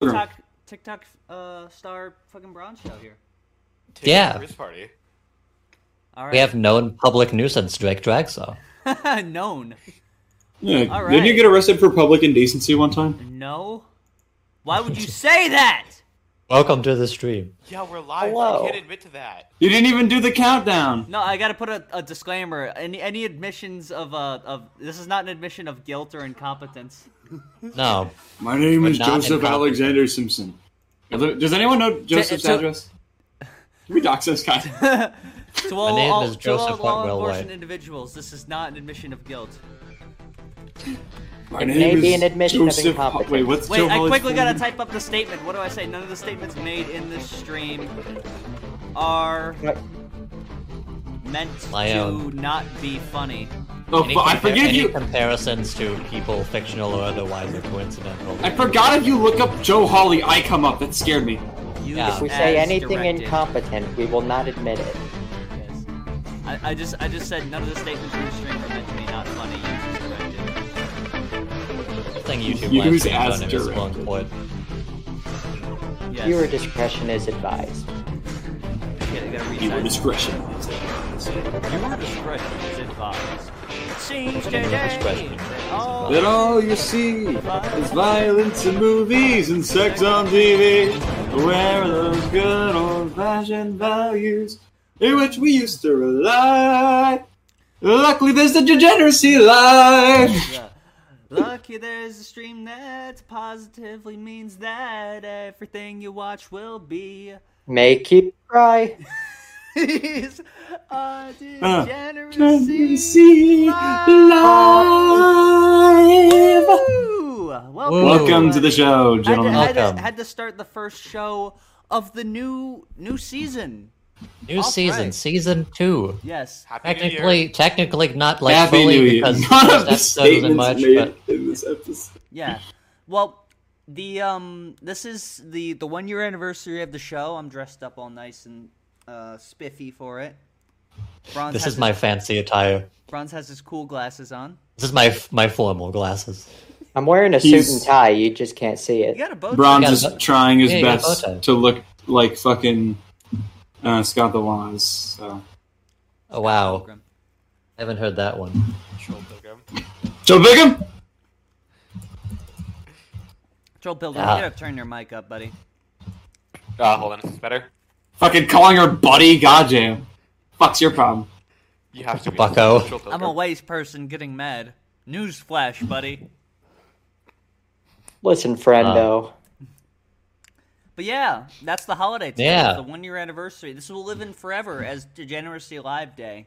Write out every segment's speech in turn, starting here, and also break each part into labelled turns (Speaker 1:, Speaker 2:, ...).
Speaker 1: TikTok TikTok uh, star fucking bronze show here.
Speaker 2: Take it
Speaker 3: Yeah.
Speaker 2: to Chris party.
Speaker 1: All right.
Speaker 3: We have known public nuisance Drake Dragso.
Speaker 1: known.
Speaker 4: Yeah.
Speaker 1: All
Speaker 4: Didn't you
Speaker 1: right.
Speaker 4: get arrested for public indecency one time?
Speaker 1: No. Why would you say that?
Speaker 3: Welcome to the stream.
Speaker 2: Yeah, we're live.
Speaker 3: Hello.
Speaker 2: You can't admit to that.
Speaker 4: You didn't even do the countdown.
Speaker 1: No, I gotta put a, a disclaimer. Any any admissions of uh of this is not an admission of guilt or incompetence.
Speaker 3: No.
Speaker 4: My name
Speaker 3: But
Speaker 4: is
Speaker 3: not in
Speaker 4: Joseph
Speaker 3: public.
Speaker 4: Alexander Simpson. Are there- Does anyone know Joseph's
Speaker 1: so-
Speaker 4: address? Can we dox this guy?
Speaker 1: To all,
Speaker 3: name
Speaker 1: all,
Speaker 3: is
Speaker 1: to all
Speaker 3: Joseph
Speaker 1: law
Speaker 3: Wentworth
Speaker 1: enforcement
Speaker 3: White.
Speaker 1: individuals, this is not an admission of guilt.
Speaker 4: My
Speaker 5: It
Speaker 4: name
Speaker 5: may
Speaker 4: is
Speaker 5: be an admission of
Speaker 4: Joseph. Ho-
Speaker 5: incompetence.
Speaker 4: Wait, what's
Speaker 1: Wait,
Speaker 4: Joe
Speaker 1: I
Speaker 4: Holly's
Speaker 1: quickly
Speaker 4: full
Speaker 1: gotta
Speaker 4: name?
Speaker 1: type up the statement. What do I say? None of the statements made in this stream are
Speaker 5: Right.
Speaker 1: meant
Speaker 3: My
Speaker 1: to
Speaker 3: own.
Speaker 1: not be funny.
Speaker 4: Oh,
Speaker 3: Any
Speaker 4: fu- I
Speaker 3: compar-
Speaker 4: forgive
Speaker 3: any
Speaker 4: you.
Speaker 3: comparisons to people, fictional or otherwise, are coincidental.
Speaker 4: I forgot if you look up Joe Holly, I come up. That scared me.
Speaker 1: Use
Speaker 3: Yeah.
Speaker 5: If we
Speaker 1: as
Speaker 5: say anything
Speaker 1: directed.
Speaker 5: incompetent, we will not admit it.
Speaker 1: Yes. I, I just I just said none of the statements in the stream are meant to be not funny. Use as directed.
Speaker 3: Thing YouTube
Speaker 4: You
Speaker 3: live
Speaker 4: use
Speaker 3: streams on
Speaker 4: as
Speaker 3: Invisible
Speaker 4: directed.
Speaker 3: Employed.
Speaker 1: Yes.
Speaker 5: Viewer discretion is advised.
Speaker 1: Yeah, you gotta
Speaker 4: Your
Speaker 1: resize.
Speaker 4: discretion.
Speaker 1: Your discretion is advised. Seems
Speaker 3: Your
Speaker 1: today Oh, that
Speaker 3: discretion is
Speaker 1: all
Speaker 3: advised.
Speaker 4: That all you see is violence in movies and sex on TV. Where are those good old fashioned values in which we used to rely? Luckily, there's the degeneracy line.
Speaker 1: Yeah. Lucky there's a stream that positively means that everything you watch will be.
Speaker 5: May keep cry.
Speaker 1: is a
Speaker 4: Uh,
Speaker 1: degeneracy.
Speaker 4: Degeneracy live.
Speaker 1: Woo! Welcome,
Speaker 4: Welcome to the show,
Speaker 1: I had to,
Speaker 4: gentlemen.
Speaker 1: had, to,
Speaker 3: Welcome.
Speaker 1: had to start the first show of the new new season.
Speaker 3: New
Speaker 1: All
Speaker 3: season,
Speaker 1: right.
Speaker 3: season two.
Speaker 1: Yes.
Speaker 2: Happy New Year.
Speaker 3: Technically, technically not like
Speaker 4: Happy
Speaker 3: fully
Speaker 4: New Year.
Speaker 3: because this
Speaker 4: None of the
Speaker 3: episode isn't
Speaker 4: statements
Speaker 3: much,
Speaker 4: made
Speaker 3: but
Speaker 4: in this episode.
Speaker 1: Yeah. Well, the um this is the the 1 year anniversary of the show. I'm dressed up all nice and uh spiffy for it. Bronze
Speaker 3: this
Speaker 1: has
Speaker 3: is my
Speaker 1: his,
Speaker 3: fancy attire.
Speaker 1: Bronze has his cool glasses on.
Speaker 3: This is my my formal glasses.
Speaker 5: I'm wearing a
Speaker 4: He's-
Speaker 5: suit and tie. You just can't see
Speaker 1: You
Speaker 5: it.
Speaker 1: got a bow tie.
Speaker 3: Yeah,
Speaker 4: Bronze is
Speaker 3: but-
Speaker 4: trying his
Speaker 3: yeah, you got
Speaker 4: best
Speaker 3: bow tie.
Speaker 4: to look like fucking uh, Scott the Wise. So.
Speaker 3: Oh wow,
Speaker 1: Pilgrim.
Speaker 3: I haven't heard that one.
Speaker 2: Troll program.
Speaker 4: Joe Bigham?
Speaker 1: Troll Pilgrim,
Speaker 3: Yeah.
Speaker 1: you gotta turn your mic up, buddy.
Speaker 2: Uh, hold on, is this better?
Speaker 4: Fucking calling her buddy? Goddamn. Fuck's your problem?
Speaker 2: You have to be
Speaker 3: Bucko.
Speaker 2: Troll
Speaker 1: I'm
Speaker 2: program.
Speaker 1: a waste person getting mad. Newsflash, buddy.
Speaker 5: Listen, friendo.
Speaker 1: But yeah, that's the holiday today.
Speaker 3: Yeah.
Speaker 1: It's the one year anniversary. This will live in forever as Degeneracy Live Day.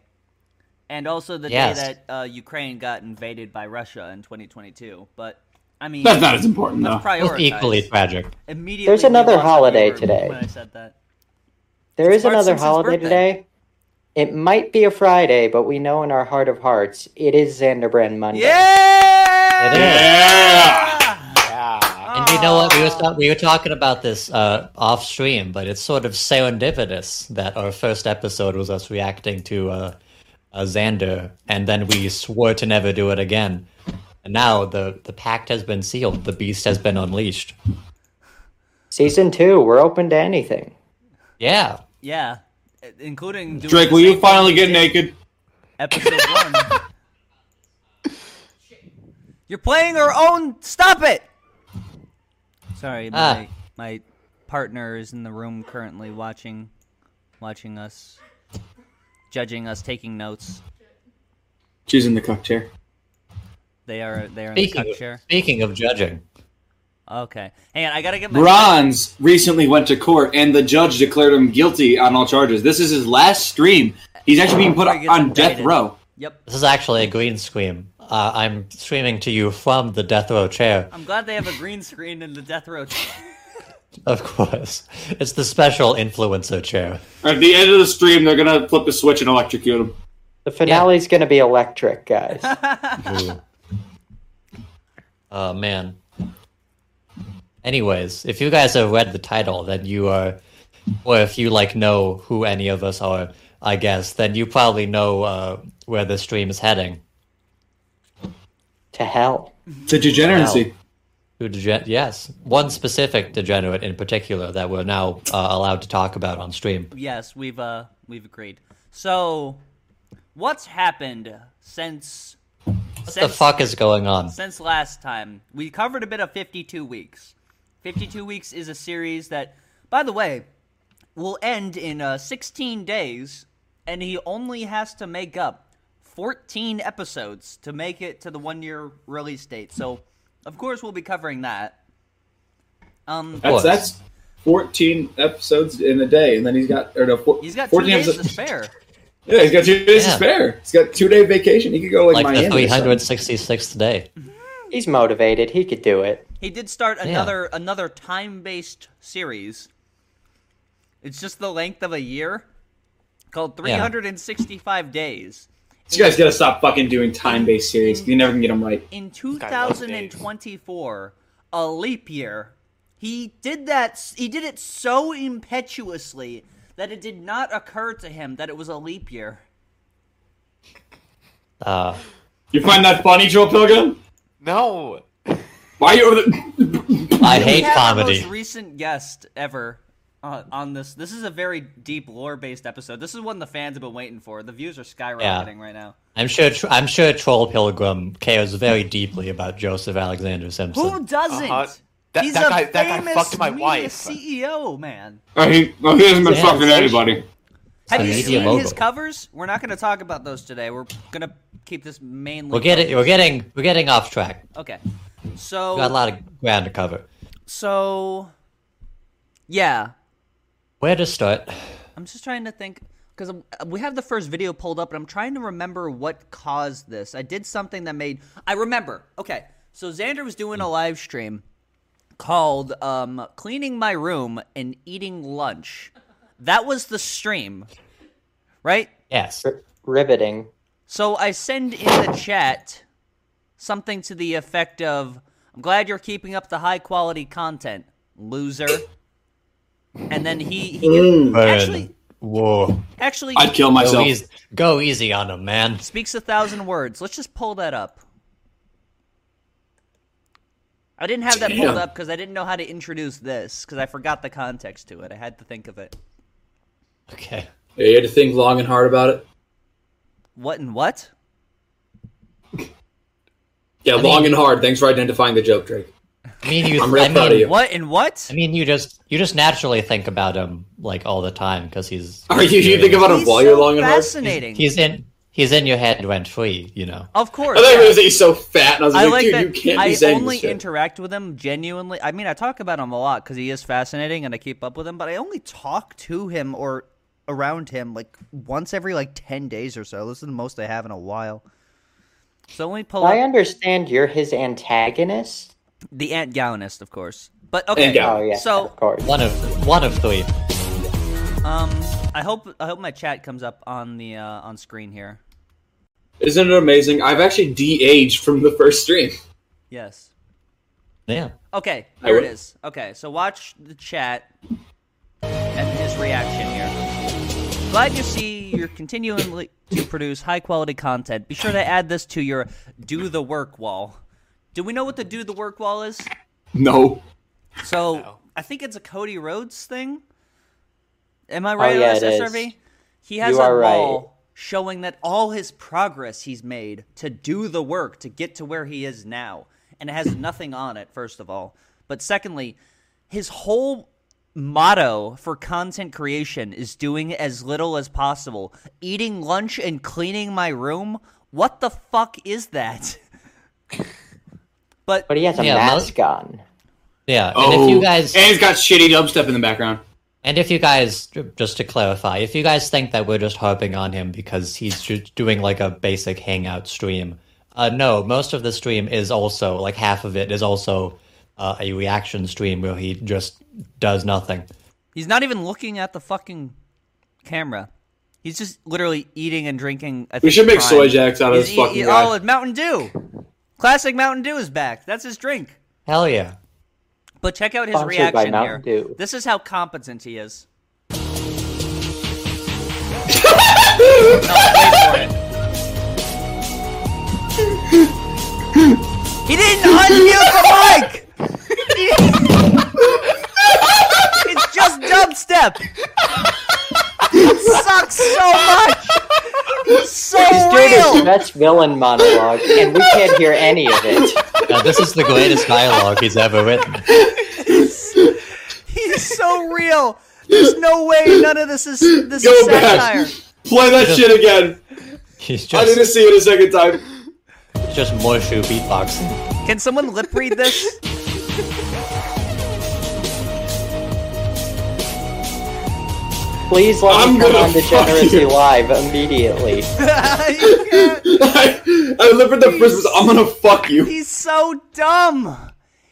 Speaker 1: And also the
Speaker 3: Yes.
Speaker 1: day that uh, Ukraine got invaded by Russia in 2022. But, I mean,
Speaker 4: That's not as important, though.
Speaker 3: It was
Speaker 1: prioritize.
Speaker 3: equally tragic.
Speaker 1: Immediately
Speaker 5: There's
Speaker 1: we
Speaker 5: another
Speaker 1: lost
Speaker 5: holiday
Speaker 1: viewer
Speaker 5: today.
Speaker 1: When I said that.
Speaker 5: There is
Speaker 1: It's Bart
Speaker 5: another
Speaker 1: Simpson's
Speaker 5: holiday
Speaker 1: birthday.
Speaker 5: today. It might be a Friday, but we know in our heart of hearts it is Xanderbrand Monday.
Speaker 1: Yeah!
Speaker 3: It is.
Speaker 4: Yeah!
Speaker 2: Yeah.
Speaker 3: And you know what? We were, ta- we were talking about this uh, off stream, but it's sort of serendipitous that our first episode was us reacting to uh, uh, Xander, and then we swore to never do it again. And now the, the pact has been sealed, the beast has been unleashed.
Speaker 5: Season two, we're open to anything.
Speaker 3: Yeah.
Speaker 1: Yeah. I- Including doing
Speaker 4: Drake,
Speaker 1: the
Speaker 4: will
Speaker 1: same
Speaker 4: you finally
Speaker 1: thing we
Speaker 4: get
Speaker 1: did
Speaker 4: naked?
Speaker 1: Episode 1. You're playing our own. Stop it! Sorry,
Speaker 3: Ah.
Speaker 1: my, my partner is in the room currently watching watching us, judging us, taking notes.
Speaker 4: She's in the cuck chair.
Speaker 1: They are they are in the
Speaker 3: Speaking
Speaker 1: cuck
Speaker 3: of,
Speaker 1: chair.
Speaker 3: speaking of judging,
Speaker 1: Okay, hang on, I gotta get my.
Speaker 4: Bronze recently went to court, and the judge declared him guilty on all charges. This is his last stream. He's actually being put
Speaker 1: Before he gets
Speaker 4: on death
Speaker 1: indicted.
Speaker 4: row.
Speaker 1: Yep,
Speaker 3: this is actually a green scream. Uh, I'm streaming to you from the death row chair,
Speaker 1: I'm glad they have a green screen in the death row.
Speaker 3: of course. It's the special influencer chair.
Speaker 4: At the end of the stream, they're gonna flip the switch and electrocute him.
Speaker 5: The finale's going to be electric, guys.
Speaker 3: Ooh. Oh man. Anyways, if you guys have read the title, then you are, or if you like know who any of us are, I guess, then you probably know uh, where the stream is heading.
Speaker 5: to hell.
Speaker 4: To degeneracy.
Speaker 3: Wow. Who degen- yes, one specific degenerate in particular that we're now uh, allowed to talk about on stream.
Speaker 1: Yes, we've uh we've agreed. So, what's happened since
Speaker 3: What the fuck is going on?
Speaker 1: since last time? We covered a bit of 52 weeks. 52 weeks is a series that by the way, will end in uh, 16 days and he only has to make up 14 episodes to make it to the 1 year release date. So, of course we'll be covering that. Um
Speaker 3: course.
Speaker 4: That's that's fourteen episodes in a day, and then he's got or no, four,
Speaker 1: he's got 2
Speaker 4: 14
Speaker 1: days to
Speaker 4: episodes.
Speaker 1: spare.
Speaker 4: Yeah, he's got two days
Speaker 3: Yeah.
Speaker 4: to spare. He's got two day vacation. He could go like,
Speaker 3: Like the
Speaker 4: Miami.
Speaker 3: three
Speaker 4: or something.
Speaker 3: hundred sixty sixth day.
Speaker 5: He's motivated. He could do it.
Speaker 1: He did start another another time based series. It's just the length of a year, called 365 days.
Speaker 4: You guys gotta stop fucking doing time based series. 'cause You never can get them right.
Speaker 1: In
Speaker 2: I love days.
Speaker 1: 2024, a leap year, he did that. s- He did it so impetuously that it did not occur to him that it was a leap year.
Speaker 3: Uh,
Speaker 4: You find that funny, Joe Pilgrim?
Speaker 2: No.
Speaker 4: Why are you over the?
Speaker 3: I hate
Speaker 1: we have
Speaker 3: comedy.
Speaker 1: The most recent guest ever uh, on this. This is a very deep lore based episode. This is one the fans have been waiting for. The views are skyrocketing right now.
Speaker 3: I'm sure. Tr- I'm sure Troll Pilgrim cares very deeply about Joseph Alexander Simpson.
Speaker 1: Who doesn't?
Speaker 2: Uh-huh. That-
Speaker 1: He's
Speaker 2: that
Speaker 1: a
Speaker 2: guy- that guy
Speaker 1: famous
Speaker 2: fucked my
Speaker 1: media
Speaker 2: wife.
Speaker 1: CEO, man.
Speaker 4: oh, he, oh, he hasn't been
Speaker 3: Yeah.
Speaker 4: fucking anybody.
Speaker 1: Have you
Speaker 3: media
Speaker 1: seen
Speaker 3: mogul.
Speaker 1: his covers? We're not going to talk about those today. We're going to keep this mainly.
Speaker 3: We're getting. We're getting. We're getting off track.
Speaker 1: Okay.
Speaker 3: We got a
Speaker 1: So,
Speaker 3: lot of ground to cover.
Speaker 1: so, yeah.
Speaker 3: Where to start?
Speaker 1: I'm just trying to think because we have the first video pulled up, and I'm trying to remember what caused this. I did something that made I remember. Okay, so Xander was doing a live stream called um, "Cleaning My Room and Eating Lunch." That was the stream, right?
Speaker 3: Yes.
Speaker 5: R- riveting.
Speaker 1: So I send in the chat something to the effect of, I'm glad you're keeping up the high quality content, loser. And then he, he actually,
Speaker 3: Whoa.
Speaker 1: actually
Speaker 4: I'd kill
Speaker 3: Go,
Speaker 4: myself.
Speaker 3: easy, go easy on him, man.
Speaker 1: speaks a thousand words. Let's just pull that up. I didn't have that pulled
Speaker 4: Damn.
Speaker 1: up because I didn't know how to introduce this because I forgot the context to it. I had to think of it.
Speaker 3: Okay.
Speaker 4: Yeah, you had to think long and hard about it.
Speaker 1: What and what?
Speaker 4: Yeah, long and hard. Thanks for identifying the joke, Drake.
Speaker 3: I mean, you.
Speaker 4: I'm real
Speaker 3: I mean,
Speaker 4: proud of you.
Speaker 1: What and what?
Speaker 3: I mean, you just you just naturally think about him like all the time because he's
Speaker 4: Are you? You think about him
Speaker 1: He's
Speaker 4: while you're
Speaker 1: so
Speaker 4: long and hard?
Speaker 1: fascinating.
Speaker 3: he's in he's in your head rent free. You know.
Speaker 1: of course.
Speaker 4: I thought
Speaker 1: yeah.
Speaker 4: you were he's so fat, and I was
Speaker 1: I
Speaker 4: like,
Speaker 1: like
Speaker 4: dude,
Speaker 1: that
Speaker 4: you can't be
Speaker 1: I
Speaker 4: saying
Speaker 1: only
Speaker 4: this shit.
Speaker 1: interact with him genuinely. I mean, I talk about him a lot because he is fascinating and I keep up with him, but I only talk to him or around him like once every like 10 days or so. This is the most I have in a while. So let me pull
Speaker 5: I
Speaker 1: up
Speaker 5: understand you're his antagonist.
Speaker 1: the Ant Gowanist, of course. But okay,
Speaker 4: Gowan.
Speaker 5: Oh yeah,
Speaker 1: So-
Speaker 5: of course.
Speaker 3: One of one of three.
Speaker 1: um, I hope I hope my chat comes up on the uh, on screen here.
Speaker 4: Isn't it amazing? I've actually de-aged from the first stream.
Speaker 1: Yes.
Speaker 3: Yeah.
Speaker 1: Okay,
Speaker 4: I
Speaker 1: there it
Speaker 4: would-
Speaker 1: is. Okay, so watch the chat and his reaction here. Glad you see you're continuing to produce high quality content. Be sure to add this to your do the work wall. Do we know what the do the work wall is?
Speaker 4: No.
Speaker 1: So
Speaker 2: No.
Speaker 1: I think it's a Cody Rhodes thing. Am I right
Speaker 5: Oh, yeah,
Speaker 1: on
Speaker 5: it
Speaker 1: this,
Speaker 5: is.
Speaker 1: SRV? He has
Speaker 5: You
Speaker 1: a
Speaker 5: are right.
Speaker 1: wall showing that all his progress he's made to do the work to get to where he is now, and it has nothing on it. First of all, but secondly, his whole motto for content creation is doing as little as possible, eating lunch and cleaning my room. What the fuck is that? but
Speaker 5: But he has a
Speaker 3: Yeah, mo-
Speaker 5: mask on.
Speaker 3: Yeah. And
Speaker 4: Oh,
Speaker 3: if you guys
Speaker 4: and he's got shitty dubstep in the background.
Speaker 3: And if you guys, just to clarify, if you guys think that we're just harping on him because he's just doing like a basic hangout stream, uh, no, most of the stream is also, like half of it is also uh, a reaction stream where he just does nothing.
Speaker 1: He's not even looking at the fucking camera. He's just literally eating and drinking. I
Speaker 4: We
Speaker 1: think,
Speaker 4: should make
Speaker 1: Prime.
Speaker 4: soy jacks out of
Speaker 1: He's
Speaker 4: this
Speaker 1: eat-
Speaker 4: fucking
Speaker 1: eat-
Speaker 4: guy.
Speaker 1: Oh, it's Mountain Dew. Classic Mountain Dew is back. That's his drink.
Speaker 3: Hell yeah.
Speaker 1: But check out his
Speaker 5: Sponsored by
Speaker 1: reaction here.
Speaker 5: Mountain Dew.
Speaker 1: This is how competent he is. He didn't unmute the mic. eating. it's just dubstep. It sucks so much. It's so
Speaker 5: He's doing a
Speaker 1: real.
Speaker 5: stretch villain monologue, and we can't hear any of it.
Speaker 3: Uh, this is the greatest dialogue he's ever written.
Speaker 1: He's so real. There's no way none of this is this is
Speaker 4: Go back.
Speaker 1: satire.
Speaker 4: Play that
Speaker 3: Just-
Speaker 4: shit again.
Speaker 3: He's
Speaker 4: I need to
Speaker 3: just
Speaker 4: see it a second time.
Speaker 3: just Morshu beatboxing.
Speaker 1: Can someone lip read this?
Speaker 5: Please let
Speaker 4: I'm
Speaker 5: me come
Speaker 4: gonna
Speaker 5: on
Speaker 4: fuck
Speaker 5: Degeneracy
Speaker 4: you.
Speaker 5: Live immediately.
Speaker 1: You can't.
Speaker 4: I, I live at the Christmas. I'm gonna fuck you.
Speaker 1: He's so dumb.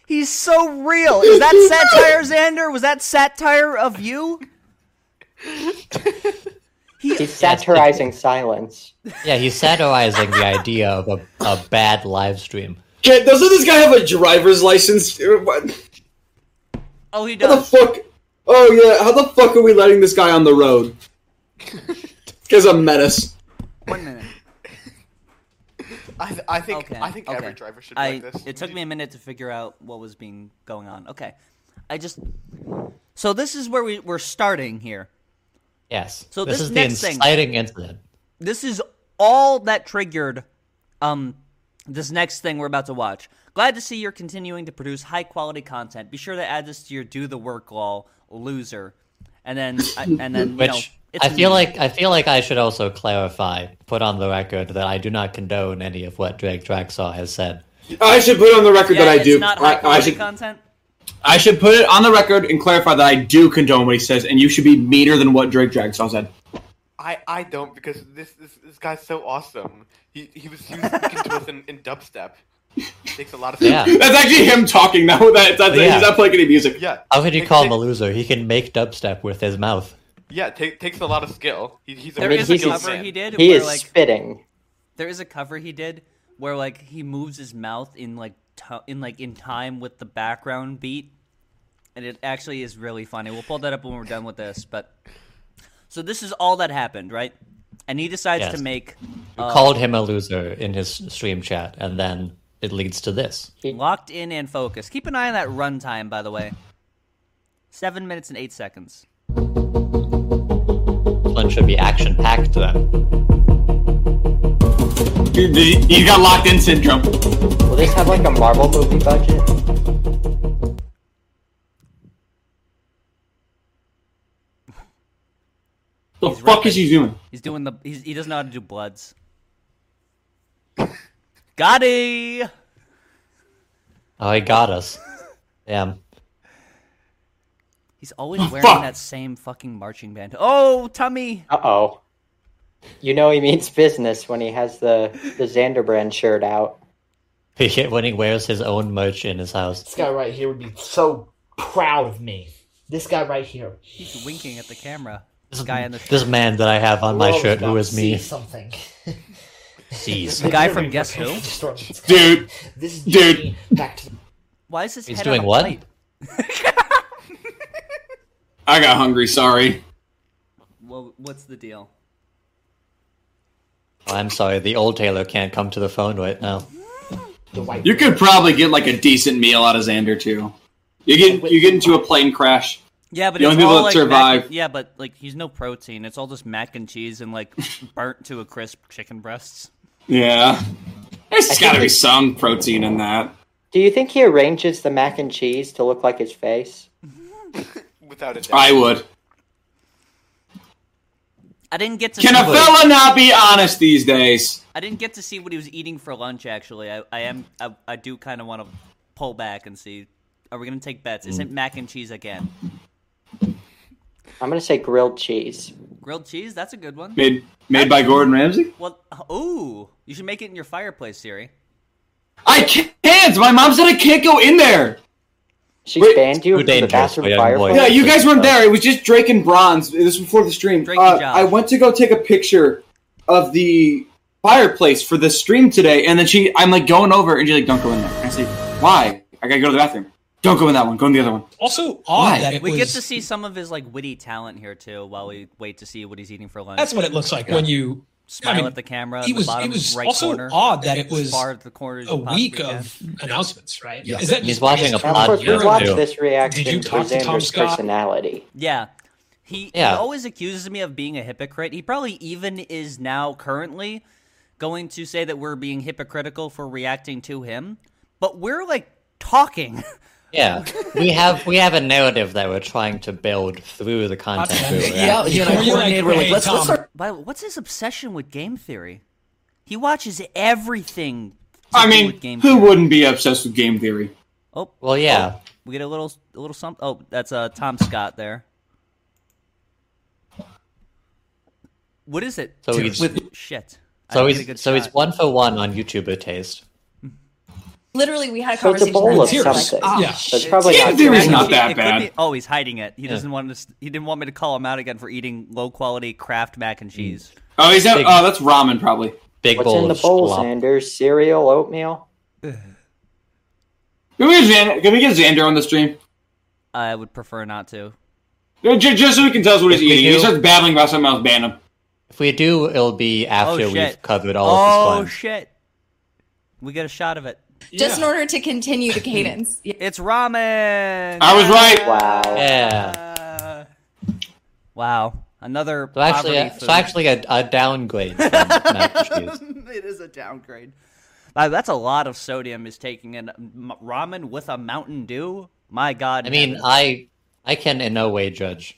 Speaker 1: He's so real. Is that satire, Xander? Was that satire of you?
Speaker 5: He's satirizing silence.
Speaker 3: Yeah, he's satirizing the idea of a, a bad live stream.
Speaker 4: Kid, doesn't this guy have a driver's license? Uh, What
Speaker 1: Oh, he
Speaker 4: how the
Speaker 1: does.
Speaker 4: fuck? Oh yeah, how the fuck are we letting this guy on the road? Because a menace.
Speaker 1: One minute.
Speaker 2: I, th- I think
Speaker 1: Okay.
Speaker 2: I think every
Speaker 1: okay.
Speaker 2: driver should be
Speaker 1: I,
Speaker 2: like this.
Speaker 1: It took me a minute to figure out what was being going on. Okay, I just. So this is where we we're starting here.
Speaker 3: Yes.
Speaker 1: So
Speaker 3: this,
Speaker 1: this
Speaker 3: is
Speaker 1: next
Speaker 3: the
Speaker 1: thing-
Speaker 3: inciting incident.
Speaker 1: This is all that triggered, um, this next thing we're about to watch. Glad to see you're continuing to produce high quality content. Be sure to add this to your do the work lol loser, and then I, and then you know,
Speaker 3: Which
Speaker 1: it's
Speaker 3: I feel like I feel like I should also clarify, put on the record that I do not condone any of what Drake Draxaw has said.
Speaker 4: I should put on the record
Speaker 1: yeah,
Speaker 4: that I
Speaker 1: it's
Speaker 4: do.
Speaker 1: not
Speaker 4: I-
Speaker 1: high
Speaker 4: I
Speaker 1: quality
Speaker 4: should.
Speaker 1: content.
Speaker 4: I should put it on the record and clarify that I do condone what he says, and you should be meaner than what Drake Dragsaw said.
Speaker 2: I, I don't because this, this this guy's so awesome. He he was he was speaking to us in, in dubstep. Makes a lot of
Speaker 3: Yeah.
Speaker 2: sense.
Speaker 4: That's actually him talking now. That, that's,
Speaker 3: Yeah.
Speaker 4: He's not playing any music.
Speaker 2: Yeah.
Speaker 3: How could you
Speaker 2: It-
Speaker 3: call
Speaker 2: it-
Speaker 3: him a loser? He can make dubstep with his mouth.
Speaker 2: Yeah, take, takes a lot of skill. He, he's a
Speaker 1: There
Speaker 2: real
Speaker 1: is a
Speaker 5: he's-
Speaker 2: skilled
Speaker 1: cover
Speaker 2: man.
Speaker 1: he did
Speaker 5: He
Speaker 1: where
Speaker 5: is
Speaker 1: like
Speaker 5: spitting.
Speaker 1: there is a cover he did where like he moves his mouth in like to- in like in time with the background beat and it actually is really funny we'll pull that up when we're done with this but so this is all that happened right and he decides
Speaker 3: Yes.
Speaker 1: to make
Speaker 3: Called him a loser in his stream chat, and then it leads to this.
Speaker 1: locked in and focused keep an eye on that runtime by the way seven minutes and eight seconds
Speaker 3: This one should be action packed then.
Speaker 4: You, you got locked in syndrome.
Speaker 5: Will this have like a Marvel movie budget?
Speaker 4: The
Speaker 1: He's
Speaker 4: fuck
Speaker 1: rapping.
Speaker 4: is he doing?
Speaker 1: he's doing the he's, he doesn't know how to do bloods Gotti!
Speaker 3: Oh, he got us. Damn.
Speaker 1: He's always wearing
Speaker 4: fuck.
Speaker 1: that same fucking marching band. Oh, tummy!
Speaker 5: Uh oh. You know he means business when he has the the Xanderbrand shirt out.
Speaker 3: He- when he wears his own merch in his house.
Speaker 6: This guy right here would be so proud of me. This guy right here.
Speaker 1: He's winking at the camera. This guy in the
Speaker 3: This man that I have on my
Speaker 6: We're always
Speaker 3: shirt,
Speaker 6: about
Speaker 3: who
Speaker 6: to
Speaker 3: is
Speaker 6: see
Speaker 3: me,
Speaker 6: Something.
Speaker 3: sees.
Speaker 1: guy from Guess Who?
Speaker 6: Disturbance.
Speaker 4: Dude.
Speaker 6: This is
Speaker 4: Dude.
Speaker 6: Jimmy Back to the
Speaker 1: Why is his
Speaker 3: He's
Speaker 1: head
Speaker 3: doing
Speaker 1: on a
Speaker 3: what?
Speaker 1: plate?
Speaker 4: I got hungry, sorry.
Speaker 1: Wha- what's the deal?
Speaker 3: Oh, I'm sorry, the old Taylor can't come to the phone right now.
Speaker 6: the white.
Speaker 4: You could probably get like a decent meal out of Xander too. You get you get into a plane crash.
Speaker 1: Yeah, but
Speaker 4: The
Speaker 1: it's
Speaker 4: only people
Speaker 1: all
Speaker 4: that
Speaker 1: like
Speaker 4: survive-
Speaker 1: Mac and, yeah, but like he's no protein. It's all just mac and cheese and like burnt to a crisp chicken breasts.
Speaker 4: Yeah. There's
Speaker 5: think
Speaker 4: gotta be
Speaker 5: it's-
Speaker 4: some protein in that.
Speaker 5: Do you think he arranges the mac and cheese to look like his face?
Speaker 2: Without a doubt.
Speaker 4: I would.
Speaker 1: I didn't get to
Speaker 4: Can
Speaker 1: see
Speaker 4: a
Speaker 1: what,
Speaker 4: fella not be honest these days?
Speaker 1: I didn't get to see what he was eating for lunch. Actually, I, I am I, I do kind of want to pull back and see. Are we gonna take bets? Is it
Speaker 4: Mm.
Speaker 1: mac and cheese again?
Speaker 5: I'm gonna say grilled cheese.
Speaker 1: Grilled cheese? That's a good one.
Speaker 4: Made made by Gordon Ramsay?
Speaker 1: Well, ooh, you should make it in your fireplace, Siri.
Speaker 4: I can't! My mom said I can't go in there!
Speaker 5: She
Speaker 4: Wait,
Speaker 5: banned you
Speaker 3: too
Speaker 5: from the
Speaker 3: dangerous for
Speaker 5: bathroom
Speaker 3: young boys.
Speaker 5: fireplace.
Speaker 4: Yeah, you guys
Speaker 3: Oh.
Speaker 4: weren't there. It was just Drake and Bronze. This was before the stream.
Speaker 1: Drake and
Speaker 4: Uh,
Speaker 1: Josh.
Speaker 4: I went to go take a picture of the fireplace for the stream today, and then she, I'm like going over, and she's like, "Don't go in there." And I say, "Why? I gotta go to the bathroom." Don't go in that one. Go in the other one.
Speaker 7: Also, odd
Speaker 4: Why?
Speaker 7: that it
Speaker 1: We
Speaker 7: was,
Speaker 1: get to see some of his like witty talent here too, while we wait to see what he's eating for lunch.
Speaker 7: That's what it looks like when you
Speaker 1: smile
Speaker 7: mean,
Speaker 1: at the camera.
Speaker 7: it
Speaker 1: in
Speaker 7: was
Speaker 1: the bottom
Speaker 7: it was
Speaker 1: right
Speaker 7: also
Speaker 1: corner,
Speaker 7: odd that it
Speaker 1: as
Speaker 7: was
Speaker 1: far at the corner as
Speaker 7: a
Speaker 1: you possibly
Speaker 7: week
Speaker 1: can.
Speaker 7: of announcements, right?
Speaker 6: Yeah.
Speaker 7: Is that
Speaker 3: He's
Speaker 7: just
Speaker 3: watching
Speaker 7: based
Speaker 3: a
Speaker 7: on-
Speaker 5: Now, of course,
Speaker 3: podcast.
Speaker 5: we
Speaker 3: Euro
Speaker 5: watch
Speaker 3: do.
Speaker 5: this
Speaker 7: Did you
Speaker 5: reaction for
Speaker 7: talk to Tom
Speaker 5: Xander's
Speaker 7: Scott?
Speaker 5: personality.
Speaker 1: Yeah. He,
Speaker 3: Yeah.
Speaker 1: he always accuses me of being a hypocrite. He probably even is now currently going to say that we're being hypocritical for reacting to him. But we're like talking.
Speaker 3: Yeah, we have we have a narrative that we're trying to build through the content. we were
Speaker 6: Yeah,
Speaker 7: Yeah,
Speaker 6: you and I
Speaker 7: Were you
Speaker 6: coordinated.
Speaker 7: like,
Speaker 6: we're like,
Speaker 7: "Hey,
Speaker 6: let's, let's
Speaker 7: Tom."
Speaker 6: start.
Speaker 1: But what's his obsession with game theory? He watches everything. to
Speaker 4: I
Speaker 1: do
Speaker 4: mean,
Speaker 1: with game
Speaker 4: who
Speaker 1: theory.
Speaker 4: wouldn't be obsessed with game theory?
Speaker 1: Oh,
Speaker 3: Well, yeah.
Speaker 1: we get a little, a little something. Oh, that's uh, Tom Scott there. What is it?
Speaker 3: So he's
Speaker 1: Shit. I
Speaker 3: so
Speaker 1: didn't get a
Speaker 3: he's
Speaker 1: good
Speaker 3: so he's
Speaker 1: shot.
Speaker 3: one for one on YouTuber taste.
Speaker 8: Literally, we had a
Speaker 5: So it's a
Speaker 8: conversation.
Speaker 5: bowl
Speaker 8: about
Speaker 5: of
Speaker 8: this.
Speaker 7: Tears.
Speaker 5: something.
Speaker 7: Ah, Yeah.
Speaker 5: So it's probably
Speaker 4: Game
Speaker 5: not
Speaker 4: theory's
Speaker 5: correct.
Speaker 4: not
Speaker 1: It-
Speaker 4: that
Speaker 1: it could
Speaker 4: bad.
Speaker 1: be- oh, he's hiding it. He doesn't want to. He didn't want me to call him out again for eating low quality Kraft mac
Speaker 3: Mm.
Speaker 1: and cheese.
Speaker 4: Oh, is that?
Speaker 3: Big-
Speaker 4: Oh, that's ramen probably.
Speaker 3: Big
Speaker 5: What's
Speaker 3: bowl
Speaker 5: in the
Speaker 3: of
Speaker 5: bowl,
Speaker 3: slop.
Speaker 5: Xander? Cereal, oatmeal?
Speaker 4: Can we get Xander, can we get Xander on the stream?
Speaker 1: I would prefer not to.
Speaker 4: Ju- ju- Just so he can tell us what he's
Speaker 3: If we
Speaker 4: eating. He
Speaker 3: do-
Speaker 4: starts babbling about something else, ban him.
Speaker 3: If we do, it'll be after
Speaker 1: Oh, shit.
Speaker 3: we've covered all of
Speaker 1: Oh
Speaker 3: his fun.
Speaker 1: shit! We get a shot of it.
Speaker 7: Yeah.
Speaker 8: Just in order to continue the cadence. Yeah.
Speaker 1: It's ramen. Uh,
Speaker 4: I was right.
Speaker 5: Wow.
Speaker 3: yeah.
Speaker 1: Wow. Another
Speaker 3: So actually,
Speaker 1: poverty
Speaker 3: uh,
Speaker 1: food.
Speaker 3: so actually, a, a downgrade. From mac and cheese.
Speaker 1: it is a downgrade. Wow, Uh, that's a lot of sodium is taking in M- ramen with a Mountain Dew. My God.
Speaker 3: I mean, I I can in no way judge.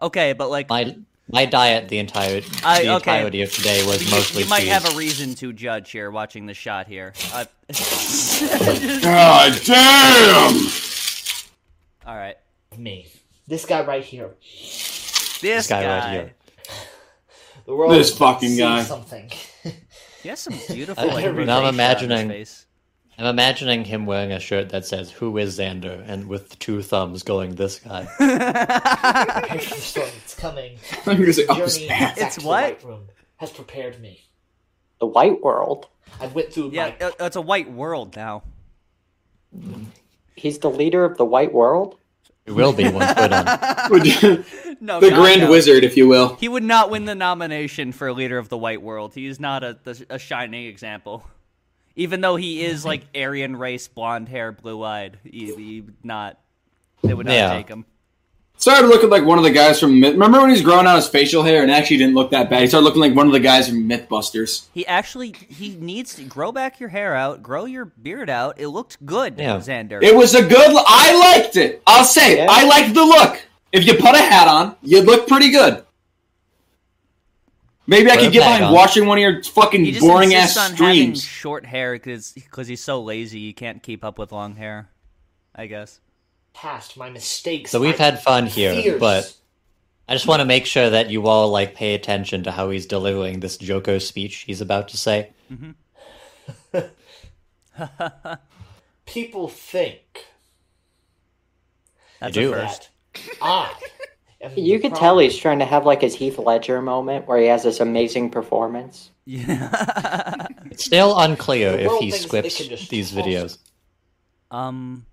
Speaker 1: okay, but like
Speaker 3: My my diet the entire
Speaker 1: I-
Speaker 3: the
Speaker 1: okay.
Speaker 3: entirety of today was
Speaker 1: You-
Speaker 3: mostly
Speaker 1: you, might
Speaker 3: cheese.
Speaker 1: have a reason to judge here watching the shot here Uh, I-
Speaker 4: God damn!
Speaker 1: all right
Speaker 6: me. This guy right here.
Speaker 1: this,
Speaker 3: this guy, right here.
Speaker 6: The world
Speaker 4: This fucking
Speaker 6: sees
Speaker 4: guy.
Speaker 6: Something.
Speaker 1: he has some beautiful
Speaker 3: Uh,
Speaker 1: like,
Speaker 6: now I'm
Speaker 1: rosacea on his
Speaker 3: imagining-
Speaker 1: face.
Speaker 3: I'm imagining him wearing a shirt that says "Who is Xander?" and with two thumbs going this guy.
Speaker 6: Picture of something that's coming.
Speaker 4: I'm gonna say, oh,
Speaker 6: Journey
Speaker 4: snap.
Speaker 6: back
Speaker 1: It's
Speaker 6: to
Speaker 1: what?
Speaker 6: the White Room has prepared me.
Speaker 5: The white world.
Speaker 6: I went through
Speaker 1: yeah uh,
Speaker 6: my
Speaker 1: it- it's a white world now
Speaker 5: He's the leader of the white world?
Speaker 3: It will be one foot on.
Speaker 1: Oh,
Speaker 4: the
Speaker 1: no not
Speaker 4: Grand
Speaker 1: now.
Speaker 4: Wizard, if you will.
Speaker 1: he would not win the nomination for leader of the white world he is not a, the- a shining example even though he is like aryan race blonde hair blue eyed he, he would not they would not
Speaker 3: Yeah.
Speaker 1: take him
Speaker 4: Started looking like one of the guys from. Myth- Remember when he's growing out his facial hair and actually didn't look that bad? He started looking like one of the guys from MythBusters.
Speaker 1: He actually he needs to grow back your hair out, grow your beard out. It looked good,
Speaker 3: Yeah.
Speaker 1: Xander.
Speaker 4: It was a good. L- I liked it. I'll say it.
Speaker 5: Yeah.
Speaker 4: I liked the look. If you put a hat on, you'd look pretty good. Maybe I
Speaker 3: Put a
Speaker 4: could get
Speaker 3: bag
Speaker 4: behind
Speaker 3: on.
Speaker 4: watching one of your
Speaker 1: he
Speaker 4: fucking
Speaker 1: just
Speaker 4: boring ass
Speaker 1: insists on having
Speaker 4: streams.
Speaker 1: short hair because he's so lazy he can't keep up with long hair. I guess.
Speaker 6: past, my mistakes.
Speaker 3: So we've
Speaker 6: my
Speaker 3: had fun here,
Speaker 6: fears.
Speaker 3: but I just want to make sure that you all like pay attention to how he's delivering this Joko speech he's about to say.
Speaker 6: people think
Speaker 1: That's
Speaker 3: do.
Speaker 1: a first.
Speaker 6: that I. Am
Speaker 5: You
Speaker 6: the
Speaker 5: could tell
Speaker 6: problem.
Speaker 5: he's trying to have like his Heath Ledger moment where he has this amazing performance.
Speaker 1: Yeah.
Speaker 3: It's still unclear
Speaker 6: The
Speaker 3: if
Speaker 6: world
Speaker 3: he
Speaker 6: thinks they
Speaker 3: scripts
Speaker 6: can just
Speaker 3: these
Speaker 6: toss-
Speaker 3: videos.
Speaker 1: um,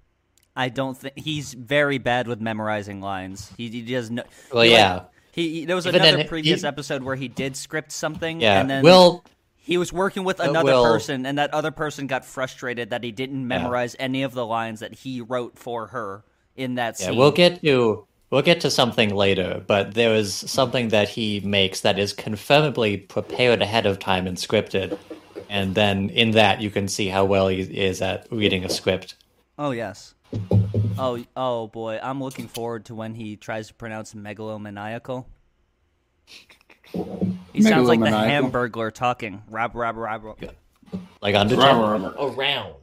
Speaker 1: I don't think he's very bad with memorizing lines. He, he does no.
Speaker 3: Well,
Speaker 1: he, like,
Speaker 3: yeah,
Speaker 1: he he- there was
Speaker 3: Even
Speaker 1: another
Speaker 3: then, he-
Speaker 1: previous episode where he did script something.
Speaker 3: yeah.
Speaker 1: And then
Speaker 3: Will
Speaker 1: he was working with
Speaker 3: But
Speaker 1: another
Speaker 3: Will-
Speaker 1: person, and that other person got frustrated that he didn't memorize any of the lines that he wrote for her in that
Speaker 3: Yeah,
Speaker 1: scene.
Speaker 3: we'll get to we'll get to something later, but there is something that he makes that is confirmably prepared ahead of time and scripted, and then in that you can see how well he is at reading a script.
Speaker 1: oh yes. Oh oh boy, I'm looking forward to when he tries to pronounce megalomaniacal. He sounds like the
Speaker 4: Megalomaniacal.
Speaker 1: Hamburglar talking. Rob, rob, rob, rob.
Speaker 3: Like Undertale.
Speaker 6: around.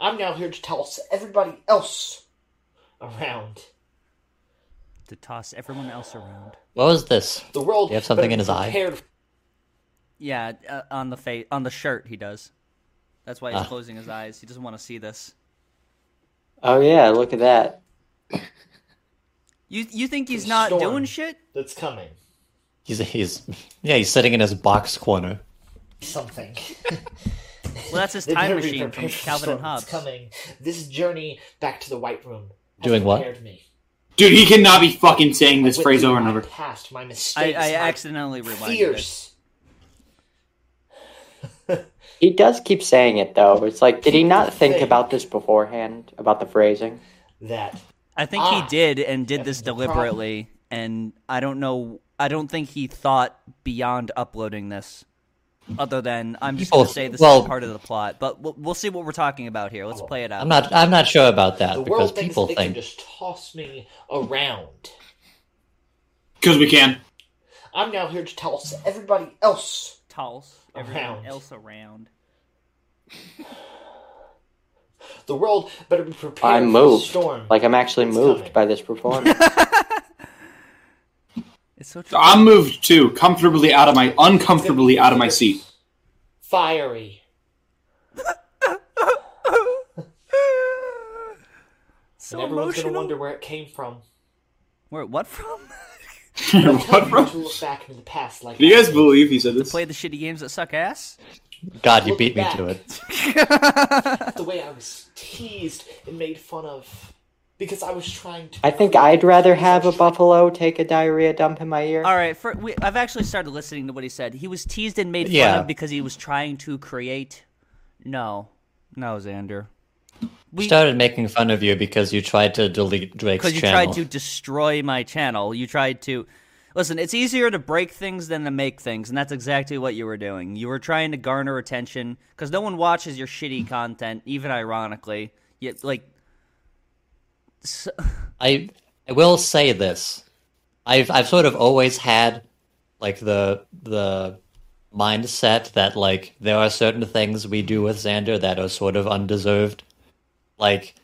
Speaker 6: I'm now here to tell us everybody else around
Speaker 1: To toss everyone else around.
Speaker 3: What was this?
Speaker 6: the world.
Speaker 3: You have something in his eye?
Speaker 6: prepared
Speaker 1: Yeah, uh, on the face, on the shirt, he does. That's why he's
Speaker 3: Ah.
Speaker 1: closing his eyes. He doesn't want to see this.
Speaker 5: Oh yeah, look at that.
Speaker 1: You you think he's
Speaker 6: The
Speaker 1: not
Speaker 6: storm.
Speaker 1: doing shit?
Speaker 6: That's coming.
Speaker 3: He's he's yeah, he's sitting in his box corner.
Speaker 6: Something.
Speaker 1: Well, that's his
Speaker 6: They
Speaker 1: time
Speaker 6: better be
Speaker 1: machine from
Speaker 6: prepared for
Speaker 1: Calvin and
Speaker 6: storm that's
Speaker 1: Hobbes.
Speaker 6: Coming. This journey back to the White Room. has
Speaker 3: Doing what?
Speaker 6: prepared Me.
Speaker 4: Dude, he cannot be fucking saying this phrase
Speaker 6: Witness
Speaker 4: over and
Speaker 6: my
Speaker 4: over.
Speaker 6: Past my
Speaker 1: I,
Speaker 6: mistakes.
Speaker 1: I
Speaker 6: my
Speaker 1: accidentally rewinded it.
Speaker 6: Fierce.
Speaker 5: He does keep saying it though. It's like, did he not think
Speaker 6: Think.
Speaker 5: about this beforehand about the phrasing?
Speaker 6: That
Speaker 1: I think
Speaker 6: Ah,
Speaker 1: he did and did this
Speaker 6: the problem.
Speaker 1: deliberately, and I don't know. I don't think he thought beyond uploading this. Other than I'm just going
Speaker 3: People-
Speaker 1: to say this
Speaker 3: well-
Speaker 1: is part of the plot, but we'll, we'll see what we're talking about here.
Speaker 6: Oh,
Speaker 1: Let's play it out.
Speaker 3: I'm not. I'm not sure about
Speaker 6: the
Speaker 3: that because
Speaker 6: world thinks
Speaker 3: people
Speaker 6: they can
Speaker 3: think.
Speaker 6: just toss me around.
Speaker 4: Because we can.
Speaker 6: I'm now here to toss everybody else
Speaker 1: Toss everyone
Speaker 6: Around.
Speaker 1: else around.
Speaker 6: The world better be prepared
Speaker 5: I'm
Speaker 6: for the
Speaker 5: moved.
Speaker 6: storm.
Speaker 5: Like I'm actually
Speaker 6: It's
Speaker 5: moved
Speaker 6: coming.
Speaker 5: by this performance.
Speaker 1: It's so
Speaker 3: Ah!
Speaker 1: true.
Speaker 4: I'm moved too, comfortably out of my uncomfortably out of my seat.
Speaker 6: Fiery.
Speaker 1: so
Speaker 6: and everyone's gonna
Speaker 1: emotional.
Speaker 6: wonder where it came from.
Speaker 1: Where what from?
Speaker 4: what, bro?
Speaker 6: To look back into the past like
Speaker 4: Do you
Speaker 6: I
Speaker 4: guys
Speaker 6: did.
Speaker 4: believe he said this?
Speaker 1: play the shitty games that suck ass.
Speaker 3: God, you
Speaker 6: Look
Speaker 3: beat me
Speaker 6: back.
Speaker 3: to it.
Speaker 6: the way I was teased and made fun of because I was trying to
Speaker 5: I think I'd rather have a buffalo take a diarrhea dump in my ear.
Speaker 1: All right, for, we, I've actually started listening to what he said. He was teased and made
Speaker 3: Yeah.
Speaker 1: fun of because he was trying to create. No, no, Xander, We-
Speaker 3: Started making fun of you because you tried to delete Drake's
Speaker 1: because you
Speaker 3: channel.
Speaker 1: tried to destroy my channel. You tried to listen. It's easier to break things than to make things, and that's exactly what you were doing. You were trying to garner attention because no one watches your shitty content, even ironically. Yet, like, s
Speaker 3: I I will say this. I've I've sort of always had like the the mindset that like there are certain things we do with Xander that are sort of undeserved. Like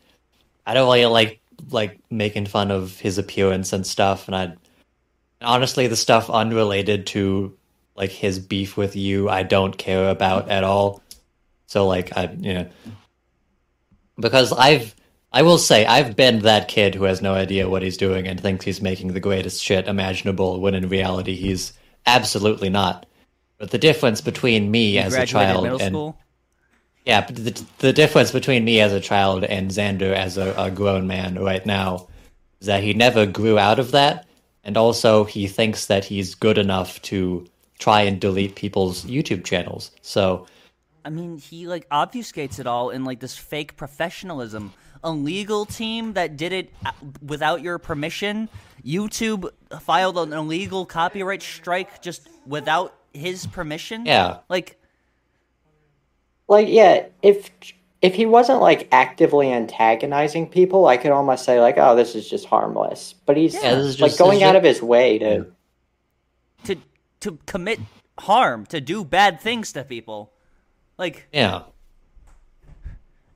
Speaker 3: I don't really like like making fun of his appearance and stuff and I honestly the stuff unrelated to like his beef with you I don't care about at all. So like I you know because I've I will say I've been that kid who has no idea what he's doing and thinks he's making the greatest shit imaginable when in reality he's absolutely not. But the difference between me as a
Speaker 1: graduated
Speaker 3: child
Speaker 1: middle
Speaker 3: and
Speaker 1: school.
Speaker 3: yeah, but the, the difference between me as a child and Xander as a, a grown man right now is that he never grew out of that, and also he thinks that he's good enough to try and delete people's YouTube channels. So
Speaker 1: I mean, he like obfuscates it all in like this fake professionalism. A legal team that did it uh, without your permission. YouTube filed an illegal copyright strike just without his permission.
Speaker 3: Yeah.
Speaker 1: Like,
Speaker 5: Like yeah, if if he wasn't like actively antagonizing people, I could almost say like, oh, this is just harmless. But he's
Speaker 3: Yeah, this is
Speaker 5: like
Speaker 3: just- this
Speaker 5: going
Speaker 3: is
Speaker 5: out
Speaker 3: ju-
Speaker 5: of his way to
Speaker 1: to to commit harm, to do bad things to people. Like,
Speaker 3: yeah,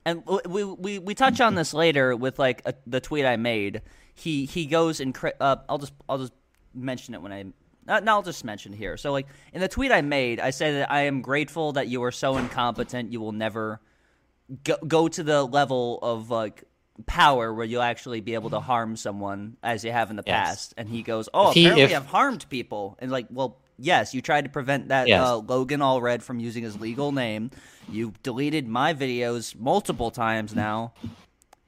Speaker 1: and w- we we we touch on this later with like a, the tweet I made. He he goes and cri- uh, I'll just I'll just mention it when I. Uh, no, I'll just mention it here. So, like in the tweet I made, I said that I am grateful that you are so incompetent. You will never go, go to the level of like power where you'll actually be able to harm someone as you have in the
Speaker 3: Yes.
Speaker 1: past. And he goes, "Oh,
Speaker 3: If he-
Speaker 1: apparently
Speaker 3: if-
Speaker 1: I've harmed people." And like, well, yes, you tried to prevent that
Speaker 3: Yes.
Speaker 1: uh, Logan Allred from using his legal name. You deleted my videos multiple times now.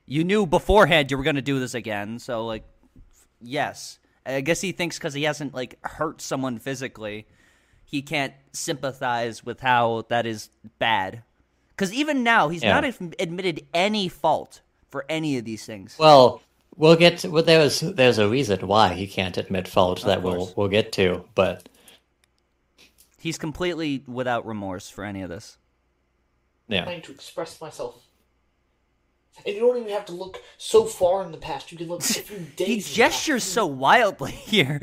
Speaker 1: You knew beforehand you were going to do this again, so like, yes. I guess he thinks because he hasn't like hurt someone physically, he can't sympathize with how that is bad. Because even now, he's
Speaker 3: Yeah.
Speaker 1: not ad- admitted any fault for any of these things.
Speaker 3: Well, we'll get to, well, there's there's a reason why he can't admit fault that we'll
Speaker 1: course.
Speaker 3: we'll get to, but
Speaker 1: He's completely without remorse for any of this.
Speaker 3: yeah.
Speaker 6: trying to express myself. And you don't even have to look so far in the past. You can look a few days.
Speaker 1: He
Speaker 6: in the past.
Speaker 1: gestures so wildly here.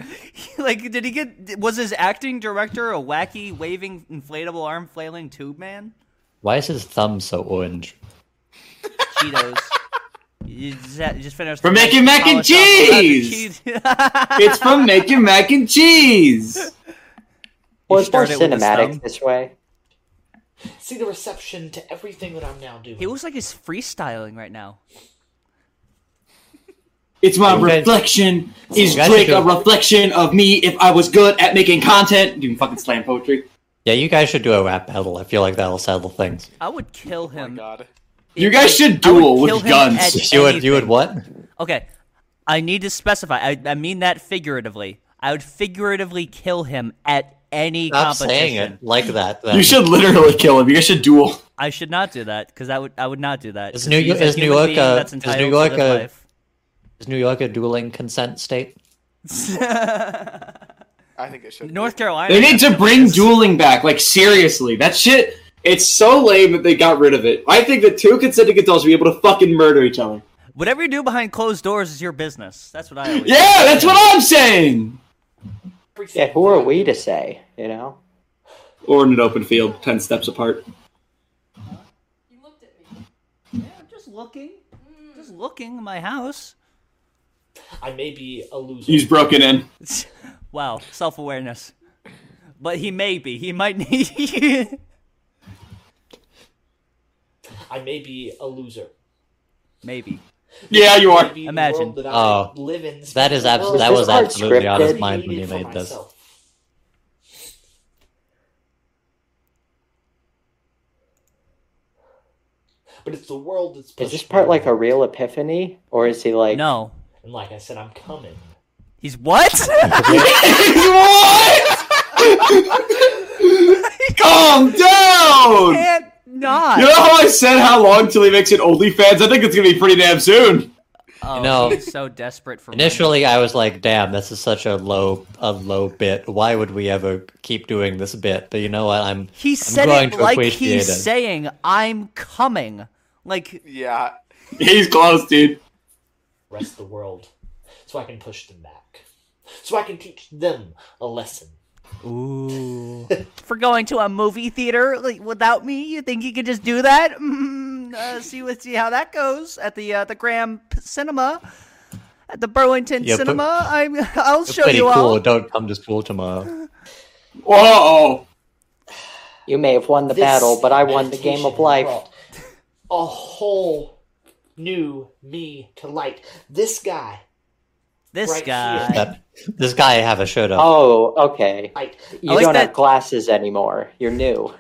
Speaker 1: like, did he get? Was his acting director a wacky, waving, inflatable arm flailing tube man?
Speaker 3: Why is his thumb so orange?
Speaker 1: Cheetos. you just, had- just finished
Speaker 4: For making mac and
Speaker 1: polished off the leather
Speaker 4: cheese!
Speaker 1: cheese.
Speaker 4: It's from making mac and cheese.
Speaker 5: well, it's more
Speaker 1: start it with his thumb.
Speaker 5: cinematic this way.
Speaker 6: See the reception to everything that I'm now doing.
Speaker 1: he looks like he's freestyling right now.
Speaker 4: It's my
Speaker 3: You guys-
Speaker 4: reflection. Is
Speaker 3: You guys
Speaker 4: Drake
Speaker 3: should
Speaker 4: a
Speaker 3: do-
Speaker 4: reflection of me if I was good at making content? You can fucking slam poetry.
Speaker 3: Yeah, you guys should do a rap battle. I feel like that'll settle things.
Speaker 1: I would kill
Speaker 2: Oh my
Speaker 1: him.
Speaker 2: god.
Speaker 4: You guys should
Speaker 1: I would
Speaker 4: duel
Speaker 1: kill
Speaker 4: with
Speaker 1: him
Speaker 4: guns.
Speaker 1: at
Speaker 3: You would you would
Speaker 1: anything.
Speaker 3: what?
Speaker 1: Okay, I need to specify. I, I mean that figuratively. I would figuratively kill him at any
Speaker 3: Stop
Speaker 1: competition.
Speaker 3: saying it like that. Then.
Speaker 4: You should literally kill him. You guys should duel.
Speaker 1: I should not do that because that would I would not do that.
Speaker 3: Is
Speaker 1: 'Cause
Speaker 3: New
Speaker 1: he's
Speaker 3: York-
Speaker 1: a
Speaker 3: is New
Speaker 1: human
Speaker 3: York
Speaker 1: being
Speaker 3: a-
Speaker 1: that's
Speaker 3: is New
Speaker 1: entitled to
Speaker 3: York
Speaker 1: live
Speaker 3: a- Is New York a dueling consent state?
Speaker 1: life.
Speaker 2: I think it should.
Speaker 1: North Carolina.
Speaker 4: They need to bring
Speaker 1: dual.
Speaker 4: dueling back. Like seriously, that shit. It's so lame that they got rid of it. I think that two consenting adults should be able to fucking murder each other.
Speaker 1: Whatever you do behind closed doors is your business. That's what I. Always
Speaker 4: Yeah, that's what I'm saying.
Speaker 5: Yeah, who are we to say? You know,
Speaker 4: Or in an open field, ten steps apart.
Speaker 8: You looked at me.
Speaker 1: Yeah, I'm just looking, just looking in my house.
Speaker 6: I may be a loser.
Speaker 4: He's broken in.
Speaker 1: Wow, self awareness. But he may be. He might need.
Speaker 6: I may be a loser.
Speaker 1: Maybe.
Speaker 4: Yeah, you are.
Speaker 6: Maybe the
Speaker 1: Imagine.
Speaker 6: world that I
Speaker 3: Oh.
Speaker 6: live in is
Speaker 3: That is abs-
Speaker 6: Well,
Speaker 3: that
Speaker 5: this
Speaker 3: was
Speaker 5: part
Speaker 3: absolutely out of
Speaker 5: scripted?
Speaker 3: mind when you
Speaker 6: created for
Speaker 3: made this.
Speaker 6: myself. But it's the world that's.
Speaker 5: is this
Speaker 6: pushing
Speaker 5: part
Speaker 6: me.
Speaker 5: like a real epiphany, or is he like?
Speaker 1: No.
Speaker 6: And like I said, I'm coming.
Speaker 1: He's what?
Speaker 4: what? Calm down.
Speaker 1: Can't not.
Speaker 4: You know how I said how long till he makes it OnlyFans? I think it's gonna be pretty damn soon.
Speaker 1: Oh,
Speaker 3: You know,
Speaker 1: he's so desperate for. money.
Speaker 3: Initially, I was like, "Damn, this is such a low, a low bit. Why would we ever keep doing this bit?" But you know what? I'm
Speaker 1: He said
Speaker 3: going
Speaker 1: it
Speaker 3: to
Speaker 1: like
Speaker 3: appreciate
Speaker 1: he's
Speaker 3: it.
Speaker 1: saying, "I'm coming." Like
Speaker 2: Yeah.
Speaker 4: He's close, dude.
Speaker 6: Rest of the world. So I can push them back. So I can teach them a lesson.
Speaker 1: Ooh. For going to a movie theater like, without me, you think you could just do that? Mm, uh, see what see how that goes at the uh, the Graham P- Cinema, at the Burlington
Speaker 3: Yeah, but-
Speaker 1: Cinema. I'm I'll show
Speaker 3: pretty
Speaker 1: you
Speaker 3: cool.
Speaker 1: all.
Speaker 3: Don't come to school tomorrow.
Speaker 4: Whoa.
Speaker 5: You may have won the
Speaker 6: This
Speaker 5: battle, but I won the game of
Speaker 6: meditation
Speaker 5: life.
Speaker 6: brought A whole new me to light. This guy,
Speaker 1: This
Speaker 6: right
Speaker 1: guy.
Speaker 6: here.
Speaker 3: That- this guy have a shirt up.
Speaker 5: Oh, okay.
Speaker 6: light.
Speaker 5: You
Speaker 1: like
Speaker 5: don't
Speaker 1: that-
Speaker 5: have glasses anymore. You're new.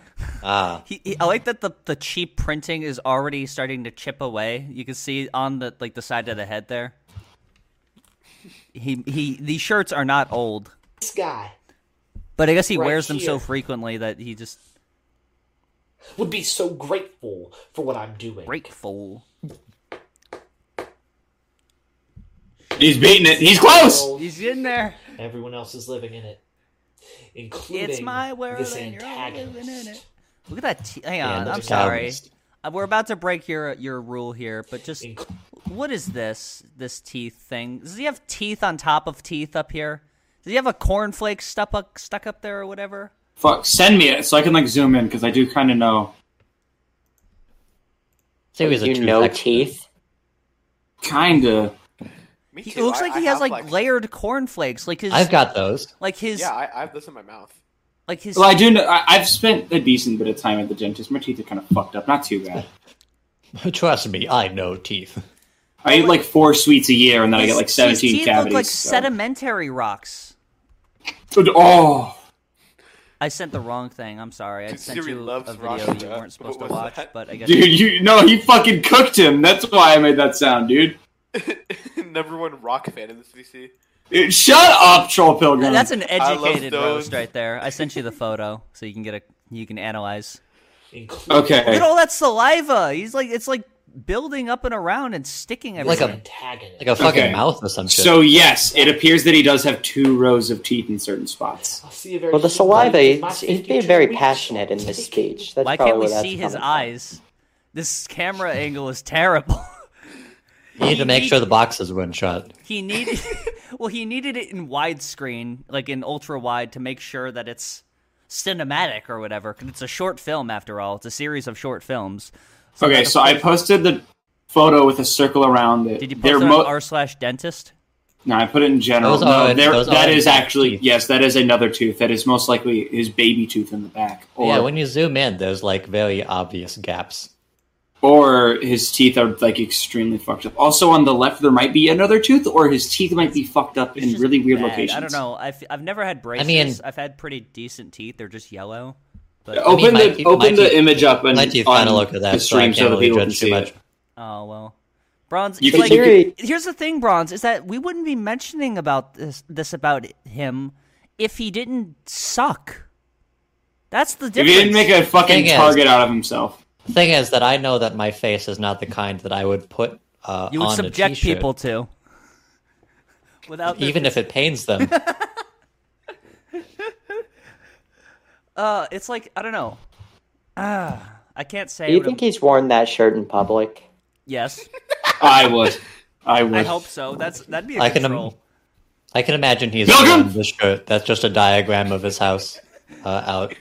Speaker 3: Ah,
Speaker 1: He, he, I like that the, the cheap printing is already starting to chip away. You can see on the like the side of the head there. He he these shirts are not old.
Speaker 6: This guy
Speaker 1: But I guess he
Speaker 6: Right
Speaker 1: wears them so
Speaker 6: here.
Speaker 1: frequently that he just
Speaker 6: would be so grateful for what I'm doing.
Speaker 1: grateful.
Speaker 4: He's beating it. He's close.
Speaker 6: World,
Speaker 1: He's in there.
Speaker 6: Everyone else is living in it, including
Speaker 1: It's my world
Speaker 6: this
Speaker 1: and you're all
Speaker 6: antagonist.
Speaker 1: living in it. Look at that. T- hang on.
Speaker 3: the
Speaker 1: I'm sorry.
Speaker 3: protagonist.
Speaker 1: Uh, We're about to break your your rule here, but just
Speaker 6: Inc-
Speaker 1: what is this this teeth thing? Does he have teeth on top of teeth up here? Does he have a cornflake stuck up stuck up there or whatever?
Speaker 4: Fuck, send me it so I can like zoom in because I do kind of know.
Speaker 3: series of
Speaker 5: you
Speaker 3: true
Speaker 5: know
Speaker 3: experts.
Speaker 5: teeth.
Speaker 4: Kinda.
Speaker 2: Me
Speaker 1: He,
Speaker 2: too.
Speaker 1: it looks
Speaker 2: I-
Speaker 1: like
Speaker 2: I
Speaker 1: he has
Speaker 2: have,
Speaker 1: like, layered cornflakes, like his
Speaker 3: I've got those.
Speaker 1: like his
Speaker 2: Yeah, I, I have this in my mouth.
Speaker 1: like his.
Speaker 4: Well, I do know. I, I've spent a decent bit of time at the dentist. My teeth are kind of fucked up. Not too bad.
Speaker 3: Trust me, I know teeth.
Speaker 4: I eat like four sweets a year, and then I
Speaker 1: his-
Speaker 4: get like
Speaker 1: his
Speaker 4: seventeen
Speaker 1: teeth
Speaker 4: cavities.
Speaker 1: look like
Speaker 4: so-
Speaker 1: sedimentary rocks.
Speaker 4: Oh,
Speaker 1: I sent the wrong thing. I'm sorry. I
Speaker 2: Dude,
Speaker 1: sent
Speaker 2: Siri
Speaker 1: you a
Speaker 2: loves
Speaker 1: video
Speaker 2: Rocky,
Speaker 1: you
Speaker 2: uh,
Speaker 1: weren't supposed to
Speaker 2: what was
Speaker 1: watch,
Speaker 2: that?
Speaker 1: but I guess
Speaker 4: dude, you no, he fucking cooked him. That's why I made that sound, dude.
Speaker 2: Number one rock fan in the CC.
Speaker 4: Dude, shut up, troll pilgrim.
Speaker 1: That's an
Speaker 2: love
Speaker 1: educated roast
Speaker 2: those.
Speaker 1: right there. I sent you the photo so you can get a you can analyze.
Speaker 6: including
Speaker 1: Look
Speaker 4: okay.
Speaker 1: at all that saliva. He's like it's like building up and around and sticking
Speaker 6: this
Speaker 1: everywhere.
Speaker 3: Like a-
Speaker 6: antagonist.
Speaker 3: Like a fucking
Speaker 4: Okay.
Speaker 3: mouth or some shit.
Speaker 4: So yes, it appears that he does have two rows of teeth in certain spots.
Speaker 6: I'll see you very
Speaker 5: Well, the
Speaker 6: soon,
Speaker 5: saliva.
Speaker 6: buddy. My
Speaker 5: He's, he's being
Speaker 6: 52
Speaker 5: very
Speaker 6: weeks.
Speaker 5: passionate in this speech. That's
Speaker 1: Why
Speaker 5: probably
Speaker 1: can't we
Speaker 5: where that's
Speaker 1: see his
Speaker 5: coming from.
Speaker 1: eyes? This camera angle is terrible.
Speaker 3: you need to make
Speaker 1: He-
Speaker 3: sure the boxes weren't shut.
Speaker 1: He needed well, he needed it in widescreen, like in ultra wide, to make sure that it's cinematic or whatever. 'cause it's a short film after all. It's a series of short films.
Speaker 4: Okay,
Speaker 1: that's
Speaker 4: so I posted the photo with a circle around it.
Speaker 1: Did you post
Speaker 4: They're
Speaker 1: it on
Speaker 4: mo-
Speaker 1: r slash dentist?
Speaker 4: No, I put it in general.
Speaker 3: Those are-
Speaker 4: no, there-
Speaker 3: those
Speaker 4: that
Speaker 3: are
Speaker 4: is
Speaker 3: back
Speaker 4: actually
Speaker 3: teeth.
Speaker 4: yes, that is another tooth. That is most likely his baby tooth in the back, or
Speaker 3: yeah, when you zoom in, there's like very obvious gaps.
Speaker 4: or his teeth are like extremely fucked up. Also on the left, there might be another tooth, or his teeth might be fucked up
Speaker 1: It's
Speaker 4: in
Speaker 1: just
Speaker 4: really weird
Speaker 1: bad.
Speaker 4: locations.
Speaker 1: I don't know. I've, I've never had braces. I
Speaker 3: mean-
Speaker 1: have had pretty decent teeth. They're just yellow. But oh,
Speaker 3: I mean,
Speaker 4: Open
Speaker 3: my
Speaker 4: the
Speaker 3: teeth- my
Speaker 4: open the
Speaker 3: teeth-
Speaker 4: image up and
Speaker 3: Let you
Speaker 4: on
Speaker 3: kind of look at
Speaker 4: the
Speaker 3: that. So I
Speaker 4: stream
Speaker 3: can't
Speaker 4: so that
Speaker 3: really
Speaker 4: people can
Speaker 3: judge
Speaker 4: see
Speaker 3: too much.
Speaker 4: it.
Speaker 1: Oh, well, Bronze.
Speaker 4: You
Speaker 1: it's
Speaker 4: could-
Speaker 1: like,
Speaker 4: you
Speaker 1: here's the thing, Bronze, is that we wouldn't be mentioning about this this about him if he didn't suck. That's the
Speaker 4: If
Speaker 1: difference.
Speaker 4: he didn't make a fucking
Speaker 3: Thing is-
Speaker 4: target out of himself.
Speaker 3: The thing is that I know that my face is not the kind that I would put uh,
Speaker 1: you would
Speaker 3: on a
Speaker 1: subject
Speaker 3: t-shirt,
Speaker 1: people to. Without their
Speaker 3: even if it pains them.
Speaker 1: Uh, it's like I don't know. Ah, I can't say.
Speaker 5: Do you
Speaker 1: what
Speaker 5: think
Speaker 1: I'm-
Speaker 5: he's worn that shirt in public?
Speaker 1: yes,
Speaker 4: I would. I would.
Speaker 1: I hope so. That's that'd be a
Speaker 3: I
Speaker 1: good
Speaker 3: can, im-
Speaker 1: troll.
Speaker 3: I can imagine he's
Speaker 4: Malcolm!
Speaker 3: wearing this shirt. That's just a diagram of his house uh, out.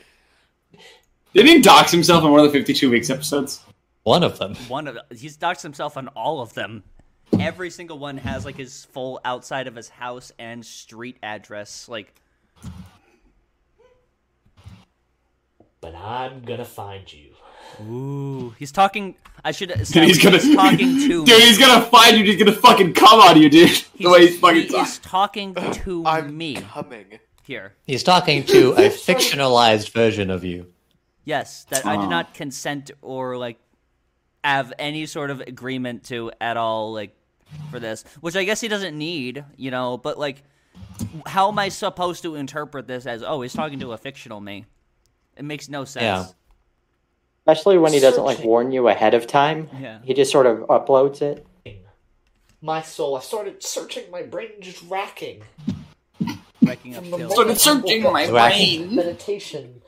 Speaker 4: Didn't he dox himself in one of the 52 Weeks episodes?
Speaker 3: One of them.
Speaker 1: One of he's doxed himself on all of them. Every single one has like his full outside of his house and street address. Like
Speaker 6: But I'm gonna find you.
Speaker 1: ooh, he's talking. I should.
Speaker 4: Dude, he's gonna.
Speaker 1: establish he's talking to.
Speaker 4: Dude, he's gonna find you. He's gonna fucking come on you, dude. the way he's fucking
Speaker 1: he
Speaker 4: talking.
Speaker 1: is talking to
Speaker 2: I'm
Speaker 1: me
Speaker 2: coming.
Speaker 1: here.
Speaker 3: He's talking to a fictionalized version of you.
Speaker 1: Yes, that I
Speaker 4: Aw.
Speaker 1: did not consent or like have any sort of agreement to at all, like for this, which I guess he doesn't need, you know. But like, how am I supposed to interpret this as? Oh, he's talking to a fictional me. It makes no sense.
Speaker 5: Especially when he doesn't like
Speaker 6: Searching.
Speaker 5: warn you ahead of time.
Speaker 1: Yeah.
Speaker 5: He just sort of uploads it.
Speaker 6: My soul. I started searching my brain, just racking.
Speaker 1: Racking up
Speaker 6: From the
Speaker 1: feels.
Speaker 4: Started searching my
Speaker 6: Racking.
Speaker 4: brain.
Speaker 6: Meditation.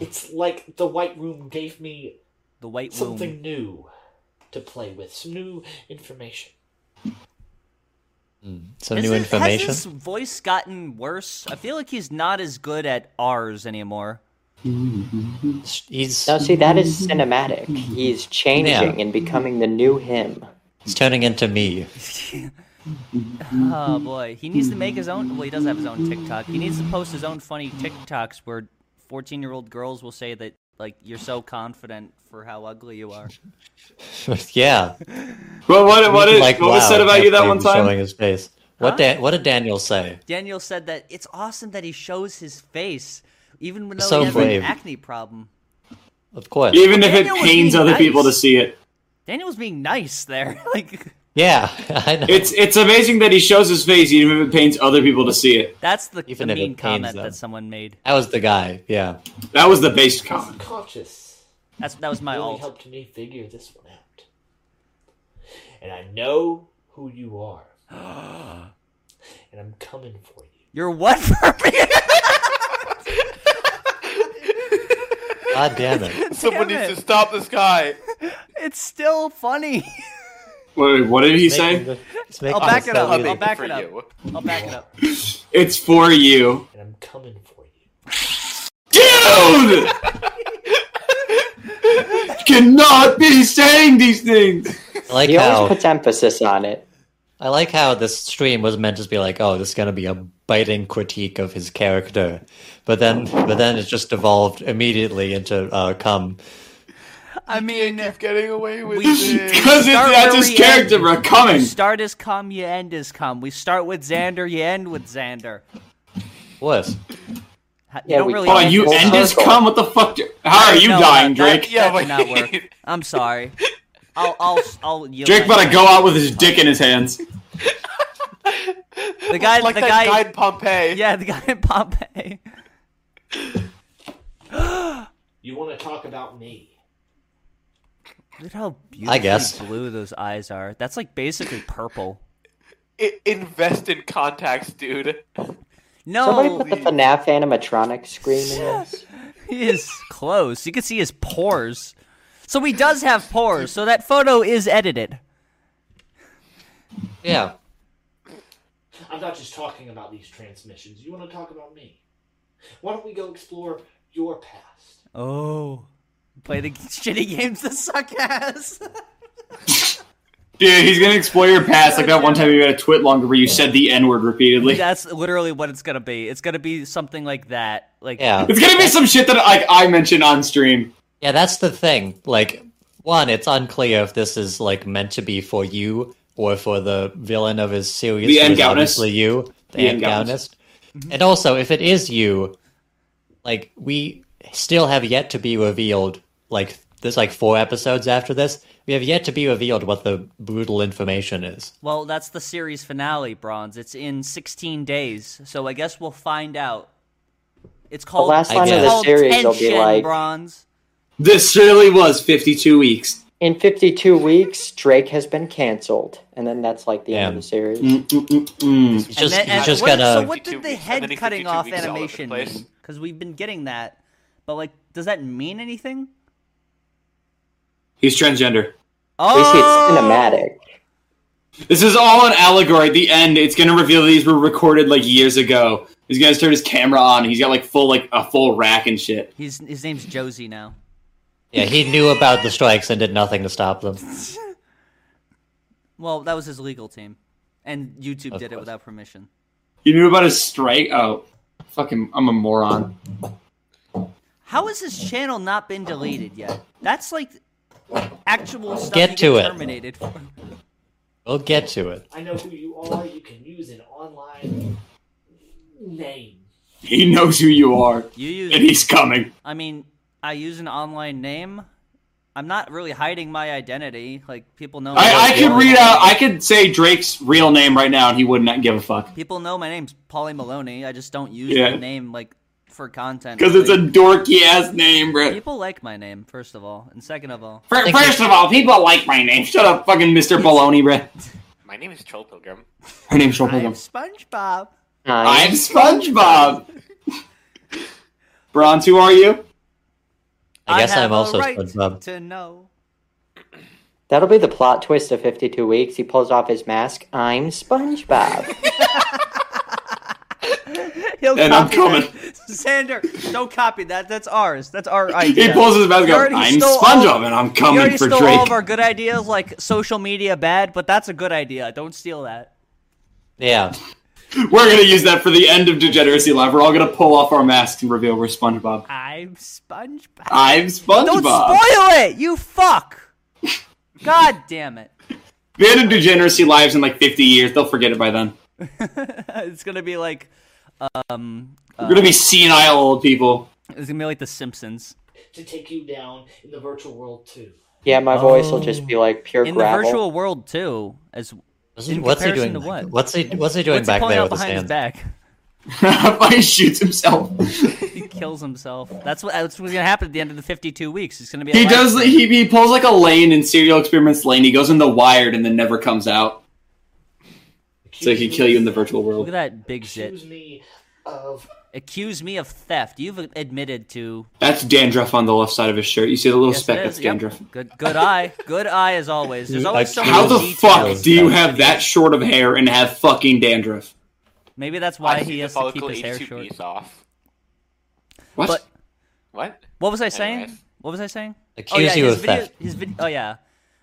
Speaker 6: It's like the White Room gave me
Speaker 1: The white
Speaker 6: something
Speaker 1: womb.
Speaker 6: new to play with, some new information.
Speaker 3: Some
Speaker 1: Has his-
Speaker 3: new information.
Speaker 1: Has his voice gotten worse? I feel like he's not as good at R's anymore.
Speaker 3: He's,
Speaker 5: Now, see, that is cinematic. He's changing
Speaker 3: Yeah.
Speaker 5: and becoming the new him.
Speaker 3: he's turning into me.
Speaker 1: Oh boy, he needs to make his own. Well, he does have his own TikTok. He needs to post his own funny TikToks where fourteen-year-old girls will say that like you're so confident for how ugly you are.
Speaker 3: yeah.
Speaker 4: Well, what, what, is, what was
Speaker 3: wow,
Speaker 4: said about
Speaker 3: can't
Speaker 4: you that
Speaker 3: believe
Speaker 4: one
Speaker 3: he's
Speaker 4: time?
Speaker 3: Showing his face. What, Dan- what did Daniel say?
Speaker 1: Daniel said that it's awesome that he shows his face, even though
Speaker 3: So
Speaker 1: he has
Speaker 3: brave.
Speaker 1: an acne problem.
Speaker 3: Of course.
Speaker 4: Even if it
Speaker 1: Daniel was
Speaker 4: pains
Speaker 1: being
Speaker 4: other
Speaker 1: nice.
Speaker 4: people to see it.
Speaker 1: Daniel was being nice there. like
Speaker 3: Yeah, I know.
Speaker 4: It's it's amazing that he shows his face even if it pains other people to see it.
Speaker 1: that's the,
Speaker 3: Even
Speaker 1: the
Speaker 3: if it
Speaker 1: mean
Speaker 3: pains
Speaker 1: comment
Speaker 3: them.
Speaker 1: that someone made.
Speaker 3: that was the guy. Yeah.
Speaker 4: That was the base comment.
Speaker 6: Subconscious
Speaker 1: That's that was my
Speaker 6: really
Speaker 1: alt.
Speaker 6: helped me figure this one out. And I know who you are. and I'm coming for you.
Speaker 1: You're what for me?
Speaker 3: God damn it.
Speaker 2: Someone
Speaker 1: Damn
Speaker 2: needs
Speaker 1: it.
Speaker 2: to stop this guy.
Speaker 1: it's still funny.
Speaker 4: Wait, what did he say?
Speaker 3: It's making
Speaker 1: I'll back
Speaker 3: this
Speaker 1: it
Speaker 3: so
Speaker 1: up. I'll
Speaker 3: easy.
Speaker 1: back
Speaker 2: for
Speaker 1: it up.
Speaker 2: you.
Speaker 1: I'll back it up.
Speaker 4: It's for you.
Speaker 6: And I'm coming for you.
Speaker 4: Dude! Cannot be saying these things!
Speaker 3: I like
Speaker 5: He
Speaker 3: how
Speaker 5: always puts emphasis on it.
Speaker 3: I like how this stream was meant to be like, oh, this is gonna be a biting critique of his character, but then but then it just devolved immediately into uh, come.
Speaker 1: I mean,
Speaker 2: Keep getting away with
Speaker 1: We-
Speaker 2: it.
Speaker 4: Because
Speaker 1: Start
Speaker 4: that's
Speaker 1: where
Speaker 4: his
Speaker 1: we
Speaker 4: character,
Speaker 1: end.
Speaker 4: bro. Coming.
Speaker 1: You start as cum, you end as cum. We start with Xander, you end with Xander.
Speaker 3: What?
Speaker 1: Ha- You
Speaker 5: Yeah,
Speaker 1: don't
Speaker 5: we-
Speaker 1: really.
Speaker 4: Oh,
Speaker 1: end
Speaker 4: you
Speaker 1: with
Speaker 4: end
Speaker 1: cum.
Speaker 4: his cum? What the fuck? do- How are you
Speaker 1: No,
Speaker 4: dying,
Speaker 1: that-
Speaker 4: Drake?
Speaker 2: Yeah,
Speaker 1: That, that did not
Speaker 2: but-
Speaker 1: work. I'm sorry. I'll, I'll, I'll. Yield
Speaker 4: Drake
Speaker 1: my-
Speaker 4: about to go out with his dick in his hands.
Speaker 1: The guy,
Speaker 2: like
Speaker 1: the
Speaker 2: that
Speaker 1: guy,
Speaker 2: guy in Pompeii.
Speaker 1: yeah, the guy in Pompeii.
Speaker 6: You want to talk about me?
Speaker 1: Look how beautiful
Speaker 3: guess.
Speaker 1: blue those eyes are. That's like basically purple.
Speaker 2: I- invest in contacts, dude.
Speaker 5: Somebody
Speaker 1: No,
Speaker 5: put the FNAF animatronic screen in this.
Speaker 1: he is close. You can see his pores. So he does have pores. So that photo is edited.
Speaker 3: Yeah.
Speaker 6: I'm not just talking about these transmissions. You want to talk about me? Why don't we go explore your past?
Speaker 1: Oh, play the shitty games that suck ass.
Speaker 4: Dude, he's gonna explore your past like that one time you had a twit longer where you said the N word repeatedly.
Speaker 1: That's literally what it's gonna be. It's gonna be something like that. Like
Speaker 3: Yeah.
Speaker 4: It's gonna be some shit that like I mentioned on stream.
Speaker 3: Yeah, that's the thing. Like, one, it's unclear if this is like meant to be for you or for the villain of his series.
Speaker 4: The
Speaker 3: who is
Speaker 4: Angounist.
Speaker 3: obviously you, the,
Speaker 4: The
Speaker 3: Angounist. And also, if it is you, like we still have yet to be revealed. Like, there's like four episodes after this. We have yet to be revealed what the brutal information is.
Speaker 1: Well, that's the series finale, Bronze. It's in 16 days, so I guess we'll find out. It's called
Speaker 5: last
Speaker 1: it's
Speaker 3: line of the
Speaker 1: called
Speaker 5: series will be
Speaker 1: Tension,
Speaker 5: like-
Speaker 1: Bronze.
Speaker 4: This surely was 52 weeks.
Speaker 5: In 52 weeks, Drake has been canceled, and then that's like the end
Speaker 3: Damn.
Speaker 5: of the series.
Speaker 4: Mm, mm, mm, mm.
Speaker 3: He's just,
Speaker 1: and then,
Speaker 3: he's
Speaker 1: and
Speaker 3: just
Speaker 1: what,
Speaker 3: gonna.
Speaker 1: So what did the
Speaker 2: 52 and
Speaker 1: head
Speaker 2: then
Speaker 1: cutting
Speaker 2: 52
Speaker 1: off
Speaker 2: weeks all over the
Speaker 1: animation
Speaker 2: place.
Speaker 1: mean? Because we've been getting that, but like, does that mean anything?
Speaker 4: He's transgender.
Speaker 5: At
Speaker 1: Oh,
Speaker 5: least it's cinematic.
Speaker 4: This is all an allegory. At the end, it's gonna reveal these were recorded like years ago. He's gonna turn his camera on. He's got like full like a full rack and shit.
Speaker 1: His his name's Josie now.
Speaker 3: Yeah, he knew about the strikes and did nothing to stop them.
Speaker 1: Well, that was his legal team, and YouTube
Speaker 3: Of
Speaker 1: did it
Speaker 3: course.
Speaker 1: without permission.
Speaker 4: You knew about his strike? Oh, fucking, I'm a moron.
Speaker 1: How has his channel not been deleted yet? That's like actual stuff.
Speaker 3: Get
Speaker 1: you
Speaker 3: to it.
Speaker 1: Terminated. For.
Speaker 3: We'll get to it.
Speaker 6: I know who you are. You can use an online name.
Speaker 4: He knows who you are,
Speaker 1: You
Speaker 4: and
Speaker 1: use.
Speaker 4: he's coming.
Speaker 1: I mean, I use an online name. I'm not really hiding my identity. Like people know.
Speaker 4: I, I could read out. I could say Drake's real name right now, and he would not give a fuck
Speaker 1: People know my name's Polly Maloney. I just don't use
Speaker 4: Yeah.
Speaker 1: the name like for content.
Speaker 4: because it's a
Speaker 1: really.
Speaker 4: dorky ass name, bro.
Speaker 1: People like my name, first of all, and second of all,
Speaker 4: Fir- First of all, people like my name. Shut up, fucking Mr. Baloney, bro.
Speaker 2: My name is Troll Pilgrim.
Speaker 4: Her name's Sean
Speaker 1: I'm
Speaker 4: Pilgrim.
Speaker 1: SpongeBob.
Speaker 4: I'm SpongeBob. Bronze, who are you?
Speaker 3: I guess
Speaker 1: have
Speaker 3: I'm
Speaker 1: a
Speaker 3: also
Speaker 1: right
Speaker 3: SpongeBob.
Speaker 1: To know.
Speaker 5: That'll be the plot twist of 52 weeks. He pulls off his mask. I'm SpongeBob.
Speaker 1: He'll
Speaker 4: And I'm
Speaker 1: copy that. Xander, don't copy that. That's ours. That's our idea.
Speaker 4: He pulls his mask
Speaker 1: You
Speaker 4: up.
Speaker 1: already
Speaker 4: I'm
Speaker 1: stole all-
Speaker 4: SpongeBob, and I'm
Speaker 1: you
Speaker 4: coming
Speaker 1: already
Speaker 4: for
Speaker 1: stole all
Speaker 4: Drake.
Speaker 1: of our good ideas, like social media bad, but that's a good idea. Don't steal that.
Speaker 3: Yeah.
Speaker 4: We're gonna use that for the end of Degeneracy Live. We're all gonna pull off our masks and reveal we're SpongeBob.
Speaker 1: I'm SpongeBob.
Speaker 4: I'm
Speaker 1: Don't
Speaker 4: SpongeBob.
Speaker 1: spoil it, you fuck. God damn it.
Speaker 4: The end of Degeneracy Lives in like 50 years. They'll forget it by then.
Speaker 1: it's gonna be like, um,
Speaker 4: We're gonna be senile old people.
Speaker 1: it's gonna be like The Simpsons.
Speaker 6: to take you down in the virtual world too.
Speaker 5: yeah, my voice will just be like pure
Speaker 1: Oh. In the
Speaker 5: gravel.
Speaker 1: virtual world too, as
Speaker 3: Wasn't-
Speaker 1: In
Speaker 3: what's he
Speaker 1: comparison
Speaker 3: doing?
Speaker 1: to what?
Speaker 3: What's he What's he doing
Speaker 1: what's he
Speaker 3: back
Speaker 1: pulling
Speaker 3: there
Speaker 1: out
Speaker 3: with his
Speaker 1: behind his
Speaker 3: hands?
Speaker 1: back?
Speaker 4: He shoots himself.
Speaker 1: He kills himself. That's what that's what's gonna happen at the end of the fifty-two weeks. It's gonna be. a
Speaker 4: He
Speaker 1: live
Speaker 4: does.
Speaker 1: stream.
Speaker 4: He, he pulls like a lane in Serial Experiments lane. He goes in the Wired and then never comes out. So he can kill you in the virtual
Speaker 1: Look at
Speaker 4: world.
Speaker 1: that big zit.
Speaker 6: Accuse me of
Speaker 1: Accuse me of theft. You've admitted to.
Speaker 4: That's dandruff on the left side of his shirt. You see the little
Speaker 1: Yes,
Speaker 4: speck
Speaker 1: it
Speaker 4: that's
Speaker 1: is. Yep.
Speaker 4: dandruff.
Speaker 1: Good, good eye. Good eye as always. There's
Speaker 3: You
Speaker 1: always so
Speaker 3: accuse-
Speaker 4: How
Speaker 1: many
Speaker 4: the
Speaker 1: details.
Speaker 4: fuck do you
Speaker 3: that
Speaker 4: have that short of hair and have fucking dandruff?
Speaker 1: Maybe that's why
Speaker 2: I see
Speaker 1: he
Speaker 2: the
Speaker 1: has to keep
Speaker 2: follicle
Speaker 1: his hair
Speaker 2: 82
Speaker 1: short.
Speaker 2: piece off.
Speaker 4: What?
Speaker 1: But
Speaker 2: What?
Speaker 1: what was I saying?
Speaker 2: Anyways.
Speaker 1: What was I saying?
Speaker 3: Accuse you
Speaker 1: Oh, his
Speaker 3: of
Speaker 1: video,
Speaker 3: theft.
Speaker 1: His video. Oh yeah,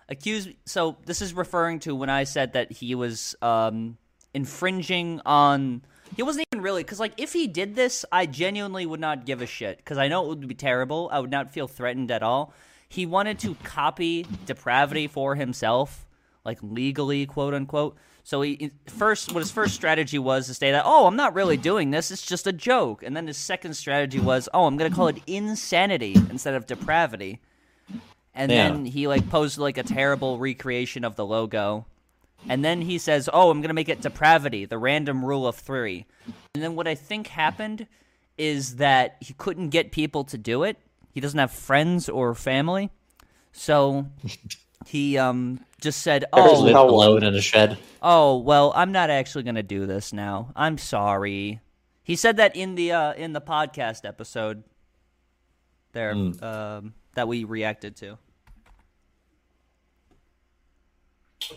Speaker 1: accuse. So this is referring to when I said that he was um infringing on. He wasn't even really because like if he did this, I genuinely would not give a shit because I know it would be terrible. I would not feel threatened at all. He wanted to copy depravity for himself, like legally, quote unquote. So he first, what his first strategy was to say that, oh, I'm not really doing this; it's just a joke. And then his second strategy was, oh, I'm gonna call it insanity instead of depravity and
Speaker 3: Yeah.
Speaker 1: then he like posted like a terrible recreation of the logo and then he says oh i'm gonna make it depravity the random rule of three and then what i think happened is that he couldn't get people to do it he doesn't have friends or family so he um just said
Speaker 5: There's
Speaker 3: Just
Speaker 1: oh
Speaker 3: live
Speaker 5: no one.
Speaker 3: alone in a shed.
Speaker 1: oh well i'm not actually gonna do this now i'm sorry he said that in the uh in the podcast episode there um that we reacted to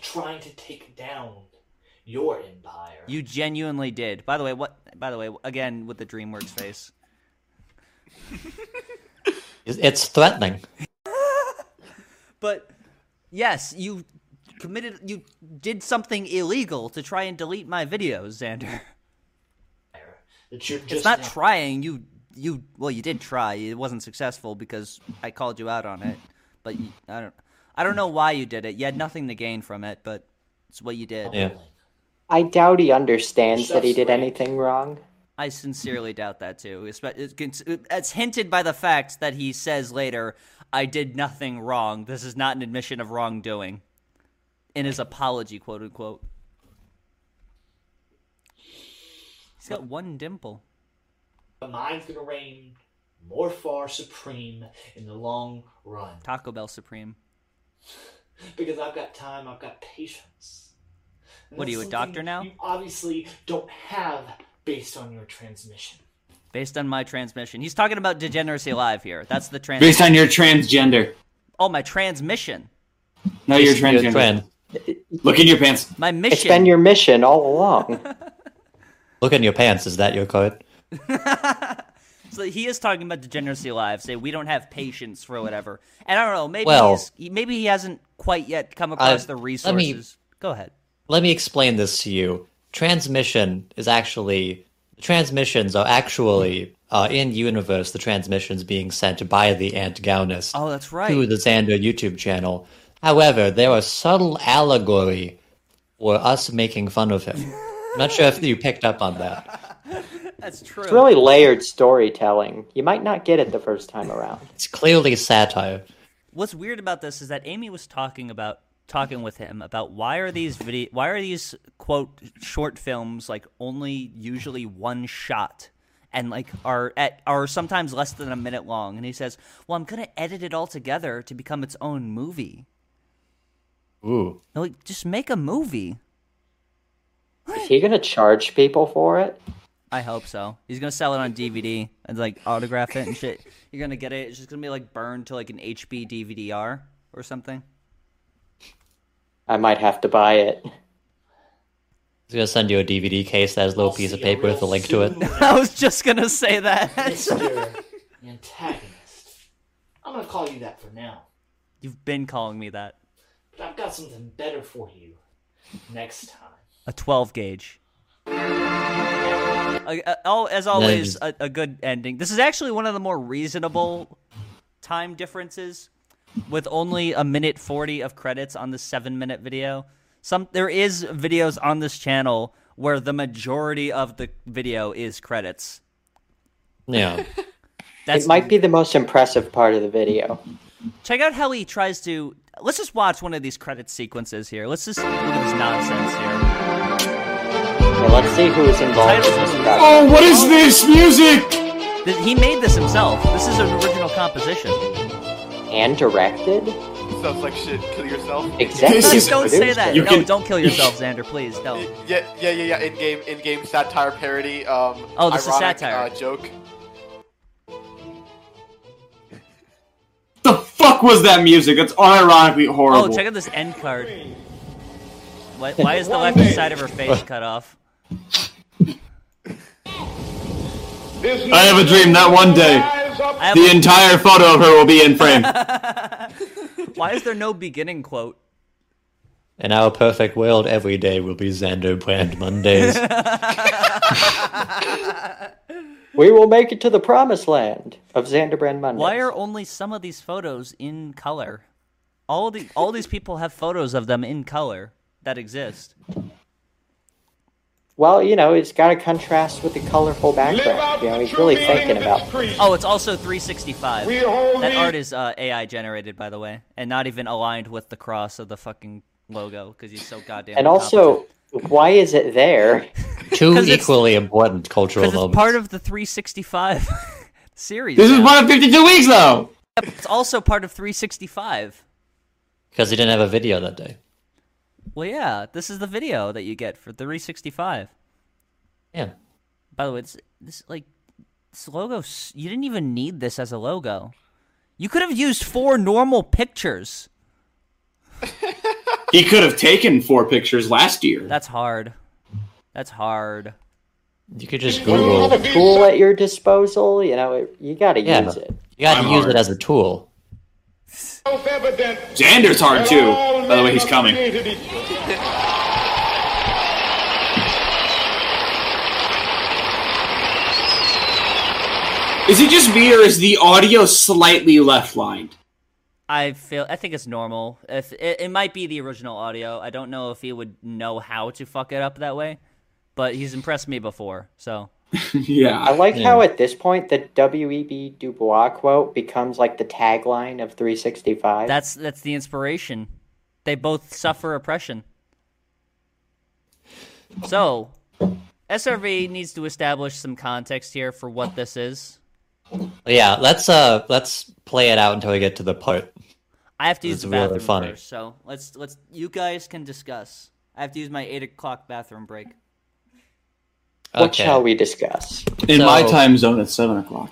Speaker 6: trying to take down your empire.
Speaker 1: You genuinely did. By the way, what? By the way, again with the DreamWorks face.
Speaker 3: It's- It's threatening.
Speaker 1: But yes, you committed. You did something illegal to try and delete my videos, Xander.
Speaker 6: that you're just
Speaker 1: It's not
Speaker 6: now-
Speaker 1: trying. You you well, you did try. It wasn't successful because I called you out on it. But you, I don't. I don't know why you did it. You had nothing to gain from it, but it's what you did.
Speaker 3: Yeah.
Speaker 5: I doubt he understands that he did
Speaker 6: Stuff's right.
Speaker 5: anything wrong.
Speaker 1: I sincerely doubt that too. It's, it's hinted by the fact that he says later, I did nothing wrong. This is not an admission of wrongdoing. In his apology, quote unquote. He's got one dimple.
Speaker 6: But mine's gonna reign more far supreme in the long run
Speaker 1: Taco Bell Supreme.
Speaker 6: because I've got time, I've got patience. And
Speaker 1: What are
Speaker 6: that's
Speaker 1: you, a
Speaker 6: something
Speaker 1: doctor now?
Speaker 6: You obviously don't have based on your transmission.
Speaker 1: Based on my transmission. He's talking about Degeneracy Live here. That's the trans.
Speaker 4: Based on your transgender.
Speaker 1: Oh, my transmission.
Speaker 4: No, you're
Speaker 3: Your
Speaker 4: transgender.
Speaker 3: trend.
Speaker 4: Look in your pants.
Speaker 1: My
Speaker 5: It's
Speaker 1: mission.
Speaker 5: been your mission all along.
Speaker 3: Look in your pants. Is that your code?
Speaker 1: So he is talking about degeneracy live. Say we don't have patience for whatever. And I don't know. Maybe
Speaker 3: Well-
Speaker 1: he's, he- maybe he hasn't quite yet come across the
Speaker 3: let me-
Speaker 1: resources. Go ahead.
Speaker 3: Let me explain this to you. Transmission is actually transmissions are actually uh, in universe. The transmissions being sent by the Ant Gownist
Speaker 1: Oh, that's
Speaker 3: to
Speaker 1: right.
Speaker 3: the Xander YouTube channel. However, there are subtle allegory for us making fun of him. I'm not sure if you picked up on that.
Speaker 1: That's true.
Speaker 5: It's really layered storytelling. You might not get it the first time around.
Speaker 3: It's clearly satire.
Speaker 1: What's weird about this is that Amy was talking about talking with him about why are these video why are these quote short films like only usually one shot and like are at are sometimes less than a minute long and he says well i'm gonna edit it all together to become its own movie
Speaker 3: Ooh.
Speaker 1: No, like just make a movie
Speaker 5: Is he going to charge people for it?
Speaker 1: I hope so. He's gonna sell it on DVD and like autograph it and shit. You're gonna get it. It's just gonna be like burned to like an HB DVD-R or something.
Speaker 5: I might have to buy it.
Speaker 3: He's gonna send you a DVD case that has a little
Speaker 6: I'll
Speaker 3: piece
Speaker 6: see
Speaker 3: of paper
Speaker 6: real
Speaker 3: with a link to it.
Speaker 6: soon,
Speaker 1: I was just gonna say that.
Speaker 6: Mr. antagonist. I'm gonna call you that for now.
Speaker 1: You've been calling me that.
Speaker 6: But I've got something better for you next time.
Speaker 1: A 12 gauge. Uh, uh, oh, as always,
Speaker 3: Nice.
Speaker 1: a, a good ending. This is actually one of the more reasonable time differences, with only a minute forty of credits on the seven-minute video. Some there is videos on this channel where the majority of the video is credits.
Speaker 3: Yeah.
Speaker 1: That's
Speaker 5: It might be the most impressive part of the video.
Speaker 1: check out how he tries to. Let's just watch one of these credit sequences here. Let's just look at this nonsense here.
Speaker 5: Okay, let's see who is involved in this project.
Speaker 4: Oh, what is this music?
Speaker 1: Th- He made this himself. This is an original composition.
Speaker 5: And directed?
Speaker 2: Sounds like shit. Kill yourself.
Speaker 5: Exactly.
Speaker 4: This
Speaker 1: Please
Speaker 4: is-
Speaker 1: don't say that.
Speaker 4: You
Speaker 1: no,
Speaker 4: can-
Speaker 1: don't kill yourself, Xander. Please don't.
Speaker 2: Yeah, yeah, yeah, yeah. In game, in game satire parody. Um,
Speaker 1: Oh, this is
Speaker 2: ironic,
Speaker 1: satire.
Speaker 2: Uh, joke.
Speaker 4: The fuck was that music? That's unironically horrible.
Speaker 1: Oh, check out this end card. Why, why is the left side of her face cut off?
Speaker 4: I have a dream that one day
Speaker 1: I have,
Speaker 4: the entire photo of her will be in frame.
Speaker 1: why is there no beginning quote?
Speaker 3: In our perfect world, every day will be Xander Brand Mondays.
Speaker 5: We will make it to the promised land of Xanderbrand Monday.
Speaker 1: Why are only some of these photos in color? All the all these people have photos of them in color that exist.
Speaker 5: Well, you know, it's got to contrast with the colorful background. You know, he's really thinking about
Speaker 1: Oh, it's also 365. That art is uh, AI generated, by the way, and not even aligned with the cross of the fucking logo because he's so goddamn.
Speaker 5: And also, why is it there?
Speaker 3: Two
Speaker 1: 'Cause it's-
Speaker 3: equally important cultural
Speaker 1: because it's
Speaker 3: moments.
Speaker 1: part of the 365 series.
Speaker 4: This is
Speaker 1: now.
Speaker 4: one of 52 weeks, though.
Speaker 1: It's also part of 365.
Speaker 3: Because he didn't have a video that day.
Speaker 1: Well, yeah, this is the video that you get for 365.
Speaker 3: Yeah.
Speaker 1: By the way, this, this like this logo, s- you didn't even need this as a logo. You could have used four normal pictures.
Speaker 4: He could have taken four pictures last year.
Speaker 1: That's hard. That's hard.
Speaker 3: You could just
Speaker 5: When you have
Speaker 3: Google.
Speaker 5: a tool at your disposal, you know, it, you got to
Speaker 3: Yeah.
Speaker 5: use it.
Speaker 3: You got to
Speaker 4: I'm
Speaker 3: use
Speaker 4: hard.
Speaker 3: it as a tool.
Speaker 4: Xander's hard, too. By the way, he's coming. Is it just me, or is the audio slightly left lined?
Speaker 1: I feel I think it's normal. If it, it might be the original audio, I don't know if he would know how to fuck it up that way, but he's impressed me before. So
Speaker 5: I
Speaker 4: yeah.
Speaker 5: like
Speaker 3: Yeah.
Speaker 5: how at this point the W.E.B. Du Bois quote becomes like the tagline of 365.
Speaker 1: That's that's the inspiration. They both suffer oppression. So, SRV needs to establish some context here for what this is.
Speaker 3: Yeah, let's uh let's play it out until we get to the part.
Speaker 1: I have to use
Speaker 3: It's
Speaker 1: the
Speaker 3: really
Speaker 1: bathroom
Speaker 3: funny.
Speaker 1: first, so let's let's you guys can discuss. I have to use my eight o'clock bathroom break.
Speaker 5: What
Speaker 3: Okay.
Speaker 5: shall we discuss?
Speaker 4: In my
Speaker 3: So-
Speaker 4: time zone, it's seven o'clock.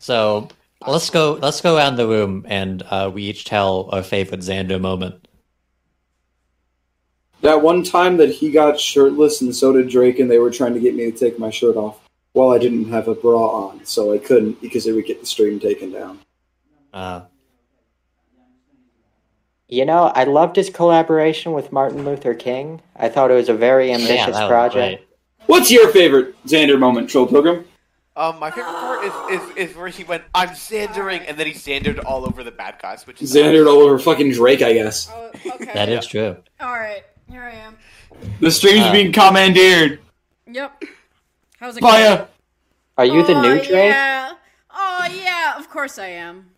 Speaker 3: So let's go let's go around the room and uh, we each tell our favorite Xander moment.
Speaker 4: That one time that he got shirtless and so did Drake, and they were trying to get me to take my shirt off. Well, I didn't have a bra on, so I couldn't because it would get the stream taken down.
Speaker 3: Uh,
Speaker 5: You know, I loved his collaboration with Martin Luther King. I thought it was a very ambitious
Speaker 3: that was
Speaker 5: project.
Speaker 3: great.
Speaker 4: What's your favorite Xander moment, Troll Pilgrim?
Speaker 2: Um, my favorite part is, is is where he went, I'm sandering, and then he sandered all over the bad guys, which is
Speaker 4: Xandered all over fucking Drake, I guess.
Speaker 8: Oh, okay.
Speaker 3: That is true.
Speaker 8: All right. Here I am.
Speaker 4: The stream's
Speaker 3: Uh,
Speaker 4: being commandeered
Speaker 8: Yep. How's it
Speaker 4: by
Speaker 8: going?
Speaker 4: a
Speaker 5: Are you the
Speaker 8: oh,
Speaker 5: new Drake?
Speaker 8: Yeah. Oh yeah. Of course I am.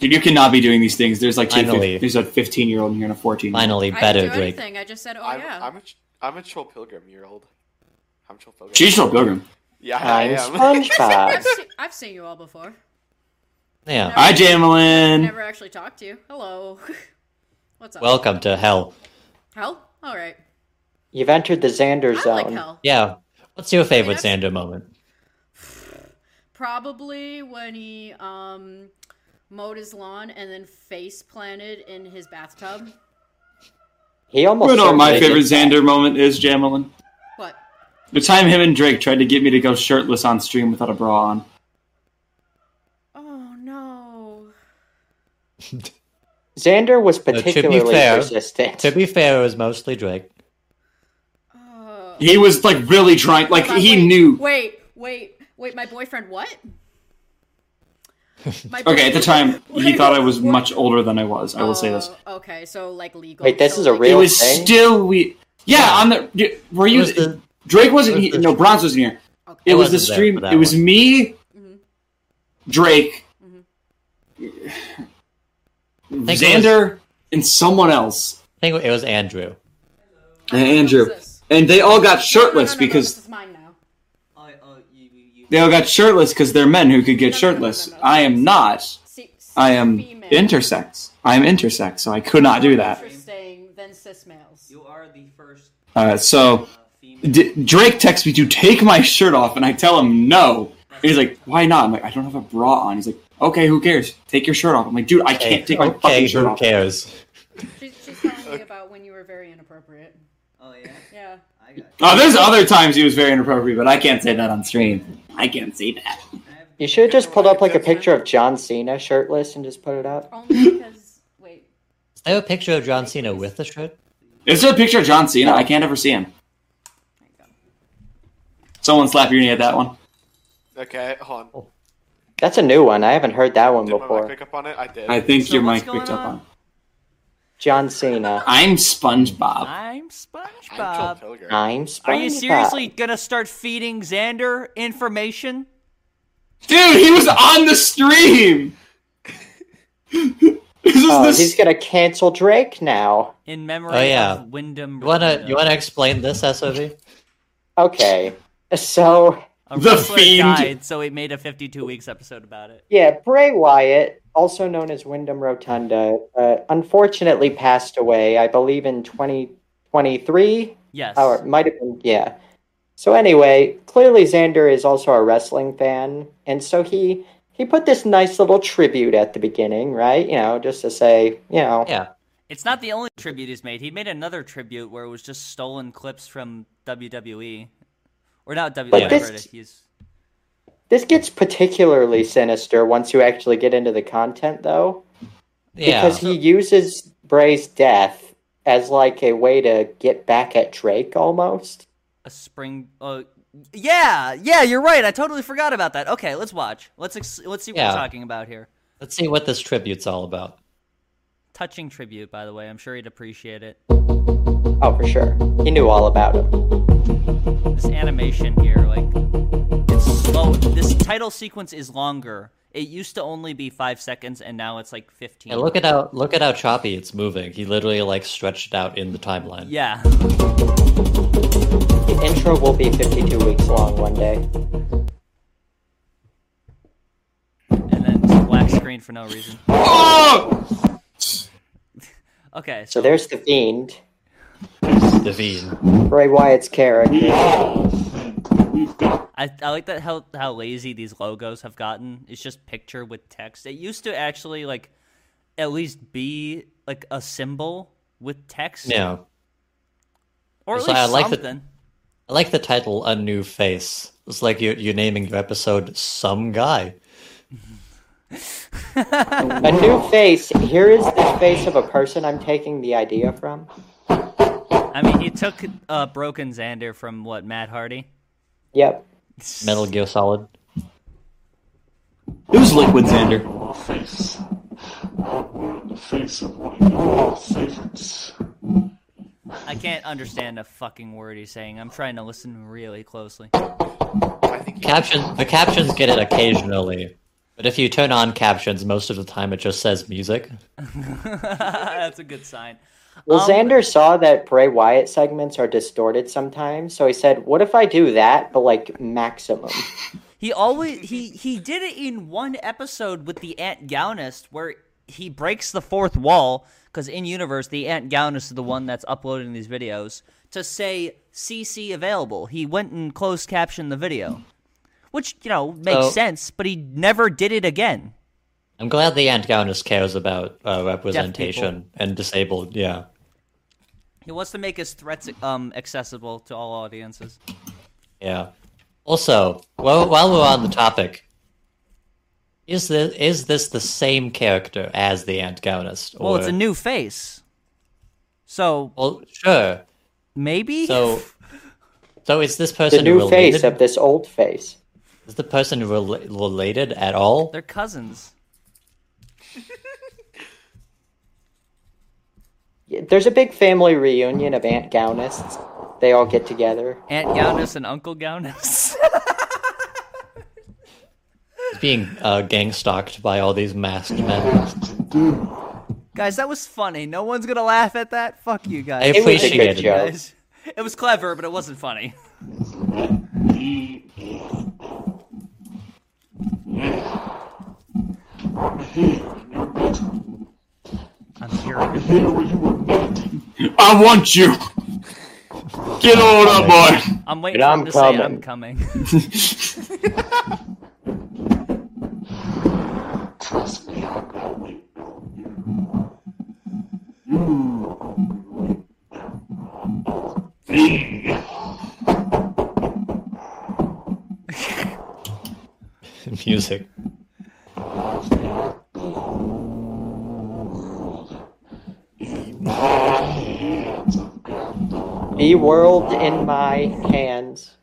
Speaker 4: Dude, you cannot be doing these things. There's like two,
Speaker 3: Finally.
Speaker 4: there's a 15 year old and you're in a 14.
Speaker 3: Finally
Speaker 8: I
Speaker 3: better
Speaker 8: didn't do
Speaker 3: Drake.
Speaker 8: anything. I just said, oh
Speaker 2: I'm,
Speaker 8: yeah.
Speaker 2: I'm a I'm a troll pilgrim. You're old. I'm troll pilgrim.
Speaker 4: She's Troll Pilgrim.
Speaker 2: Yeah, I
Speaker 5: I'm
Speaker 2: am.
Speaker 5: SpongeBob.
Speaker 8: I've, se- I've seen you all before.
Speaker 3: Yeah.
Speaker 4: Hi, Jamelin.
Speaker 8: Never actually talked to you. Hello. What's up?
Speaker 3: Welcome to hell.
Speaker 8: hell. All right.
Speaker 5: You've entered the Xander
Speaker 8: I
Speaker 5: zone.
Speaker 8: like hell.
Speaker 3: Yeah. What's your favorite
Speaker 8: Yes.
Speaker 3: Xander moment?
Speaker 8: Probably when he um mowed his lawn and then face planted in his bathtub.
Speaker 5: He almost.
Speaker 4: You know what my
Speaker 5: certainly
Speaker 4: favorite
Speaker 5: did that.
Speaker 4: Xander moment is, Jamelin?
Speaker 8: What?
Speaker 4: The time him and Drake tried to get me to go shirtless on stream without a bra on.
Speaker 8: Oh no.
Speaker 5: Xander was
Speaker 3: Uh, to be
Speaker 5: particularly
Speaker 3: fair-
Speaker 5: persistent.
Speaker 3: To be fair, it was mostly Drake.
Speaker 8: Oh.
Speaker 4: He was like really trying, like
Speaker 8: But
Speaker 4: he
Speaker 8: wait,
Speaker 4: knew.
Speaker 8: Wait, wait, wait. My boyfriend. What? My
Speaker 4: Okay, at the time, he
Speaker 8: Wait,
Speaker 4: thought I was
Speaker 8: what?
Speaker 4: much older than I was. I will say this.
Speaker 8: Oh, Okay, so like legal.
Speaker 5: Wait, this
Speaker 8: so,
Speaker 5: is a
Speaker 8: like-
Speaker 4: It
Speaker 5: Real
Speaker 4: was
Speaker 5: thing?
Speaker 4: still we. Yeah, on the y- were you?
Speaker 3: was the-
Speaker 4: Drake wasn't.
Speaker 3: it was
Speaker 4: he-
Speaker 3: the-
Speaker 4: no, Bronze wasn't here.
Speaker 8: Okay.
Speaker 4: It
Speaker 3: I
Speaker 4: was the
Speaker 3: wasn't there
Speaker 4: stream.
Speaker 3: for that
Speaker 4: It was
Speaker 3: one.
Speaker 4: me,
Speaker 8: Mhm.
Speaker 4: Drake,
Speaker 8: Mm-hmm.
Speaker 3: think it was-
Speaker 4: Xander, and someone else,
Speaker 3: I think it was Andrew.
Speaker 4: and Andrew,
Speaker 8: this?
Speaker 4: and they all got
Speaker 8: Oh, No, no, no,
Speaker 4: shirtless
Speaker 8: no, no,
Speaker 4: because
Speaker 8: this is mine now.
Speaker 1: Oh,
Speaker 4: they all got shirtless because they're men who could get
Speaker 8: No, no, no, no, no,
Speaker 4: shirtless.
Speaker 8: no.
Speaker 4: I am not.
Speaker 8: See, see,
Speaker 4: I am
Speaker 8: female.
Speaker 4: intersex. I am intersex, so I could not do that.
Speaker 8: Interesting than cis males.
Speaker 1: You are the first
Speaker 4: Uh, so
Speaker 1: female.
Speaker 4: D- Drake texts me to take my shirt off, and I tell him no. And he's like, "Why not?" I'm like, "I don't have a bra on." He's like, "Okay, who cares? Take your shirt off." I'm like, "Dude, I can't take my
Speaker 3: okay,
Speaker 4: fucking shirt
Speaker 3: who
Speaker 4: off."
Speaker 3: cares?
Speaker 8: She's, she's telling me about when you were very inappropriate.
Speaker 1: Oh yeah,
Speaker 8: Yeah.
Speaker 1: I got.
Speaker 4: Oh, there's other times he was very inappropriate, but I can't say that on stream. I can't say that.
Speaker 5: You should have just pulled up like a picture of John Cena shirtless and just put it up.
Speaker 8: Only because. Wait.
Speaker 3: Is there a picture of John Cena with the shirt?
Speaker 4: Is there a picture of John Cena? I can't ever see him.
Speaker 8: There you go.
Speaker 4: Someone slap your knee at that one.
Speaker 2: okay, hold on.
Speaker 5: That's a new one. I haven't heard that one
Speaker 2: Did my mic
Speaker 5: before.
Speaker 2: pick up on it? I did.
Speaker 4: I think
Speaker 1: So
Speaker 4: your
Speaker 1: what's
Speaker 4: mic picked
Speaker 1: going
Speaker 4: up
Speaker 1: on?
Speaker 4: on.
Speaker 5: John Cena.
Speaker 4: I'm SpongeBob.
Speaker 1: I'm
Speaker 2: I'm troll
Speaker 1: SpongeBob.
Speaker 2: pilgrim.
Speaker 5: I'm
Speaker 1: Are you
Speaker 5: SpongeBob.
Speaker 1: seriously gonna start feeding Xander information?
Speaker 4: Dude, he was on the stream. this is
Speaker 5: Oh,
Speaker 4: the
Speaker 5: he's gonna cancel Drake now.
Speaker 1: In memory
Speaker 3: Oh, yeah.
Speaker 1: of Wyndham.
Speaker 3: You wanna
Speaker 1: Rotunda,
Speaker 3: you wanna explain this, SOV?
Speaker 5: Okay. So
Speaker 1: a
Speaker 4: The
Speaker 1: wrestler
Speaker 4: Fiend.
Speaker 1: died, so we made a 52 weeks episode about it.
Speaker 5: yeah, Bray Wyatt, also known as Wyndham Rotunda, uh, unfortunately passed away. I believe in 2023.
Speaker 1: Yes.
Speaker 5: Oh, it might have been, yeah. So anyway, clearly Xander is also a wrestling fan, and so he he put this nice little tribute at the beginning, right? You know, just to say, you know,
Speaker 3: Yeah.
Speaker 1: It's not the only tribute he's made. He made another tribute where it was just stolen clips from WWE, or not WWE.
Speaker 5: But
Speaker 1: whatever
Speaker 5: this-
Speaker 1: it is. He's-
Speaker 5: this gets particularly sinister once you actually get into the content, though,
Speaker 3: Yeah.
Speaker 5: because he uses Bray's death as like a way to get back at Drake almost.
Speaker 1: a spring. Uh, yeah, yeah, you're right. I totally forgot about that. Okay, let's watch. Let's ex- let's see what
Speaker 3: Yeah.
Speaker 1: we're talking about here.
Speaker 3: Let's see what this tribute's all about.
Speaker 1: Touching tribute, by the way. I'm sure he'd appreciate it.
Speaker 5: Oh, for sure, he knew all about him.
Speaker 1: This animation here, like low. This title sequence is longer. It used to only be five seconds, and now it's like fifteen.
Speaker 3: Yeah, look at how look at how choppy it's moving. He literally like stretched out in the timeline.
Speaker 1: Yeah.
Speaker 5: The intro will be 52 weeks long one day.
Speaker 1: and then just black screen for no reason. okay,
Speaker 5: So
Speaker 1: so
Speaker 5: there's the fiend,
Speaker 3: Devine.
Speaker 5: Bray Wyatt's character.
Speaker 1: I, I like that how how lazy these logos have gotten. It's just picture with text. It used to actually like at least be like a symbol with text,
Speaker 3: Yeah.
Speaker 1: or at
Speaker 3: So
Speaker 1: least
Speaker 3: I like that-
Speaker 1: something.
Speaker 3: I like the title A New Face. It's like you you're naming your episode Some Guy.
Speaker 5: A new face. Here is the face of a person I'm taking the idea from.
Speaker 1: I mean, he took uh, broken Xander from what Matt Hardy.
Speaker 5: Yep.
Speaker 3: Metal Gear Solid.
Speaker 4: It was Liquid Xander.
Speaker 7: face. On the face of one of your favorites.
Speaker 1: I can't understand a fucking word he's saying. I'm trying to listen really closely.
Speaker 2: I think he,
Speaker 3: Captions the captions get it occasionally. But if you turn on captions, most of the time it just says music.
Speaker 1: That's a good sign.
Speaker 5: Well,
Speaker 1: Um,
Speaker 5: Xander saw that Bray Wyatt segments are distorted sometimes, so he said, "What if I do that, but like maximum?"
Speaker 1: He always he he did it in one episode with the Ant Gownist where he breaks the fourth wall because in universe the Ant Gownist is the one that's uploading these videos to say CC available. He went and closed captioned the video, which you know makes
Speaker 3: So-
Speaker 1: sense, but he never did it again.
Speaker 3: I'm glad the Antagonist cares about uh, representation and disabled, yeah.
Speaker 1: He wants to make his threats um accessible to all audiences.
Speaker 3: Yeah. Also, while, while we're on the topic, is this, is this the same character as the antagonist?
Speaker 1: Well, it's
Speaker 3: or-
Speaker 1: a new face, so
Speaker 3: Well, sure.
Speaker 1: maybe.
Speaker 3: So, so is this
Speaker 5: The
Speaker 3: person
Speaker 5: new
Speaker 3: related?
Speaker 5: face of this old face.
Speaker 3: Is the person rela- related at all?
Speaker 1: they're cousins.
Speaker 5: There's a big family reunion of Aunt Gownists. They all get together.
Speaker 1: Aunt Gowness and Uncle Gowness.
Speaker 3: He's being uh, gang stalked by all these masked men.
Speaker 1: Guys, that was funny. No one's gonna laugh at that. Fuck you guys.
Speaker 3: I
Speaker 5: It was a
Speaker 3: appreciate
Speaker 5: good
Speaker 3: it.
Speaker 5: joke.
Speaker 1: guys. It was clever, but it wasn't funny. I'm hearing it.
Speaker 7: Here you were nothing.
Speaker 4: I want you. Get on up, boy.
Speaker 1: I'm waiting
Speaker 5: And
Speaker 1: for him to say I'm
Speaker 5: I'm
Speaker 1: coming.
Speaker 7: Trust me, I'm not waiting on you. You are only waiting on me.
Speaker 3: Music.
Speaker 7: I've got the whole world in my hands. I've got the whole
Speaker 5: The world in my hands.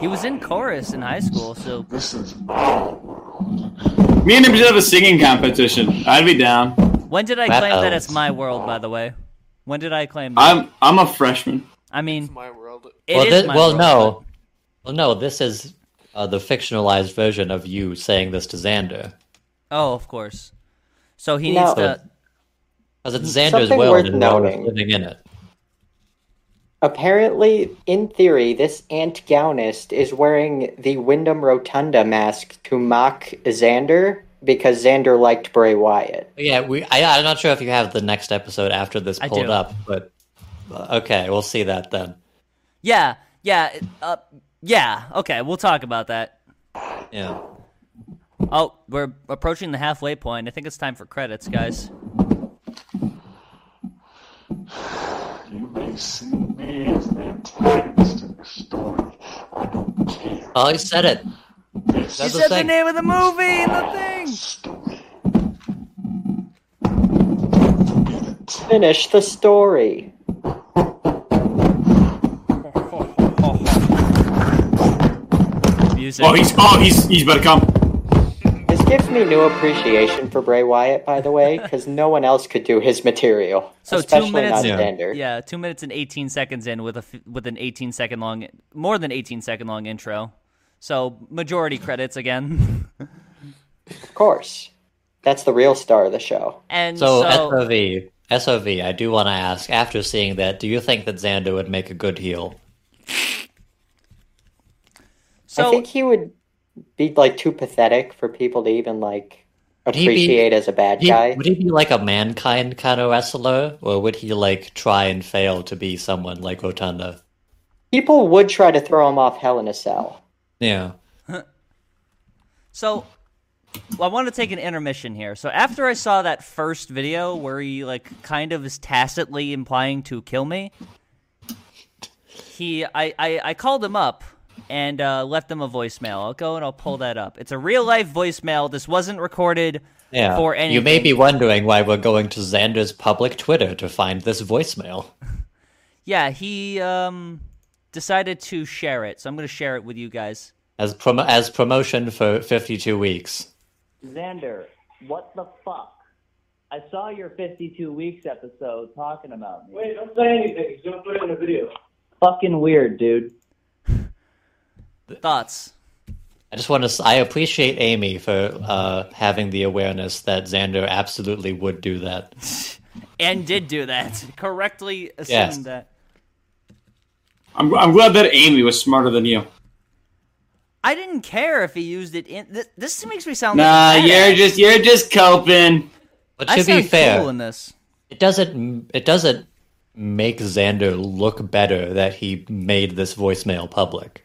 Speaker 1: he was in chorus in high school, so
Speaker 7: This is my world.
Speaker 4: Me and him should have a singing competition. I'd be down.
Speaker 1: when did I
Speaker 3: That
Speaker 1: claim that
Speaker 3: owns.
Speaker 1: it's my world? By the way, when did I claim that?
Speaker 4: I'm I'm a freshman.
Speaker 1: I mean,
Speaker 2: my world.
Speaker 1: it
Speaker 3: well,
Speaker 1: is
Speaker 3: thi-
Speaker 1: my
Speaker 3: well,
Speaker 1: world,
Speaker 3: no, well, no. This is uh, the fictionalized version of you saying this to Xander,
Speaker 1: but- Oh, of course. So he
Speaker 5: No.
Speaker 1: needs to.
Speaker 3: because it's Xander's
Speaker 5: Something
Speaker 3: world
Speaker 5: worth
Speaker 3: and no one is
Speaker 5: noting.
Speaker 3: living in it.
Speaker 5: Apparently, in theory, this Aunt Gownist is wearing the Wyndham Rotunda mask to mock Xander because Xander liked Bray Wyatt.
Speaker 3: But yeah, we. I, I'm not sure if you have the next episode after this
Speaker 1: I
Speaker 3: pulled
Speaker 1: do.
Speaker 3: up, but uh, okay, we'll see that then.
Speaker 1: Yeah, yeah, it- uh, yeah. Okay, we'll talk about that.
Speaker 3: Yeah.
Speaker 1: Oh, we're approaching the halfway point. I think it's time for credits, guys.
Speaker 7: You may see me as an antagonist in the story. I don't care.
Speaker 3: Oh, he said it.
Speaker 7: This
Speaker 3: That's
Speaker 7: is
Speaker 3: the thing.
Speaker 1: of the movie and the thing.
Speaker 7: story.
Speaker 5: Finish the story.
Speaker 1: Music.
Speaker 4: Oh, he's oh he's he's about to come.
Speaker 5: This gives me new appreciation for Bray Wyatt, by the way, because no one else could do his material,
Speaker 1: So two
Speaker 5: especially
Speaker 1: minutes-
Speaker 5: not
Speaker 3: Yeah.
Speaker 5: Xander.
Speaker 1: yeah, two minutes and eighteen seconds in with a f- with an eighteen second long, more than eighteen second long intro. So majority credits again.
Speaker 5: Of course. That's the real star of the show.
Speaker 1: and
Speaker 3: So,
Speaker 1: so,
Speaker 3: SOV, SOV, I do want to ask. After seeing that, do you think that Xander would make a good heel?
Speaker 5: I
Speaker 1: so
Speaker 5: think he would be like too pathetic for people to even like
Speaker 3: he be-
Speaker 5: appreciate as a bad
Speaker 3: He-
Speaker 5: guy.
Speaker 3: would he be like a mankind kind of wrestler, or would he like try and fail to be someone like Rotunda?
Speaker 5: People would try to throw him off Hell in a Cell.
Speaker 3: Yeah.
Speaker 1: So well, I want to take an intermission here. So after I saw that first video where he like kind of is tacitly implying to kill me, he I I, I called him up and uh, left him a voicemail. I'll go and I'll pull that up. It's a real life voicemail. This wasn't recorded
Speaker 3: Yeah.
Speaker 1: for anything.
Speaker 3: you may be wondering why we're going to Xander's public Twitter to find this voicemail.
Speaker 1: Yeah, he um decided to share it. So I'm going to share it with you guys.
Speaker 3: As prom- as promotion for 52 weeks.
Speaker 9: Xander, what the fuck? I saw your 52 weeks episode talking about me.
Speaker 4: Wait, don't say anything. Just don't put it in the video.
Speaker 9: Fucking weird, dude.
Speaker 1: Thoughts?
Speaker 3: I just want to. s- I appreciate Amy for uh, having the awareness that Xander absolutely would do that.
Speaker 1: And did do that. Correctly assumed
Speaker 3: Yes.
Speaker 1: that.
Speaker 4: I'm, I'm glad that Amy was smarter than you.
Speaker 1: I didn't care if he used it in th- this makes me sound
Speaker 4: Nah,
Speaker 1: like a badass.
Speaker 4: you're just you're just coping.
Speaker 3: But to
Speaker 1: I
Speaker 3: be
Speaker 1: sound
Speaker 3: fair,
Speaker 1: cool in this.
Speaker 3: it doesn't. It doesn't make Xander look better that he made this voicemail public.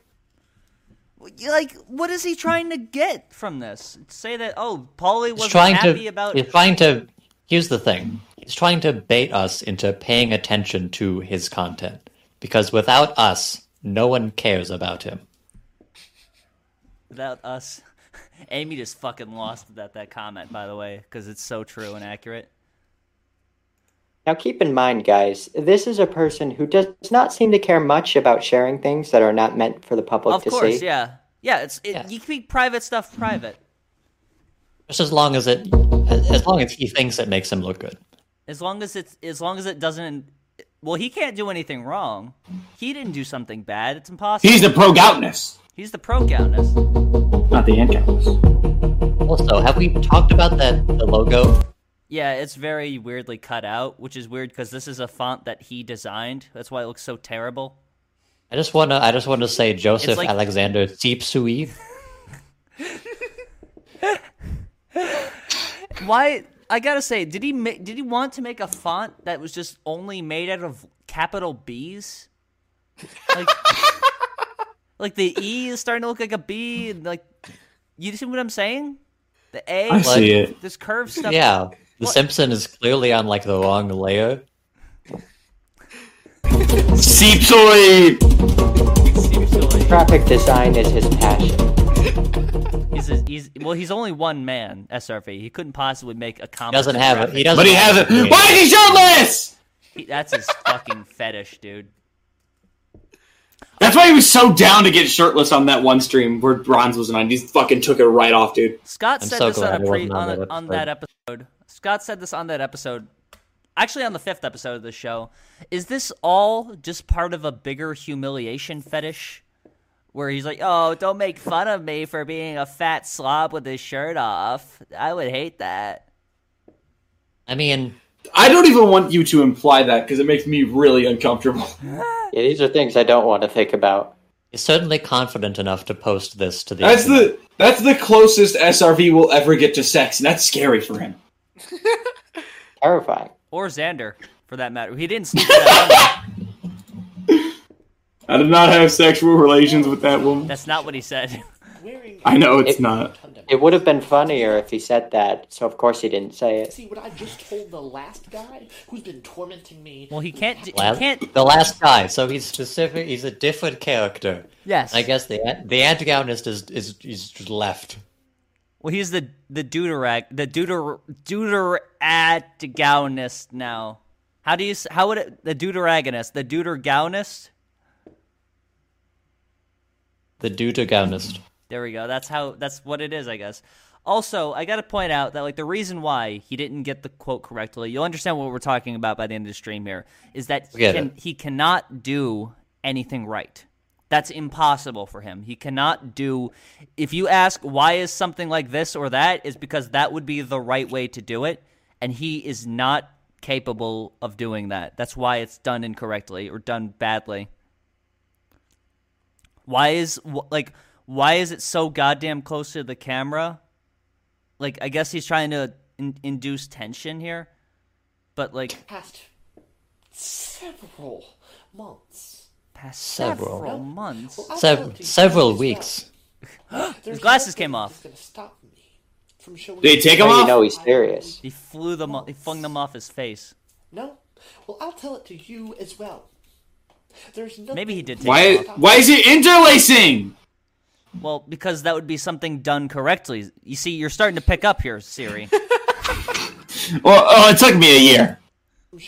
Speaker 1: Like what is he trying to get from this? Say that oh, Paulie
Speaker 3: He's
Speaker 1: wasn't
Speaker 3: trying
Speaker 1: happy
Speaker 3: to.
Speaker 1: about
Speaker 3: He's trying to. Here's the thing. He's trying to bait us into paying attention to his content because without us, no one cares about him.
Speaker 1: without us. Amy just fucking lost it at that comment by the way cuz it's so true and accurate.
Speaker 5: Now, keep in mind, guys, this is a person who does not seem to care much about sharing things that are not meant for the public
Speaker 1: Of
Speaker 5: to
Speaker 1: course,
Speaker 5: see.
Speaker 1: yeah. Yeah, it's it, you keep private stuff private.
Speaker 3: Just as long as it, as long as he thinks it makes him look good.
Speaker 1: As long as it's as long as it doesn't well, he can't do anything wrong. He didn't do something bad. It's impossible.
Speaker 4: He's the pro goutness,
Speaker 1: He's the pro gowness.
Speaker 4: not the antagonist.
Speaker 3: Also, have we talked about that the logo?
Speaker 1: Yeah, it's very weirdly cut out, which is weird because this is a font that he designed. That's why it looks so terrible.
Speaker 3: I just wanna, I just wanna say Joseph
Speaker 1: like-
Speaker 3: Alexander Tsipsui.
Speaker 1: Why? I gotta say, did he ma- did he want to make a font that was just only made out of capital B's? Like, like the E is starting to look like a B. And like, you see what I'm saying? The A,
Speaker 4: I
Speaker 3: see
Speaker 4: see it.
Speaker 1: this curved stuff.
Speaker 3: Yeah, The
Speaker 1: What?
Speaker 3: Simpson is clearly on like the wrong layer.
Speaker 4: Seepsoy.
Speaker 5: Graphic design is his passion.
Speaker 1: He's, a, he's well, he's only one man. SRV. He couldn't possibly make a comic.
Speaker 3: He doesn't have it. He
Speaker 1: graphic.
Speaker 3: doesn't.
Speaker 4: But he has
Speaker 3: have
Speaker 4: it. Why is he shirtless?
Speaker 1: He- That's his fucking fetish, dude.
Speaker 4: That's why he was so down to get shirtless on that one stream where Bronze was on. He fucking took it right off, dude.
Speaker 1: Scott
Speaker 3: I'm
Speaker 1: said
Speaker 3: so
Speaker 1: this on
Speaker 3: glad I
Speaker 1: a pre
Speaker 3: wasn't
Speaker 1: on,
Speaker 3: on
Speaker 1: a,
Speaker 3: that
Speaker 1: on that episode. Scott said this on that episode, actually on the fifth episode of the show. Is this all just part of a bigger humiliation fetish, where he's like, "Oh, don't make fun of me for being a fat slob with his shirt off. I would hate that."
Speaker 3: I mean,
Speaker 4: I don't even want you to imply that because it makes me really uncomfortable.
Speaker 5: Yeah, these are things I don't want to think about.
Speaker 3: he's certainly confident enough to post this to the.
Speaker 4: That's
Speaker 3: internet.
Speaker 4: the that's the closest SRV will ever get to sex, and that's scary for him.
Speaker 5: Terrifying.
Speaker 1: Or Xander, for that matter. He didn't sneak that on.
Speaker 4: I did not have sexual relations with that woman.
Speaker 1: That's not what he said.
Speaker 6: Wearing
Speaker 4: I know it's
Speaker 5: It-
Speaker 4: not.
Speaker 6: condom.
Speaker 5: It would have been funnier if he said that, so of course he didn't say it.
Speaker 6: See what I just told the last guy who's been tormenting me.
Speaker 1: Well, he can't. d- He
Speaker 3: Last-
Speaker 1: can't.
Speaker 3: the last guy. So he's specific. He's a different character.
Speaker 1: Yes.
Speaker 3: I guess the the antagonist is is, is just left.
Speaker 1: Well, he's the the deuterag the deuter deuteragonist now. How do you s- how would it the deuteragonist the deuteragonist?
Speaker 3: The deuteragonist.
Speaker 1: There we go. That's how that's what it is, I guess. Also, I got to point out that like the reason why he didn't get the quote correctly, you'll understand what we're talking about by the end of the stream here, is that he,
Speaker 3: Forget
Speaker 1: can,
Speaker 3: it.
Speaker 1: he cannot do anything right. That's impossible for him. He cannot do. If you ask why is something like this or that, is because that would be the right way to do it, and he is not capable of doing that. That's why it's done incorrectly or done badly. Why is wh- like why is it so goddamn close to the camera? Like I guess he's trying to in- induce tension here, but like
Speaker 6: Past several months.
Speaker 1: past
Speaker 3: Several.
Speaker 1: several, months.
Speaker 6: Well, I
Speaker 3: Sev-
Speaker 6: can't do
Speaker 3: several
Speaker 6: this
Speaker 3: weeks.
Speaker 6: now. There's
Speaker 1: glasses
Speaker 6: nothing
Speaker 1: came
Speaker 6: that's
Speaker 1: off.
Speaker 6: gonna stop me from showing
Speaker 4: Did he take them
Speaker 5: Now you
Speaker 4: off?
Speaker 5: know he's serious.
Speaker 1: He flew them. o- He flung them off his face.
Speaker 6: No. Well, I'll tell it to you as well. There's nothing.
Speaker 1: Maybe he did take
Speaker 4: Why?
Speaker 1: them
Speaker 4: Why is it interlacing?
Speaker 1: Well, because that would be something done correctly. You see, you're starting to pick up here, Siri.
Speaker 4: Well, oh, it took me a year.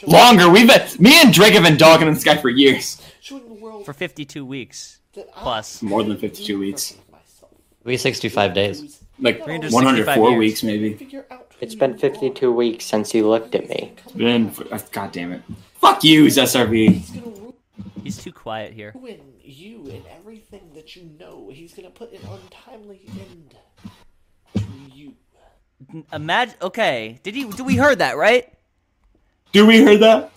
Speaker 4: Longer. We've been. Me and Drake have been dogging this guy for years.
Speaker 6: Showing the world
Speaker 1: For 52 weeks
Speaker 6: that I
Speaker 1: plus.
Speaker 4: More than 52 weeks.
Speaker 6: myself.
Speaker 3: 365 days.
Speaker 4: Like
Speaker 1: 365
Speaker 4: 104
Speaker 1: years.
Speaker 4: weeks, maybe.
Speaker 6: Figure out. who
Speaker 5: It's been
Speaker 6: you
Speaker 5: 52 weeks since he looked at me.
Speaker 6: are.
Speaker 4: Been. For, uh, God damn it. Fuck you, SRV.
Speaker 6: He's gonna
Speaker 1: He's too quiet here.
Speaker 6: ruin you and everything that you know. He's gonna put an untimely end to you.
Speaker 1: Imagine. Okay, did he? Do we heard that right?
Speaker 4: Do we heard that?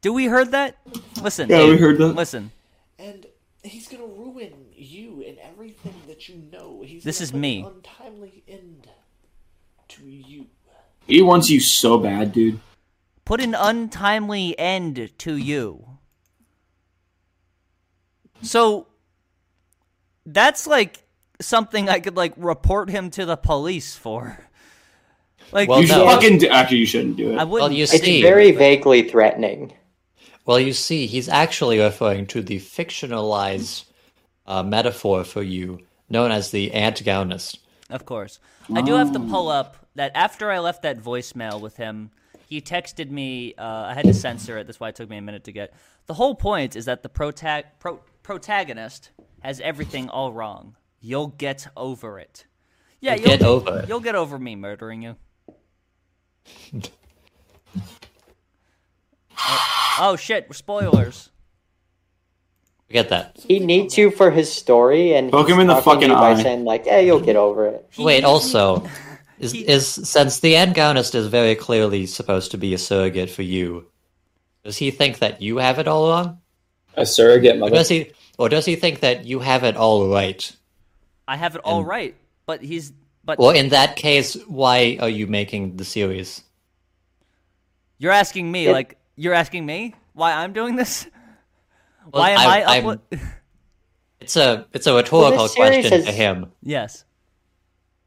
Speaker 1: Do we heard that? Listen.
Speaker 4: Yeah, we
Speaker 1: Abe,
Speaker 4: heard that.
Speaker 1: Listen.
Speaker 6: And he's gonna ruin you and everything that you know. He's
Speaker 1: This
Speaker 6: gonna
Speaker 1: is
Speaker 6: put
Speaker 1: me.
Speaker 6: An untimely end to you.
Speaker 4: He wants you so bad, dude.
Speaker 1: Put an untimely end to you. So that's like something I could like report him to the police for. Like
Speaker 3: Well,
Speaker 4: you should
Speaker 3: no.
Speaker 4: fucking. Do, actually, you shouldn't do it.
Speaker 1: I
Speaker 3: Well,
Speaker 1: wouldn't.
Speaker 3: you
Speaker 5: It's
Speaker 3: see,
Speaker 5: very vaguely threatening.
Speaker 3: well, you see, he's actually referring to the fictionalized uh, metaphor for you known as the antagonist.
Speaker 1: Of course. I do have to
Speaker 3: Mm.
Speaker 1: pull up that after I left that voicemail with him, he texted me. Uh, I had to censor it. That's why it took me a minute to get. The whole point is that the protag- pro- protagonist has everything all wrong. You'll get over it. Yeah, you'll
Speaker 3: Get over it.
Speaker 1: You'll get over me murdering you. oh, oh, shit! Spoilers.
Speaker 3: Forget that.
Speaker 5: He needs you for his story, and
Speaker 4: Poke
Speaker 5: he's
Speaker 4: him in the
Speaker 5: talking to
Speaker 4: fucking
Speaker 5: you by
Speaker 4: eye.
Speaker 5: saying like, "Hey, you'll get over it."
Speaker 3: Wait, also, is,
Speaker 1: he-
Speaker 3: is since the antagonist is very clearly supposed to be a surrogate for you, does he think that you have it all wrong,
Speaker 4: A surrogate
Speaker 3: or does he, or does he think that you have it all right?
Speaker 1: I have it all right, but he's but
Speaker 3: Well, in that case, why are you making the series?
Speaker 1: You're asking me,
Speaker 5: It-
Speaker 1: like you're asking me why I'm doing this?
Speaker 3: Well,
Speaker 1: why am
Speaker 3: I-
Speaker 1: I,
Speaker 3: I'm-
Speaker 1: upload
Speaker 3: It's a it's a rhetorical
Speaker 5: Well, this series
Speaker 3: question
Speaker 5: has-
Speaker 3: to him.
Speaker 1: yes.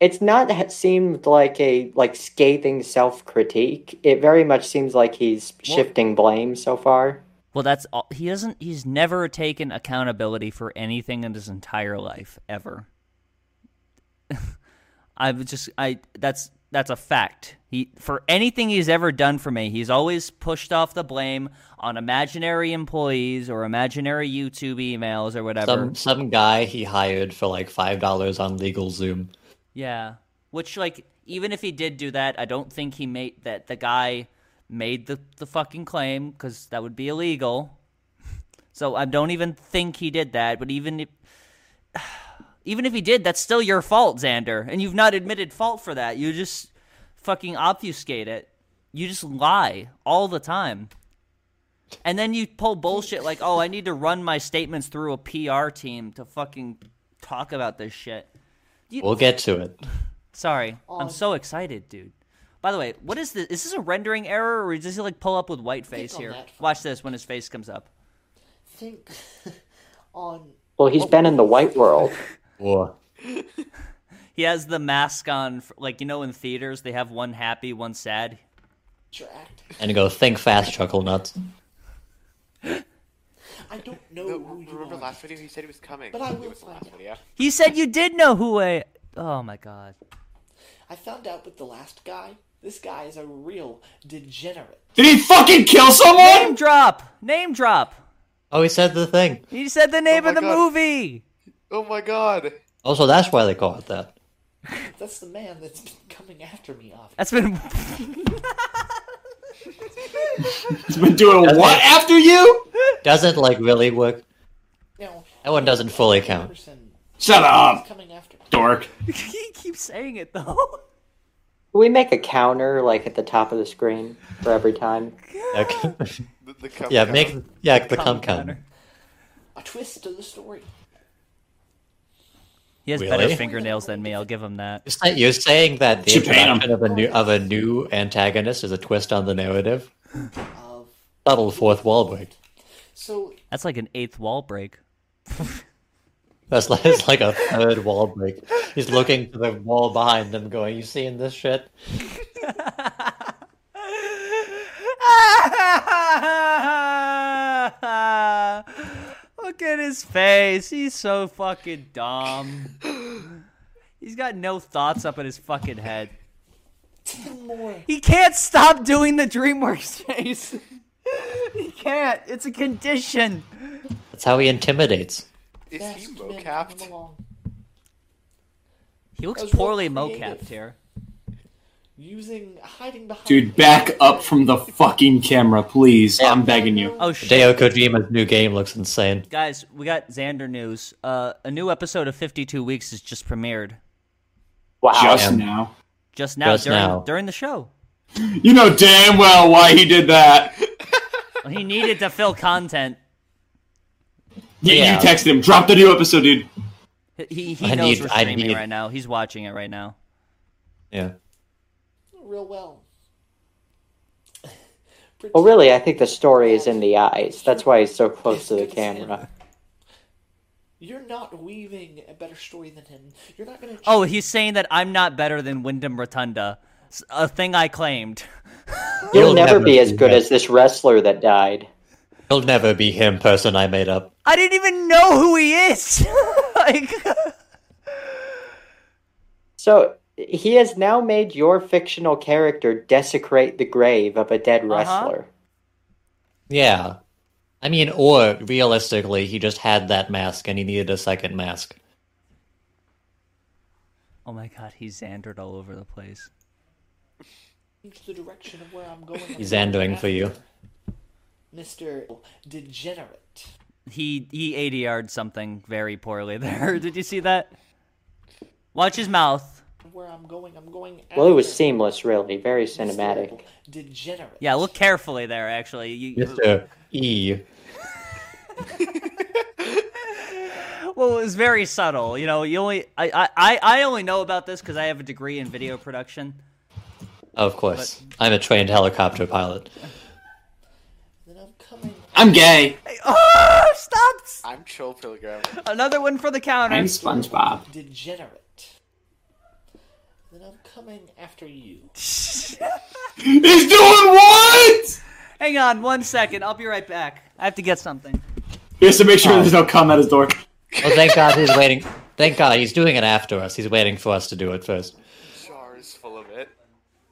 Speaker 5: It's not ha- seemed like a like scathing self critique. It very much seems like he's shifting blame so far.
Speaker 1: Well, that's all. He doesn't. He's never taken accountability for anything in his entire life ever. I've just I that's that's a fact. He for anything he's ever done for me, he's always pushed off the blame on imaginary employees or imaginary YouTube emails or whatever.
Speaker 3: Some some guy he hired for like five dollars on legal Zoom.
Speaker 1: Yeah. Which like even if he did do that, I don't think he made that the guy made the the fucking claim cuz that would be illegal. So I don't even think he did that, but even if even if he did, that's still your fault, Xander, and you've not admitted fault for that. You just fucking obfuscate it. You just lie all the time. And then you pull bullshit like, "Oh, I need to run my statements through a PR team to fucking talk about this shit."
Speaker 3: We'll get to it.
Speaker 1: Sorry, I'm so excited, dude. By the way, what is this? Is this a rendering error, or does he like pull up with white face
Speaker 6: on
Speaker 1: here?
Speaker 6: that.
Speaker 1: Watch this when his face comes up.
Speaker 6: Think on
Speaker 5: Well, he's been in the white world.
Speaker 3: Or
Speaker 1: He has the mask on, f- like you know, in theaters they have one happy, one sad.
Speaker 6: your act.
Speaker 3: and go think fast, chuckle nuts.
Speaker 6: I don't know
Speaker 2: No,
Speaker 6: who you
Speaker 2: remember
Speaker 6: are,
Speaker 2: last video? He said he was coming.
Speaker 6: but I
Speaker 2: It
Speaker 6: will
Speaker 2: was the
Speaker 6: find
Speaker 2: last
Speaker 6: out.
Speaker 2: video.
Speaker 1: He said you did know who I. Oh my god.
Speaker 6: I found out with the last guy. This guy is a real degenerate.
Speaker 4: Did he fucking kill
Speaker 1: Name
Speaker 4: someone?
Speaker 1: drop. Name drop.
Speaker 3: Oh, he said the thing.
Speaker 1: He said the name
Speaker 2: my
Speaker 1: of the
Speaker 2: God.
Speaker 1: movie.
Speaker 2: Oh my god.
Speaker 3: Also, that's why they call it that.
Speaker 6: That's the man that's been coming after me off.
Speaker 1: That's been.
Speaker 4: He's been doing what after you?
Speaker 3: Doesn't like really work.
Speaker 6: Now,
Speaker 3: That one doesn't fully count.
Speaker 4: Shut up,
Speaker 6: Coming after.
Speaker 4: dork.
Speaker 1: he keeps saying it though.
Speaker 5: Can we make a counter like at the top of the screen for every time?
Speaker 3: Okay.
Speaker 2: The, the cum
Speaker 3: yeah,
Speaker 2: cum.
Speaker 3: make yeah the cum cum.
Speaker 1: counter.
Speaker 6: A twist to the story.
Speaker 1: He has
Speaker 3: Really?
Speaker 1: better fingernails than me. I'll give him that.
Speaker 3: You're say- You're saying that the
Speaker 4: Should pay 'em.
Speaker 3: introduction of a new of a new antagonist is a twist on the narrative.
Speaker 6: Of
Speaker 3: Subtle fourth wall break.
Speaker 6: so
Speaker 1: That's like an eighth wall break.
Speaker 3: That's like, it's like a third wall break. He's looking to the wall behind them, going, "You seeing this shit?"
Speaker 1: Look at his face. He's so fucking dumb. He's got no thoughts up in his fucking head. He can't stop doing the DreamWorks chase. he can't. It's a condition.
Speaker 3: That's how he intimidates.
Speaker 2: Is he
Speaker 6: masked men come
Speaker 2: mocapped?
Speaker 6: along,
Speaker 1: He looks
Speaker 6: That was real
Speaker 1: poorly
Speaker 6: creative.
Speaker 1: mocapped here.
Speaker 6: using hiding behind.
Speaker 4: Dude, back up from the fucking camera, please. I'm begging you.
Speaker 1: Oh shit.
Speaker 3: Deo Kojima's new game looks insane.
Speaker 1: Guys, we got Xander news. Uh, a new episode of 52 Weeks has just premiered.
Speaker 5: Wow.
Speaker 4: Just
Speaker 3: Damn.
Speaker 4: now.
Speaker 1: Just now,
Speaker 3: Just
Speaker 1: during,
Speaker 3: now.
Speaker 1: during the show.
Speaker 4: You know damn well why he did that.
Speaker 1: He needed to fill content.
Speaker 4: You,
Speaker 3: Yeah.
Speaker 4: you texted him, drop the new episode, dude.
Speaker 1: He- He, he
Speaker 3: I
Speaker 1: knows
Speaker 3: need-
Speaker 1: we're
Speaker 3: I
Speaker 1: streaming
Speaker 3: need-
Speaker 1: right now. He's watching it right now.
Speaker 3: Yeah.
Speaker 6: real well.
Speaker 5: Well, Oh, really, I think the story is in the eyes. That's why he's so close to the camera.
Speaker 6: You're not weaving a better story than him. You're not gonna.
Speaker 1: Oh, he's saying that I'm not better than Wyndham Rotunda, S- a thing I claimed.
Speaker 5: You'll
Speaker 3: You'll
Speaker 5: never
Speaker 3: never
Speaker 5: be as
Speaker 3: do
Speaker 5: good
Speaker 3: that.
Speaker 5: as this wrestler that died.
Speaker 3: He'll never be him, person I made up.
Speaker 1: I didn't even know who he is. like,
Speaker 5: So he has now made your fictional character desecrate the grave of a dead wrestler.
Speaker 3: Yeah. I mean, or realistically, he just had that mask and he needed a second mask.
Speaker 1: oh my god, he's Xandered all over the place.
Speaker 6: change the direction of where I'm going.
Speaker 3: He's andering for you.
Speaker 6: Mister Degenerate.
Speaker 1: He he ADR'd something very poorly there. Did you see that? Watch his mouth.
Speaker 6: Where I'm going, I'm going.
Speaker 5: Well, it was
Speaker 6: after
Speaker 5: seamless, really, very
Speaker 6: Mr.
Speaker 5: cinematic.
Speaker 6: Degenerate.
Speaker 1: Yeah, look carefully there. Actually, you,
Speaker 3: Mr. E.
Speaker 1: well, it was very subtle. You know, you only I I- I, I only know about this because I have a degree in video production.
Speaker 3: Of course. I'm a trained helicopter pilot.
Speaker 6: Then I'm coming.
Speaker 4: I'm gay.
Speaker 1: Oh, stop!
Speaker 2: I'm Chill Pilgrim.
Speaker 1: Another one for the counter.
Speaker 4: I'm SpongeBob.
Speaker 6: Degenerate. Then I'm coming after you.
Speaker 4: He's doing what?
Speaker 1: Hang on one second. I'll be right back. I have to get something.
Speaker 4: He has to make sure
Speaker 1: Oh.
Speaker 4: there's no cum at his door.
Speaker 3: Well, thank God he's waiting. Thank God he's doing it after us. He's waiting for us to do it first.
Speaker 2: Jar is full of it.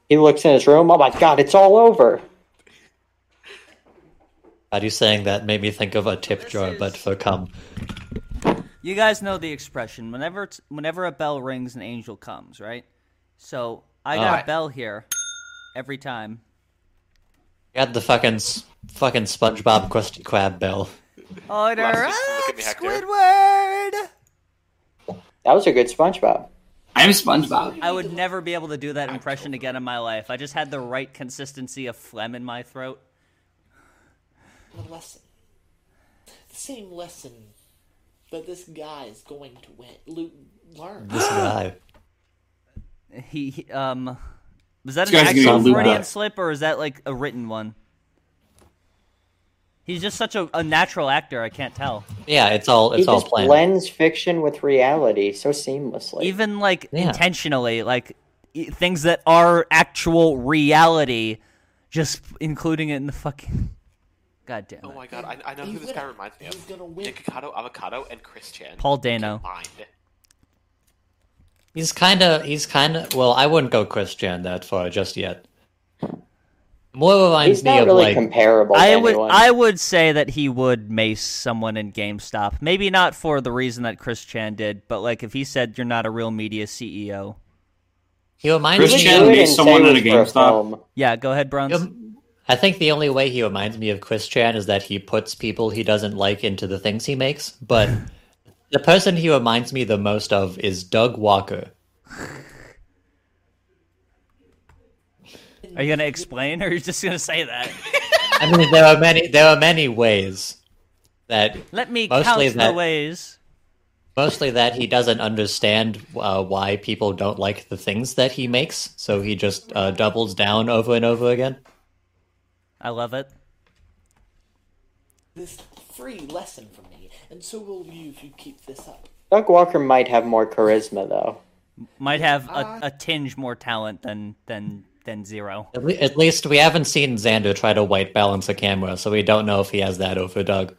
Speaker 5: He looks in his room. Oh my God, it's all over.
Speaker 3: God, you saying that made me think of a tip jar, but for cum.
Speaker 1: You guys know the expression. Whenever it's, whenever a bell rings, an angel comes, right? So I got
Speaker 3: Alright.
Speaker 1: a bell here every time.
Speaker 3: You had the fucking s- fucking SpongeBob Krusty Krab bell.
Speaker 1: Order
Speaker 2: just look at
Speaker 1: up,
Speaker 2: me, Hector.
Speaker 1: Squidward.
Speaker 5: That was a good SpongeBob.
Speaker 4: I'm SpongeBob.
Speaker 1: I would never be able to do that impression again in my life. I just had the right consistency of phlegm in my throat.
Speaker 6: A lesson. The same lesson that this guy is going to win. Lu- learn.
Speaker 3: This guy.
Speaker 1: He, he- um, was that
Speaker 4: This
Speaker 1: an
Speaker 4: guy's gonna
Speaker 1: actual
Speaker 4: get looped
Speaker 1: Freudian
Speaker 4: up.
Speaker 1: slip or is that like a written one? He's just such a, a natural actor. I can't tell.
Speaker 3: Yeah, it's all it's
Speaker 5: he
Speaker 3: all
Speaker 5: just
Speaker 3: planned.
Speaker 5: blends fiction with reality so seamlessly.
Speaker 1: even like
Speaker 3: Yeah.
Speaker 1: intentionally like i- things that are actual reality just including it in the fucking god damn it.
Speaker 2: Oh my god, I, I know who this guy reminds me
Speaker 6: He's
Speaker 2: of.
Speaker 6: gonna win.
Speaker 2: Nikocado, Avocado, and Chris Chan.
Speaker 1: paul dano
Speaker 2: Combined.
Speaker 3: He's kind of, he's kind of. Well, I wouldn't go Christian that far just yet. More reminds
Speaker 5: He's
Speaker 3: me
Speaker 5: not
Speaker 3: of
Speaker 5: really
Speaker 3: like,
Speaker 5: comparable.
Speaker 1: i
Speaker 5: to
Speaker 1: would
Speaker 5: anyone.
Speaker 1: i would say that he would mace someone in gamestop maybe not for the reason that chris chan did but like if he said you're not a real media E ceo
Speaker 3: he reminds
Speaker 5: He
Speaker 4: Chris
Speaker 5: would
Speaker 4: Chan
Speaker 5: do
Speaker 3: me. Of,
Speaker 4: made
Speaker 5: it and
Speaker 4: someone
Speaker 5: say
Speaker 4: at
Speaker 5: it
Speaker 4: a
Speaker 5: was for
Speaker 4: GameStop.
Speaker 5: film.
Speaker 1: yeah go ahead bronze
Speaker 3: I think the only way he reminds me of Chris Chan is that he puts people he doesn't like into the things he makes, but the person he reminds me the most of is Doug Walker.
Speaker 1: Are you gonna explain, or are you just gonna say that?
Speaker 3: I mean, there are many there are many ways that
Speaker 1: Let me
Speaker 3: Mostly
Speaker 1: count
Speaker 3: that-
Speaker 1: the ways.
Speaker 3: mostly that he doesn't understand uh, why people don't like the things that he makes, so he just uh, doubles down over and over again.
Speaker 1: I love it.
Speaker 6: This free lesson from me, and so will you if you keep this up.
Speaker 5: Doug Walker might have more charisma though.
Speaker 1: Might have
Speaker 2: Uh,
Speaker 1: a, a tinge more talent than than than zero.
Speaker 3: At, le- at least we haven't seen Xander try to white balance a camera, so we don't know if he has that over Doug.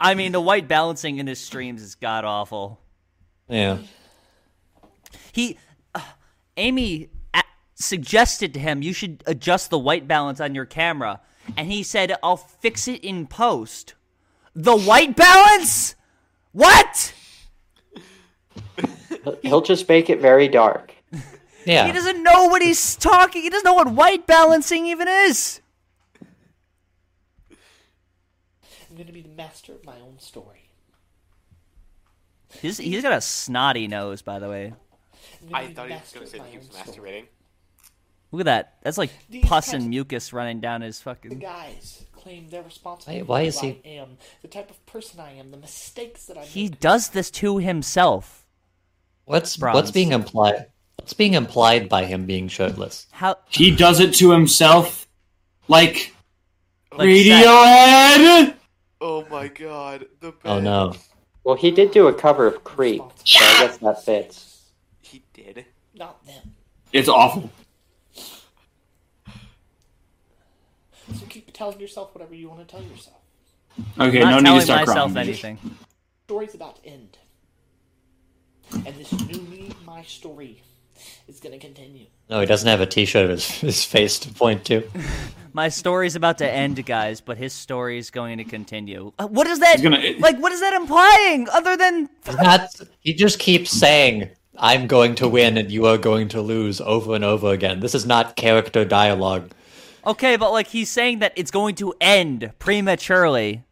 Speaker 1: I mean, the white balancing in his streams is god awful.
Speaker 3: Yeah.
Speaker 1: He, uh, Amy a- suggested to him you should adjust the white balance on your camera, and he said, "I'll fix it in post." The white balance? What?
Speaker 5: He'll just make it very dark.
Speaker 1: He
Speaker 3: Yeah.
Speaker 1: doesn't know what he's talking. He doesn't know what white balancing even is.
Speaker 6: I'm going to be the master of my own story.
Speaker 1: He's, he's got a snotty nose, by the way.
Speaker 6: I'm gonna
Speaker 2: I
Speaker 6: be the
Speaker 2: thought he was
Speaker 6: master
Speaker 2: going to
Speaker 6: of
Speaker 2: say
Speaker 6: my
Speaker 2: that he was
Speaker 6: own story.
Speaker 2: masturbating.
Speaker 1: Look at that. That's like
Speaker 6: These
Speaker 1: pus
Speaker 6: types-
Speaker 1: and mucus running down his
Speaker 6: The
Speaker 1: fucking.
Speaker 6: guys claim they're responsible
Speaker 3: Why-
Speaker 6: for
Speaker 3: why
Speaker 6: who
Speaker 3: is he-
Speaker 6: I am, the type of person I am, the mistakes that I
Speaker 1: He
Speaker 6: make.
Speaker 1: does this to himself.
Speaker 3: What's
Speaker 1: Bronze.
Speaker 3: what's being implied? What's being implied by him being shirtless?
Speaker 1: How?
Speaker 4: He does it to himself, like,
Speaker 1: Like that.
Speaker 4: Radiohead.
Speaker 2: Oh my god, the best.
Speaker 3: Oh no.
Speaker 5: Well, he did do a cover of Creep, so I guess that fits.
Speaker 2: He did.
Speaker 6: Not them.
Speaker 4: It's awful.
Speaker 6: So keep telling yourself whatever you want to tell yourself.
Speaker 4: Okay,
Speaker 1: Not
Speaker 4: no need
Speaker 1: telling
Speaker 4: to start
Speaker 1: myself
Speaker 4: crying.
Speaker 1: anything.
Speaker 6: Story's about to end. And this new me, my story, is going to continue.
Speaker 3: No, he doesn't have a T-shirt of his, his face to point to.
Speaker 1: My story's about to end, guys, but his story is going to continue. Uh, What is that?
Speaker 4: He's gonna-
Speaker 1: Like, what is that implying? Other than
Speaker 3: He's not. He just keeps saying, "I'm going to win and you are going to lose," over and over again. This is not character dialogue.
Speaker 1: okay, but like he's saying that it's going to end prematurely,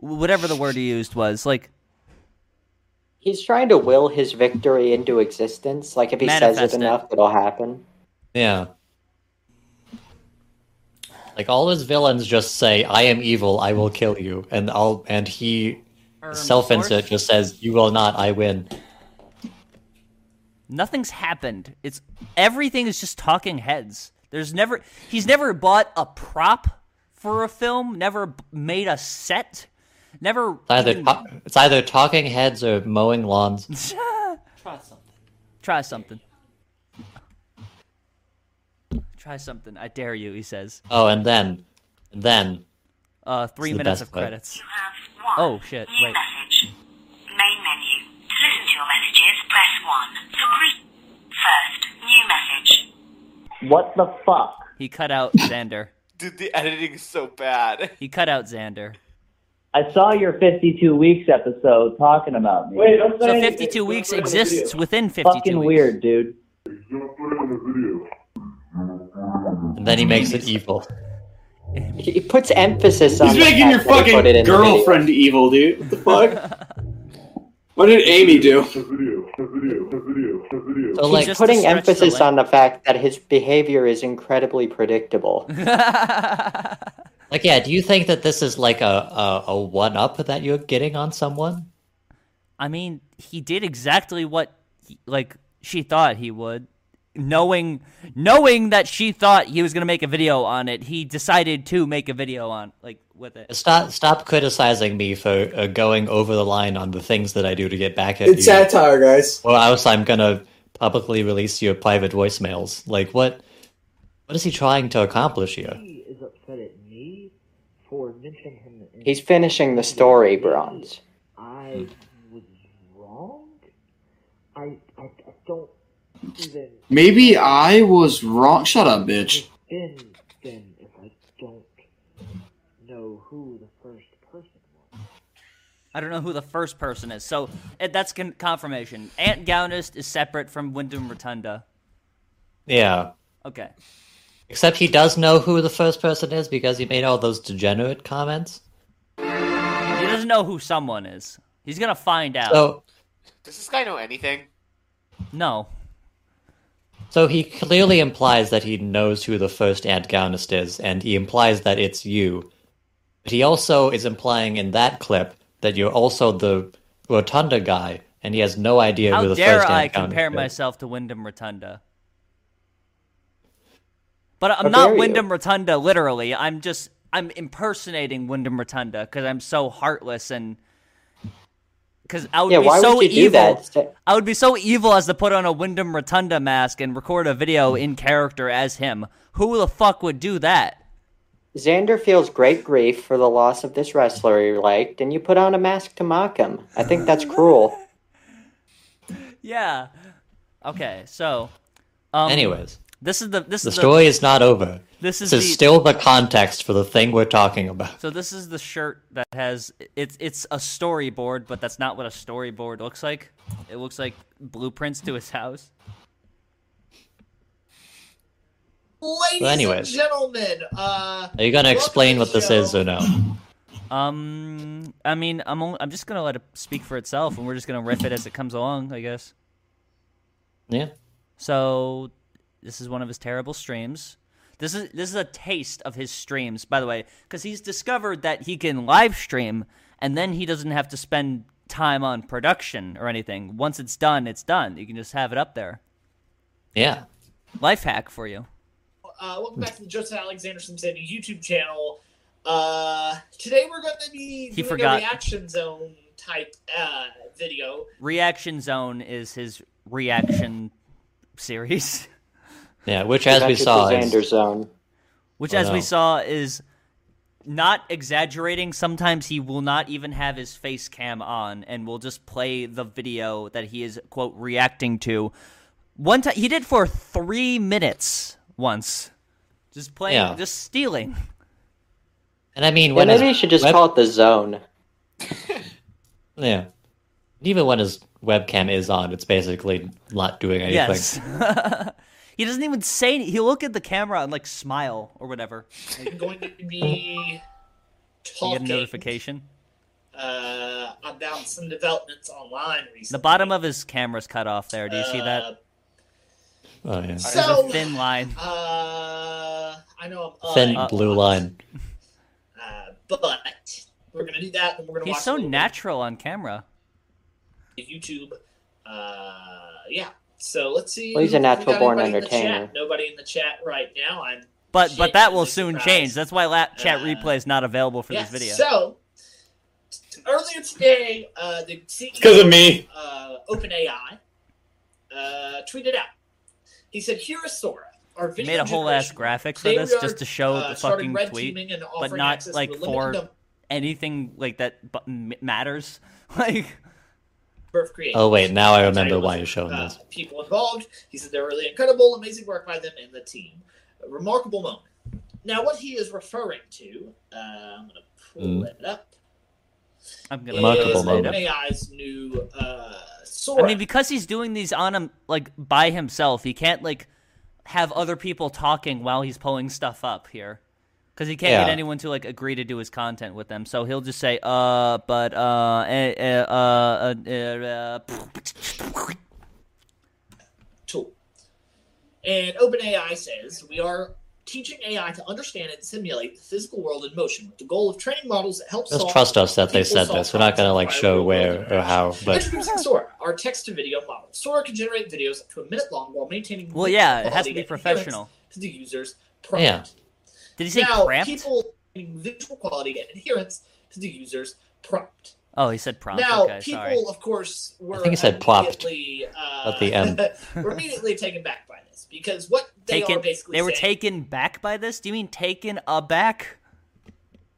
Speaker 1: W- whatever the word he used was. Like,
Speaker 5: He's trying to will his victory into existence. Like if he says
Speaker 1: Manifest
Speaker 5: it
Speaker 1: it.
Speaker 5: enough, it'll happen.
Speaker 3: Yeah. Like all his villains just say, "I am evil. I will kill you," and I'll and he self-insert just says, "You will not. I win."
Speaker 1: nothing's happened. It's everything is just talking heads. There's never he's never bought a prop for a film, never b- made a set, never
Speaker 3: It's either ta- it's either talking heads or mowing lawns.
Speaker 6: Try something.
Speaker 1: Try something. Try something. I dare you, he says.
Speaker 3: Oh, and then, and then
Speaker 1: Uh, three
Speaker 3: It's the
Speaker 1: minutes
Speaker 3: best
Speaker 1: of
Speaker 3: part.
Speaker 1: credits.
Speaker 10: One.
Speaker 1: Oh, shit,
Speaker 10: New
Speaker 1: wait.
Speaker 10: message. Main menu. To listen to your messages, press one. For Greek. First, new message.
Speaker 9: What the fuck?
Speaker 1: He cut out Xander.
Speaker 2: Dude, the editing is so bad.
Speaker 1: He cut out Xander.
Speaker 9: I saw your 52 weeks episode talking about me.
Speaker 4: Wait, don't
Speaker 1: So 52 weeks exists within 52
Speaker 9: Fucking
Speaker 1: weeks.
Speaker 9: weird, dude.
Speaker 7: You're playing the video.
Speaker 3: and then he makes it evil.
Speaker 5: He he puts emphasis on.
Speaker 4: He's
Speaker 5: the
Speaker 4: making
Speaker 5: fact
Speaker 4: your
Speaker 5: that he put it
Speaker 4: fucking
Speaker 5: in the video.
Speaker 4: girlfriend evil, dude. What the fuck? what did Amy do?
Speaker 7: The video. The video. The video. The video.
Speaker 3: So
Speaker 5: He's
Speaker 3: like,
Speaker 1: just- to
Speaker 5: putting
Speaker 1: stretch the
Speaker 5: emphasis
Speaker 1: length.
Speaker 5: on the fact that his behavior is incredibly predictable.
Speaker 3: like yeah. Do you think that this is like a a, a one up that you're getting on someone?
Speaker 1: I mean, he did exactly what, he, like, she thought he would. Knowing, knowing that she thought he was gonna make a video on it, he decided to make a video on, like, with it.
Speaker 3: Stop stop criticizing me for uh, going over the line on the things that I do to get back at
Speaker 4: It's
Speaker 3: you.
Speaker 4: satire, guys.
Speaker 3: or else I'm gonna publicly release your private voicemails. Like what? What is he trying to accomplish here?
Speaker 9: He is upset at me for mentioning him. in-
Speaker 5: He's finishing the story, Bronze.
Speaker 9: I was wrong. I, I, I don't even
Speaker 4: Maybe I was wrong. Shut up, bitch.
Speaker 9: defend them if I don't know who the first person was.
Speaker 1: I don't know who the first person is. So eh, that's con- confirmation. Ant Gownist is separate from Wyndham Rotunda.
Speaker 3: Yeah.
Speaker 1: Okay.
Speaker 3: Except he does know who the first person is because he made all those degenerate comments.
Speaker 1: He doesn't know who someone is. He's gonna find out.
Speaker 3: So
Speaker 2: Does this guy know anything?
Speaker 1: no.
Speaker 3: So he clearly implies that he knows who the first antagonist is, and he implies that it's you. But he also is implying in that clip that you're also the Rotunda guy, and he has no idea who
Speaker 1: How
Speaker 3: the
Speaker 1: dare
Speaker 3: first
Speaker 1: I
Speaker 3: antagonist
Speaker 1: compare
Speaker 3: is.
Speaker 1: myself to Wyndham Rotunda? But I'm
Speaker 5: How Oh, dare
Speaker 1: not
Speaker 5: you.
Speaker 1: Wyndham Rotunda literally. I'm just I'm impersonating Wyndham Rotunda because I'm so heartless and because I would
Speaker 5: Yeah,
Speaker 1: be
Speaker 5: why
Speaker 1: so
Speaker 5: would you do
Speaker 1: evil.
Speaker 5: that? Say-
Speaker 1: I would be so evil as to put on a Wyndham Rotunda mask and record a video
Speaker 5: Hmm.
Speaker 1: in character as him. Who the fuck would do that?
Speaker 5: Xander feels great grief for the loss of this wrestler he liked, and you put on a mask to mock him. I think that's cruel.
Speaker 1: Yeah. Okay. So. Um,
Speaker 3: Anyways,
Speaker 1: this is the this
Speaker 3: the
Speaker 1: is
Speaker 3: story is not over.
Speaker 1: This is the-
Speaker 3: still the context for the thing we're talking about.
Speaker 1: So this is the shirt that has it's it's a storyboard, but that's not what a storyboard looks like. It looks like blueprints to his house.
Speaker 6: Ladies
Speaker 3: anyways.
Speaker 6: and gentlemen, uh,
Speaker 3: Are you going to
Speaker 6: welcome
Speaker 3: explain
Speaker 6: to
Speaker 3: what
Speaker 6: the
Speaker 3: this
Speaker 6: show.
Speaker 3: is or no?
Speaker 1: Um, I mean, I'm only, I'm just gonna let it speak for itself, and we're just gonna riff it as it comes along, I guess.
Speaker 3: Yeah.
Speaker 1: So this is one of his terrible streams. This is this is a taste of his streams, by the way, because he's discovered that he can live stream, and then he doesn't have to spend time on production or anything. Once it's done, it's done. You can just have it up there.
Speaker 3: Yeah.
Speaker 1: Life hack for you.
Speaker 6: uh, welcome back to the Joseph Alexander Simpson YouTube channel. Uh, today we're going to be doing
Speaker 1: forgot.
Speaker 6: a reaction zone type uh, video.
Speaker 1: Reaction Zone is his reaction series,
Speaker 3: Yeah, which as we
Speaker 5: That's
Speaker 3: saw
Speaker 5: the
Speaker 3: is
Speaker 5: Xander zone.
Speaker 1: which,
Speaker 3: Oh,
Speaker 1: as we
Speaker 3: no.
Speaker 1: saw, is not exaggerating. Sometimes he will not even have his face cam on and will just play the video that he is, quote, reacting to. One time, he did for three minutes once. Just playing,
Speaker 3: Yeah.
Speaker 1: just stealing.
Speaker 3: And I mean,
Speaker 5: Yeah,
Speaker 3: when
Speaker 5: maybe
Speaker 3: his
Speaker 5: you should just
Speaker 3: web-
Speaker 5: call it the zone.
Speaker 3: yeah, even when his webcam is on, it's basically not doing anything.
Speaker 1: Yes. he doesn't even say any- He'll look at the camera and, like, smile or whatever.
Speaker 6: I'm going to be
Speaker 1: You get a
Speaker 6: talking
Speaker 1: notification.
Speaker 6: uh, about some developments online recently.
Speaker 1: The bottom of his camera's cut off there. Do you see that?
Speaker 6: Uh,
Speaker 3: Oh yeah,
Speaker 1: There's
Speaker 6: So-
Speaker 1: a thin line.
Speaker 6: Uh, I know I'm
Speaker 3: thin
Speaker 6: uh,
Speaker 3: blue line.
Speaker 6: uh, but we're gonna do that, and we're gonna
Speaker 1: He's
Speaker 6: watch
Speaker 1: so
Speaker 6: a little
Speaker 1: natural on camera.
Speaker 6: bit of YouTube. Uh, yeah. So let's see.
Speaker 5: Well, he's a
Speaker 6: if we got
Speaker 5: natural-born
Speaker 6: anybody in the chat.
Speaker 5: entertainer.
Speaker 6: Nobody in the chat right now. I'm
Speaker 1: But
Speaker 6: Shit,
Speaker 1: but that will
Speaker 6: I'm
Speaker 1: soon
Speaker 6: surprised.
Speaker 1: change. That's why lap chat
Speaker 6: Uh,
Speaker 1: replay is not available for
Speaker 6: yeah,
Speaker 1: this video.
Speaker 6: So earlier today, uh, the
Speaker 4: Because
Speaker 6: CEO
Speaker 4: of me.
Speaker 6: uh, OpenAI uh, tweeted out. He said, "Here is Sora." Our
Speaker 1: He
Speaker 6: video
Speaker 1: made a whole ass
Speaker 6: generation.
Speaker 1: graphic for
Speaker 6: Today
Speaker 1: this
Speaker 6: we are,
Speaker 1: just to show
Speaker 6: uh,
Speaker 1: the fucking
Speaker 6: starting red
Speaker 1: tweet.
Speaker 6: teaming and offering
Speaker 1: not,
Speaker 6: access to
Speaker 1: like,
Speaker 6: a limited
Speaker 1: for-
Speaker 6: number
Speaker 1: Anything like that but m- matters. Like
Speaker 6: of creators.
Speaker 3: Oh wait, now I remember
Speaker 6: Sorry,
Speaker 3: why
Speaker 6: it
Speaker 3: you're
Speaker 6: was,
Speaker 3: showing
Speaker 6: uh,
Speaker 3: this.
Speaker 6: People involved. He said they're really incredible, amazing work by them and the team. A remarkable moment. Now, what he is referring to, uh, I'm going to pull
Speaker 3: Mm.
Speaker 6: it up.
Speaker 1: I'm gonna
Speaker 3: Remarkable
Speaker 6: is
Speaker 1: look
Speaker 3: moment.
Speaker 1: this up.
Speaker 6: OpenAI's new uh, Sora.
Speaker 1: I mean, because he's doing these on him like by himself, he can't like have other people talking while he's pulling stuff up here. Because he can't get
Speaker 3: Yeah.
Speaker 1: anyone to like agree to do his content with them, so he'll just say, "Uh, but uh, eh, eh, uh, uh, eh, uh
Speaker 6: tool. And OpenAI says we are teaching AI to understand and simulate the physical world in motion with the goal of training models that help
Speaker 3: Just
Speaker 6: solve
Speaker 3: trust us that they
Speaker 6: people
Speaker 3: said
Speaker 6: solve
Speaker 3: this. We're not gonna like
Speaker 6: problems
Speaker 3: show
Speaker 6: by real-world
Speaker 3: where or how, but
Speaker 6: Introducing Sora, our text-to-video model. Sora can generate videos up to a minute long while maintaining.
Speaker 1: Well, yeah, it has
Speaker 6: quality
Speaker 1: to be
Speaker 6: and
Speaker 1: professional.
Speaker 6: adherence To the user's
Speaker 3: Yeah.
Speaker 6: prompt.
Speaker 1: Did he say
Speaker 6: now,
Speaker 1: cramped?
Speaker 6: people maintaining visual quality and adherence to the user's prompt.
Speaker 1: Oh, he said prompt.
Speaker 6: Now,
Speaker 1: okay,
Speaker 6: people,
Speaker 1: sorry.
Speaker 6: of course, were
Speaker 3: I think it said plopped
Speaker 6: immediately, uh,
Speaker 3: at the end.
Speaker 6: were immediately taken back by this because what they
Speaker 1: taken.
Speaker 6: are basically
Speaker 1: They were
Speaker 6: saying,
Speaker 1: taken back by this. Do you mean taken aback?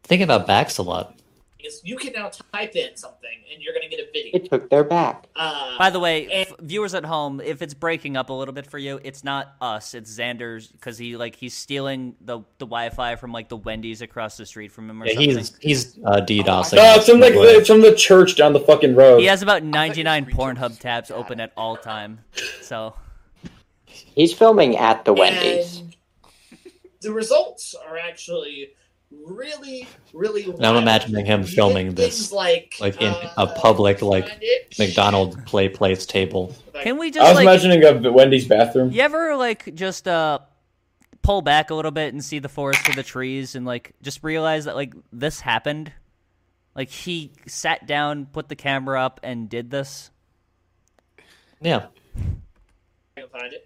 Speaker 3: think about backs a lot.
Speaker 6: is you can now type in something and you're going to get a video.
Speaker 5: It took their back.
Speaker 6: Uh,
Speaker 1: By the way,
Speaker 6: and-
Speaker 1: f- viewers at home, if it's breaking up a little bit for you, it's not us. It's Xander's because he like he's stealing the the Wi-Fi from like the Wendy's across the street from him or
Speaker 3: Yeah,
Speaker 1: something.
Speaker 3: he's he's uh, DDoSing.
Speaker 4: No, it's
Speaker 3: us.
Speaker 4: from like the, it's from the church down the fucking road.
Speaker 1: He has about ninety nine
Speaker 2: I thought you were
Speaker 1: Pornhub tabs open at all time. So
Speaker 5: He's filming at the Wendy's.
Speaker 6: And the results are actually really, really.
Speaker 3: Now I'm
Speaker 6: wild.
Speaker 3: imagining him
Speaker 6: You get
Speaker 3: filming
Speaker 6: things
Speaker 3: this,
Speaker 6: like
Speaker 3: like in
Speaker 6: uh,
Speaker 3: a public, like
Speaker 6: find it.
Speaker 3: McDonald play place table.
Speaker 1: Can we just
Speaker 4: I was
Speaker 1: like
Speaker 4: imagining a Wendy's bathroom.
Speaker 1: you ever like just uh pull back a little bit and see the forest for the trees and like just realize that like this happened? Like he sat down, put the camera up and did this.
Speaker 3: Yeah,
Speaker 6: I can find it.
Speaker 3: it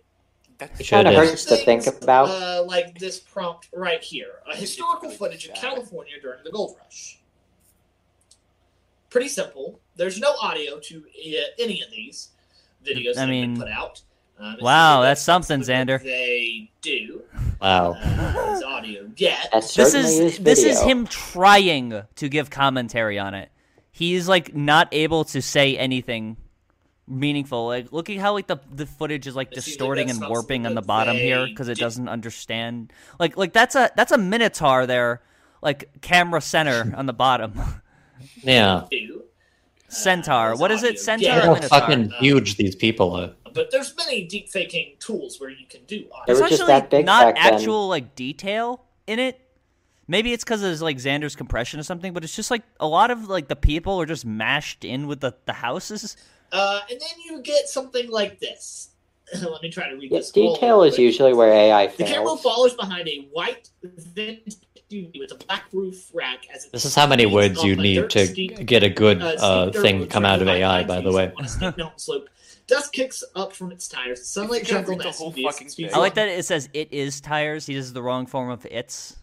Speaker 2: That's
Speaker 3: sure
Speaker 5: Kinda
Speaker 3: did.
Speaker 5: hurts to think about.
Speaker 6: Uh, like this prompt right here: a historical footage of California during the gold rush. Pretty simple. There's no audio to uh, any of these videos
Speaker 1: I
Speaker 6: that have
Speaker 1: mean,
Speaker 6: been put out. Um, it's
Speaker 1: wow,
Speaker 6: something
Speaker 1: that's
Speaker 6: that-
Speaker 1: something,
Speaker 6: something that
Speaker 1: Xander.
Speaker 6: They do.
Speaker 3: Wow.
Speaker 6: Uh, it's audio yet.
Speaker 5: That
Speaker 1: This
Speaker 5: certainly
Speaker 1: is
Speaker 5: is,
Speaker 1: this is
Speaker 5: video.
Speaker 1: him trying to give commentary on it. He is like not able to say anything meaningful. Like look at how like the the footage is like
Speaker 6: It seems like
Speaker 1: distorting
Speaker 6: that's
Speaker 1: and
Speaker 6: not
Speaker 1: warping on
Speaker 6: something
Speaker 1: the
Speaker 6: that
Speaker 1: bottom here
Speaker 6: they
Speaker 1: because it
Speaker 6: did.
Speaker 1: doesn't understand. Like like that's a that's a minotaur there, like camera center on the bottom.
Speaker 3: Yeah.
Speaker 6: Do.
Speaker 1: Centaur.
Speaker 6: it's
Speaker 1: What is
Speaker 6: audio.
Speaker 1: it? Centaur
Speaker 6: Yeah.
Speaker 3: Look
Speaker 1: or
Speaker 3: how
Speaker 6: Minotaur.
Speaker 3: fucking
Speaker 1: minotaur?
Speaker 3: huge these people are.
Speaker 6: But there's many deep faking tools where you can do
Speaker 5: They
Speaker 1: There's
Speaker 6: audio.
Speaker 5: were just that
Speaker 1: actually
Speaker 5: big
Speaker 1: not
Speaker 5: back then.
Speaker 1: actual like detail in it. Maybe it's because it's like Xander's compression or something, but it's just like a lot of like the people are just mashed in with the, the houses.
Speaker 6: Uh, and then you get something like this. Let me try to read
Speaker 5: Yeah,
Speaker 6: this. full
Speaker 5: detail
Speaker 6: real
Speaker 5: is
Speaker 6: quick.
Speaker 5: usually where AI
Speaker 6: The camera
Speaker 5: fails.
Speaker 6: follows behind a white vintage SUV with a black roof rack as it
Speaker 3: This is how many
Speaker 6: speeds
Speaker 3: words
Speaker 6: off
Speaker 3: you
Speaker 6: a
Speaker 3: need
Speaker 6: dirt
Speaker 3: to
Speaker 6: steep-
Speaker 3: get a good
Speaker 6: uh, steep
Speaker 3: uh,
Speaker 6: dirt
Speaker 3: thing to
Speaker 6: road
Speaker 3: come out of
Speaker 6: surrounded by
Speaker 3: AI.
Speaker 6: pine
Speaker 3: By the
Speaker 6: trees
Speaker 3: way,
Speaker 6: On a steep mountain slope. Dust kicks up from its tires. Sunlight
Speaker 2: He's gonna
Speaker 6: shines
Speaker 2: read
Speaker 6: on the,
Speaker 2: the whole
Speaker 6: SUV as it
Speaker 2: fucking
Speaker 6: speeds
Speaker 2: thing.
Speaker 1: I like
Speaker 6: up.
Speaker 1: that it says it is tires. He does the wrong form of its.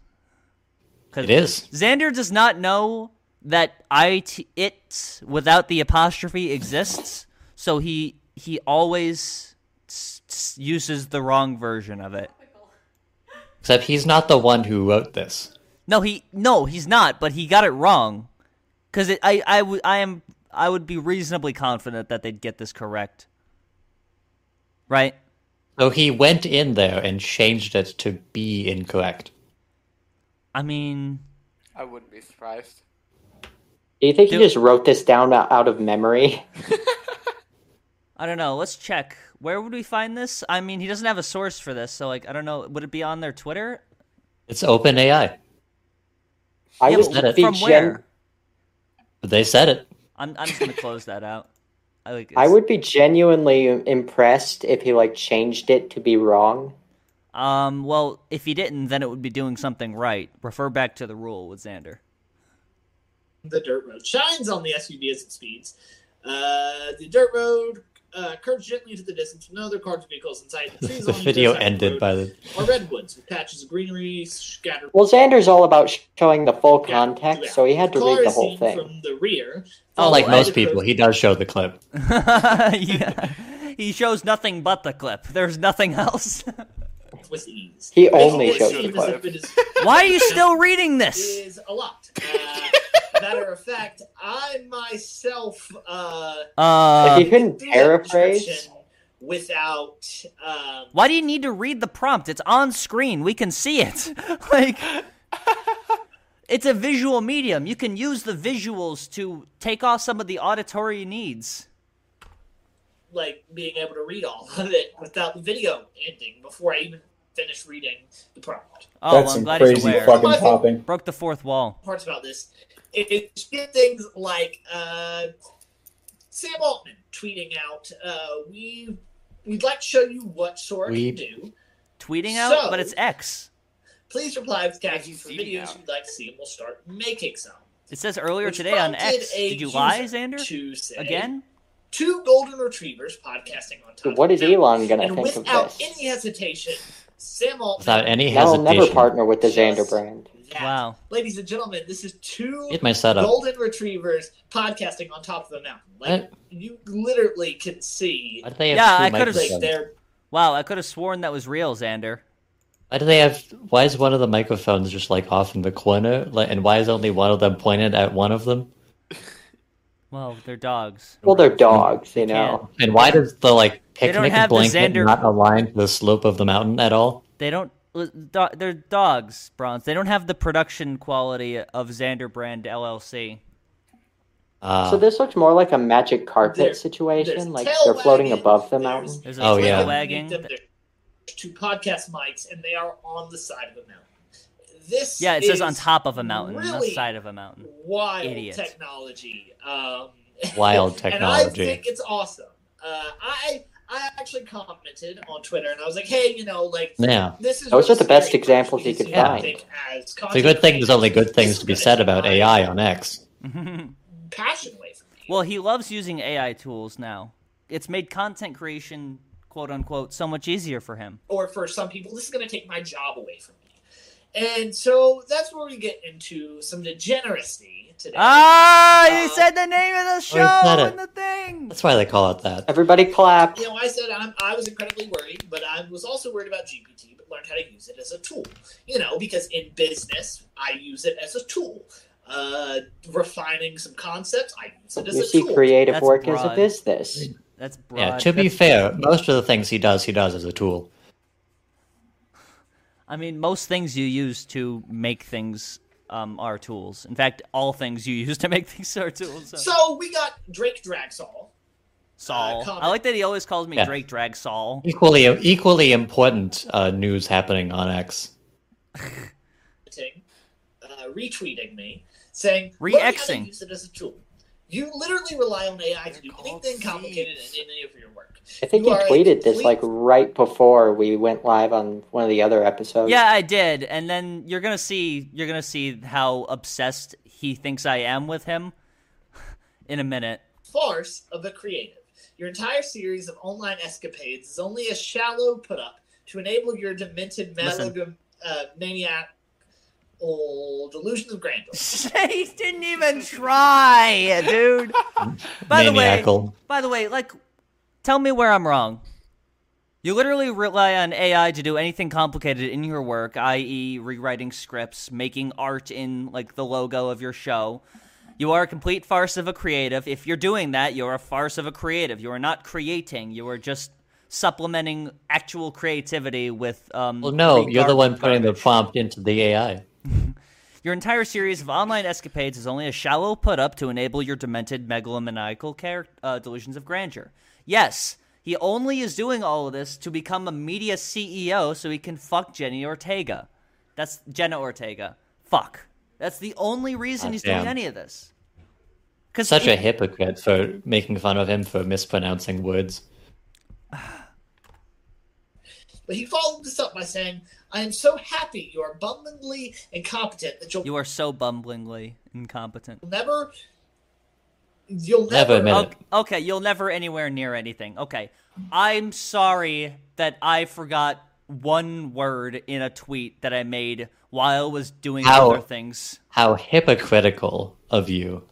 Speaker 1: 'Cause
Speaker 3: it is.
Speaker 1: Xander does not know that it it without the apostrophe exists, so he he always s- s- uses the wrong version of it.
Speaker 3: Except he's not the one who wrote this.
Speaker 1: No, he no, he's not. But he got it wrong, because I I would I am I would be reasonably confident that they'd get this correct. Right?
Speaker 3: So he went in there and changed it to be incorrect.
Speaker 1: I mean,
Speaker 2: I wouldn't be surprised.
Speaker 5: Do you think he
Speaker 1: Do-
Speaker 5: just wrote this down o- out of memory?
Speaker 1: I don't know. Let's check. Where would we find this? I mean, he doesn't have a source for this, so like I don't know. Would it be on their Twitter?
Speaker 3: It's open AI.
Speaker 5: I
Speaker 1: Yeah,
Speaker 5: was
Speaker 1: but
Speaker 5: be
Speaker 1: from
Speaker 5: gen-
Speaker 1: where?
Speaker 3: They said it.
Speaker 1: I'm I'm just gonna close that out. I like.
Speaker 5: I
Speaker 1: it's-
Speaker 5: would be genuinely impressed if he like changed it to be wrong.
Speaker 1: Um. Well, if he didn't, then it would be doing something right. Refer back to the rule with Xander.
Speaker 6: the dirt road shines on the SUV as it speeds. Uh, the dirt road uh, curves gently into the distance with no other cars or vehicles inside. The, trees
Speaker 3: The
Speaker 6: on
Speaker 3: video
Speaker 6: other side of the
Speaker 3: ended
Speaker 6: road
Speaker 3: by the.
Speaker 6: are redwoods with patches of greenery scattered.
Speaker 5: Well, Xander's all about sh- showing the full
Speaker 6: Yeah,
Speaker 5: context,
Speaker 6: throughout.
Speaker 5: so he had to
Speaker 6: car
Speaker 5: read the
Speaker 6: is
Speaker 5: whole
Speaker 6: seen
Speaker 5: thing.
Speaker 6: from the rear.
Speaker 3: Oh, like
Speaker 6: followed by
Speaker 3: most
Speaker 6: the
Speaker 3: people,
Speaker 6: coast.
Speaker 3: he does show the clip.
Speaker 1: yeah. He shows nothing but the clip. There's nothing else.
Speaker 6: with ease.
Speaker 5: He
Speaker 6: It
Speaker 5: only
Speaker 6: always
Speaker 5: showed
Speaker 6: seems
Speaker 5: the
Speaker 6: as
Speaker 5: clip.
Speaker 6: if it is
Speaker 1: Why are you still reading this?
Speaker 6: is a lot. Uh, matter of fact, I myself uh,
Speaker 1: Uh,
Speaker 5: if you couldn't
Speaker 6: did a
Speaker 5: paraphrase,
Speaker 6: description without. Um,
Speaker 1: why do you need to read the prompt? It's on screen. We can see it. like, it's a visual medium. You can use the visuals to take off some of the auditory needs.
Speaker 6: like being able to read all of it without the video ending before I even finished reading the prompt.
Speaker 1: Oh,
Speaker 4: That's
Speaker 1: well, I'm
Speaker 4: some
Speaker 1: glad he's
Speaker 4: crazy
Speaker 1: aware.
Speaker 4: fucking
Speaker 6: My fault.
Speaker 4: popping.
Speaker 1: Broke the fourth wall.
Speaker 6: Parts about this, it, it's good things like uh, Sam Altman tweeting out, uh, "We we'd like to show you what Sora
Speaker 3: We-
Speaker 6: can do.
Speaker 1: Tweeting out,
Speaker 6: So-
Speaker 1: but it's X.
Speaker 6: Please reply with
Speaker 2: Yeah,
Speaker 6: captions
Speaker 2: he's
Speaker 6: for
Speaker 2: tweeting
Speaker 6: videos
Speaker 2: out.
Speaker 6: you'd like to see, and we'll start making some."
Speaker 1: It says earlier
Speaker 6: which
Speaker 1: today on
Speaker 6: prompted
Speaker 1: X.
Speaker 6: a
Speaker 1: Did you lie,
Speaker 6: user
Speaker 1: Xander?
Speaker 6: to say,
Speaker 1: Again?
Speaker 6: Two golden retrievers podcasting on top.
Speaker 5: what is
Speaker 6: of the
Speaker 5: Elon
Speaker 6: mountain."
Speaker 5: gonna
Speaker 6: and
Speaker 5: think of
Speaker 6: without
Speaker 5: this?
Speaker 6: any hesitation, Sam Altman.
Speaker 3: Without any
Speaker 5: I'll
Speaker 3: hesitation,
Speaker 5: never partner with the Xander
Speaker 6: Just-
Speaker 5: brand.
Speaker 6: that.
Speaker 1: Wow.
Speaker 6: Ladies and gentlemen, this is two
Speaker 3: get my setup.
Speaker 6: golden retrievers podcasting on top of the mountain. Like
Speaker 3: What?
Speaker 6: you literally can see
Speaker 3: Why do they have
Speaker 1: Yeah,
Speaker 3: two
Speaker 1: I could've-
Speaker 6: like
Speaker 3: microphones?
Speaker 6: they're
Speaker 1: Wow, I could have sworn that was real, Xander.
Speaker 3: Why do they have? Why is one of the microphones just like off in the corner? Like, and why is only one of them pointed at one of them?
Speaker 1: Well, they're dogs.
Speaker 5: Well, they're dogs, you know.
Speaker 3: And why does the like
Speaker 1: They don't
Speaker 3: picnic
Speaker 1: have the
Speaker 3: blanket
Speaker 1: Xander-
Speaker 3: not align to the slope of the mountain at all?
Speaker 1: They don't. Do, they're dogs, Bronze. They don't have the production quality of Xander Brand LLC.
Speaker 3: Uh,
Speaker 5: So this looks more like a magic carpet
Speaker 6: There- there's
Speaker 5: situation, like
Speaker 6: tail
Speaker 5: they're floating
Speaker 6: wagging,
Speaker 5: above the
Speaker 6: there's-
Speaker 5: mountain.
Speaker 1: There's a
Speaker 3: Oh,
Speaker 1: tail
Speaker 3: yeah.
Speaker 1: wagging.
Speaker 6: Them, there's two podcast mics and they are on the side of the mountain. this
Speaker 1: Yeah, it says
Speaker 6: is
Speaker 1: on top of a mountain, not
Speaker 6: really
Speaker 1: side of a mountain.
Speaker 6: wild
Speaker 1: Idiot.
Speaker 6: technology. Um,
Speaker 3: Wild
Speaker 6: and I
Speaker 3: technology.
Speaker 6: think it's awesome. Uh, I I actually commented on Twitter and I was like, hey, you know, like
Speaker 3: Yeah.
Speaker 6: this is
Speaker 5: Those are the
Speaker 6: what's
Speaker 5: best
Speaker 6: great
Speaker 5: examples you
Speaker 6: because
Speaker 5: could
Speaker 6: have
Speaker 5: find.
Speaker 6: think as
Speaker 3: It's a good thing there's only good things to be said about AI on X.
Speaker 6: passion way from me.
Speaker 1: well, he loves using AI tools now. It's made content creation, quote unquote, so much easier for him.
Speaker 6: or for some people, this is going to take my job away from me. And so that's where we get into some degeneracy today.
Speaker 1: Ah,
Speaker 6: Uh,
Speaker 1: you said the name of the
Speaker 3: oh, said
Speaker 1: show
Speaker 3: it.
Speaker 1: and the thing.
Speaker 3: That's why they call it that.
Speaker 5: Everybody clap.
Speaker 6: You know, I said I'm, I was incredibly worried, but I was also worried about GPT, but learned how to use it as a tool. You know, because in business, I use it as a tool. Uh, refining some concepts, I use it as
Speaker 5: You
Speaker 6: a
Speaker 5: see
Speaker 6: tool.
Speaker 5: creative
Speaker 1: That's
Speaker 5: work as a
Speaker 1: broad.
Speaker 5: business.
Speaker 1: That's broad.
Speaker 3: Yeah, to be
Speaker 1: That's-
Speaker 3: fair, most of the things he does, he does as a tool.
Speaker 1: I mean, most things you use to make things um, are tools. In fact, all things you use to make things are tools. So,
Speaker 6: So we got Drake Draxall.
Speaker 1: Saul.
Speaker 6: comment.
Speaker 1: I like that he always calls me
Speaker 3: Yeah.
Speaker 1: Drake Drag Saul.
Speaker 3: Equally, equally important uh, news happening on X.
Speaker 6: commenting, uh, retweeting me, saying,
Speaker 1: Re-exing.
Speaker 6: Learn how to use it as a tool. You literally rely on AI to do anything complicated in any of your work.
Speaker 5: I think
Speaker 6: You
Speaker 5: you
Speaker 6: are a
Speaker 5: tweeted this
Speaker 6: complete-
Speaker 5: like right before we went live on one of the other episodes.
Speaker 1: Yeah, I did. And then you're gonna see you're gonna see how obsessed he thinks I am with him in a minute.
Speaker 6: Farce of a creative. Your entire series of online escapades is only a shallow put up to enable your demented
Speaker 1: Listen.
Speaker 6: malogam- uh, maniac old delusion of grandeur.
Speaker 1: he didn't even try, dude. By the way,
Speaker 3: Maniacal.
Speaker 1: by the way, like, tell me where I'm wrong. You literally rely on AI to do anything complicated in your work, i.e., rewriting scripts, making art in like the logo of your show. You are a complete farce of a creative. If you're doing that, you're a farce of a creative. You are not creating. You are just supplementing actual creativity with um.
Speaker 3: Well, no,
Speaker 1: free
Speaker 3: you're the
Speaker 1: gar-
Speaker 3: one putting the
Speaker 1: garbage.
Speaker 3: prompt into the AI.
Speaker 1: Your entire series of online escapades is only a shallow put up to enable your demented megalomaniacal char- uh, delusions of grandeur. Yes, he only is doing all of this to become a media CEO so he can fuck Jenny Ortega. That's Jenna Ortega. Fuck. That's the only reason he's doing
Speaker 3: Goddamn.
Speaker 1: any of this. Because
Speaker 3: Ah, Such a hypocrite for making fun of him for mispronouncing words.
Speaker 6: But he followed this up by saying, I am so happy you are abundantly incompetent that you'll
Speaker 1: you are so bumblingly incompetent.
Speaker 6: never. You'll
Speaker 3: Never
Speaker 6: never
Speaker 3: admit it.
Speaker 1: Okay, okay, you'll never anywhere near anything. Okay. I'm sorry that I forgot one word in a tweet that I made while I was doing
Speaker 3: How?
Speaker 1: other things.
Speaker 3: How hypocritical of you.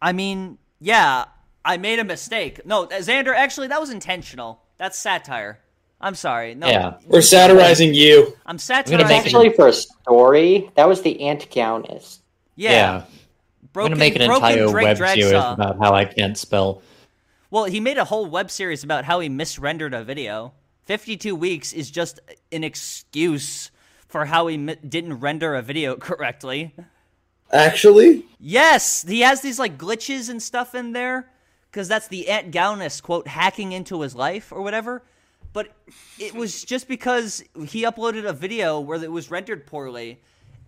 Speaker 1: I mean, yeah, I made a mistake. No, Xander, actually, that was intentional. That's satire. I'm sorry. No,
Speaker 3: Yeah.
Speaker 4: We're satirizing you.
Speaker 1: I'm
Speaker 3: gonna
Speaker 1: satirizing.
Speaker 3: make it-
Speaker 5: Actually, for a story, that was the Antigonist.
Speaker 1: yeah,
Speaker 3: I'm
Speaker 1: broken,
Speaker 3: gonna make an
Speaker 1: broken
Speaker 3: entire
Speaker 1: Drake
Speaker 3: web
Speaker 1: Dragsaw.
Speaker 3: series about how I can't spell.
Speaker 1: Well, he made a whole web series about how he misrendered a video. 52 weeks is just an excuse for how he mi- didn't render a video correctly.
Speaker 4: Actually,
Speaker 1: Yes, he has these like glitches and stuff in there because that's the Ant Gowness quote hacking into his life or whatever. But it was just because he uploaded a video where it was rendered poorly,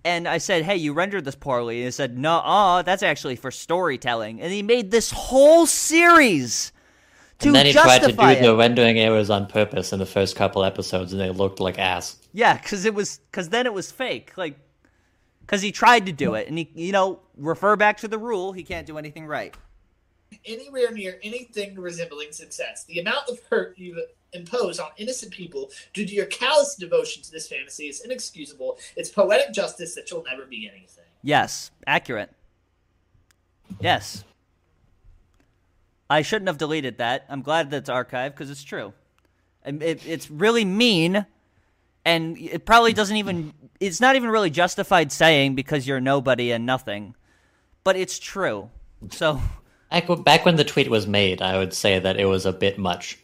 Speaker 1: and I said, "Hey, you rendered this poorly," and he said, "No, uh, that's actually for storytelling." And he made this whole series to
Speaker 3: and then he tried to
Speaker 1: justify
Speaker 3: do
Speaker 1: it.
Speaker 3: the rendering errors on purpose in the first couple episodes, and they looked like ass.
Speaker 1: Yeah, because it was because then it was fake. Like, because he tried to do it, and he, you know, refer back to the rule. He can't do anything right.
Speaker 6: anywhere near anything resembling success. The amount of hurt you impose on innocent people due to your callous devotion to this fantasy is inexcusable. It's poetic justice that you'll never be anything.
Speaker 1: Yes, accurate. Yes. I shouldn't have deleted that. I'm glad that's archived because it's true. And It, it's really mean, and it probably doesn't even. It's not even really justified saying because you're nobody and nothing, but it's true. So,
Speaker 3: Back, w- back when the tweet was made, I would say that it was a bit much.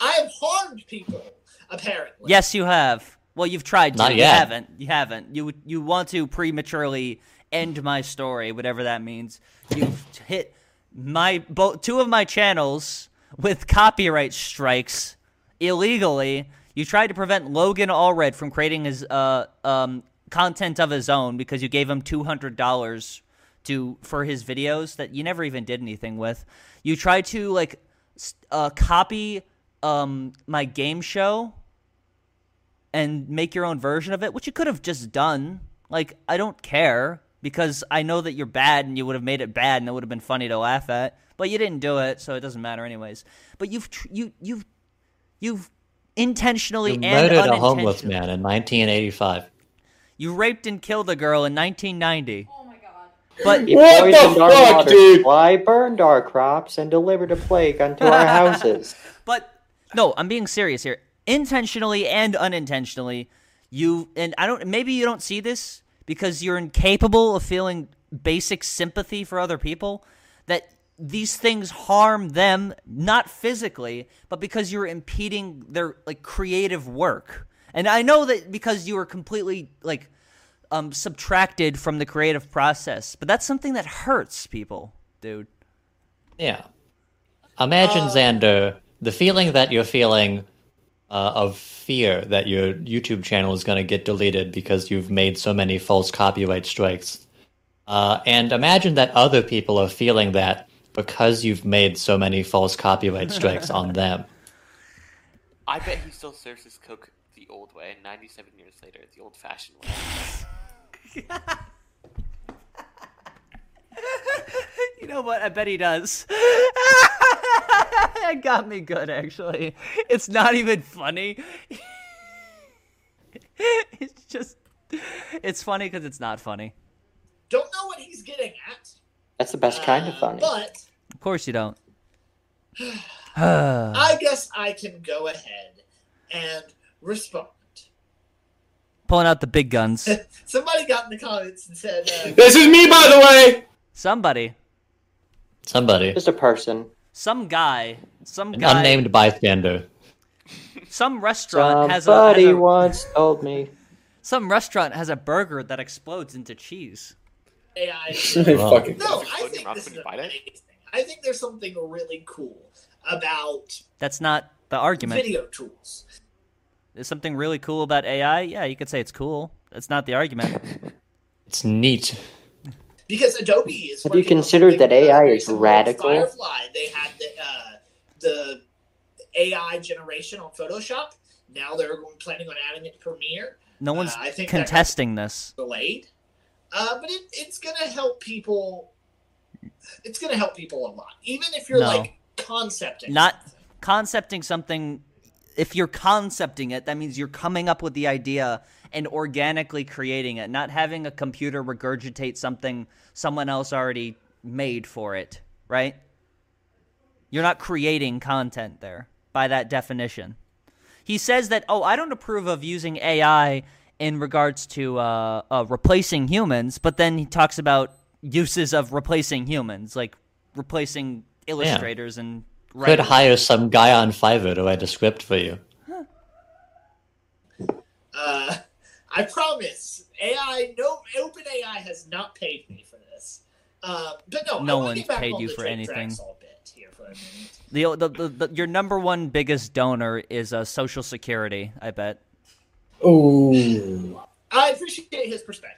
Speaker 6: I have harmed people, apparently.
Speaker 1: yes, you have. Well, you've tried to.
Speaker 3: Not
Speaker 1: You
Speaker 3: yet.
Speaker 1: haven't. You haven't. You you want to prematurely end my story, whatever that means. You've hit my both two of my channels with copyright strikes illegally. You tried to prevent Logan Allred from creating his uh, um, content of his own because you gave him two hundred dollars to for his videos that you never even did anything with. You tried to like s- uh, copy um, my game show and make your own version of it, which you could have just done. Like, I don't care because I know that you're bad and you would have made it bad and it would have been funny to laugh at, but you didn't do it, so it doesn't matter anyways. But you've tr- you you've you've intentionally
Speaker 3: You
Speaker 1: and
Speaker 3: murdered a homeless
Speaker 1: unintentionally
Speaker 3: man in 1985.
Speaker 1: you raped and killed a girl in 1990. Oh my god.
Speaker 5: He
Speaker 1: But
Speaker 5: poisoned our water supply, burned our crops, and delivered a plague unto our houses.
Speaker 1: But no, I'm being serious here. Intentionally and unintentionally, you and I don't maybe you don't see this because you're incapable of feeling basic sympathy for other people that these things harm them not physically, but because you're impeding their like creative work. And I know that because you were completely like um subtracted from the creative process, but that's something that hurts people, dude.
Speaker 3: Yeah.
Speaker 1: Oh.
Speaker 3: Imagine, Xander, the feeling that you're feeling uh, of fear that your YouTube channel is going to get deleted because you've made so many false copyright strikes. Uh, and imagine that other people are feeling that because you've made so many false copyright strikes on them.
Speaker 2: I bet he still serves his Coke the old way, 97 years later, the old fashioned way.
Speaker 1: You know what? I bet he does. that got me good, actually. It's not even funny. it's just, it's funny because it's not funny.
Speaker 6: Don't know what he's getting at,
Speaker 5: That's the best kind of funny.
Speaker 6: but
Speaker 1: Of course you don't.
Speaker 6: I guess I can go ahead and respond.
Speaker 1: Pulling out the big guns.
Speaker 6: Somebody got in the comments and said, uh,
Speaker 4: This is me, by the way.
Speaker 1: Somebody,
Speaker 3: Somebody,
Speaker 5: Just a person.
Speaker 1: some guy, some
Speaker 3: an
Speaker 1: guy,
Speaker 3: unnamed bystander.
Speaker 1: some restaurant has a, has
Speaker 5: Somebody
Speaker 1: a
Speaker 5: Um, once told me.
Speaker 1: some restaurant has a burger that explodes into cheese.
Speaker 6: AI.
Speaker 4: Fucking
Speaker 6: No,
Speaker 2: Does it
Speaker 6: I
Speaker 2: float in
Speaker 6: think
Speaker 2: your mouth
Speaker 6: this
Speaker 2: when
Speaker 6: is
Speaker 2: you bite it?
Speaker 6: amazing. I think there's something really cool about
Speaker 1: That's not the argument.
Speaker 6: video tools.
Speaker 1: Is something really cool about AI? Yeah, you could say it's cool. That's not the argument.
Speaker 3: It's neat.
Speaker 6: Because Adobe is.
Speaker 5: Have you
Speaker 6: working on
Speaker 5: considered
Speaker 6: something
Speaker 5: that AI
Speaker 6: very
Speaker 5: is
Speaker 6: similar to
Speaker 5: radical?
Speaker 6: Firefly, they had the uh, the AI generation on Photoshop. Now they're going- planning on adding it to Premiere. Uh,
Speaker 1: No one's
Speaker 6: I think that-
Speaker 1: contesting this.
Speaker 6: Delayed, uh, but it, it's gonna help people. It's gonna help people a lot, even if you're
Speaker 1: No.
Speaker 6: like concepting.
Speaker 1: Not
Speaker 6: something.
Speaker 1: concepting something if you're concepting it that means you're coming up with the idea and organically creating it not having a computer regurgitate something someone else already made for it right you're not creating content there by that definition he says that oh i don't approve of using ai in regards to uh, uh, replacing humans but then he talks about uses of replacing humans like replacing illustrators and
Speaker 3: Could
Speaker 1: writers.
Speaker 3: hire some guy on Fiverr to write a script for you.
Speaker 6: Uh, I promise. AI, no, OpenAI has not paid me for this. Uh, but no,
Speaker 1: No
Speaker 6: I wanna
Speaker 1: one's
Speaker 6: get back
Speaker 1: paid
Speaker 6: on
Speaker 1: you
Speaker 6: the
Speaker 1: for
Speaker 6: Drake
Speaker 1: anything.
Speaker 6: Drexel bit here for a minute.
Speaker 1: The, the, the, the your number one biggest donor is uh, Social Security. I bet.
Speaker 4: Oh.
Speaker 6: I appreciate his perspective.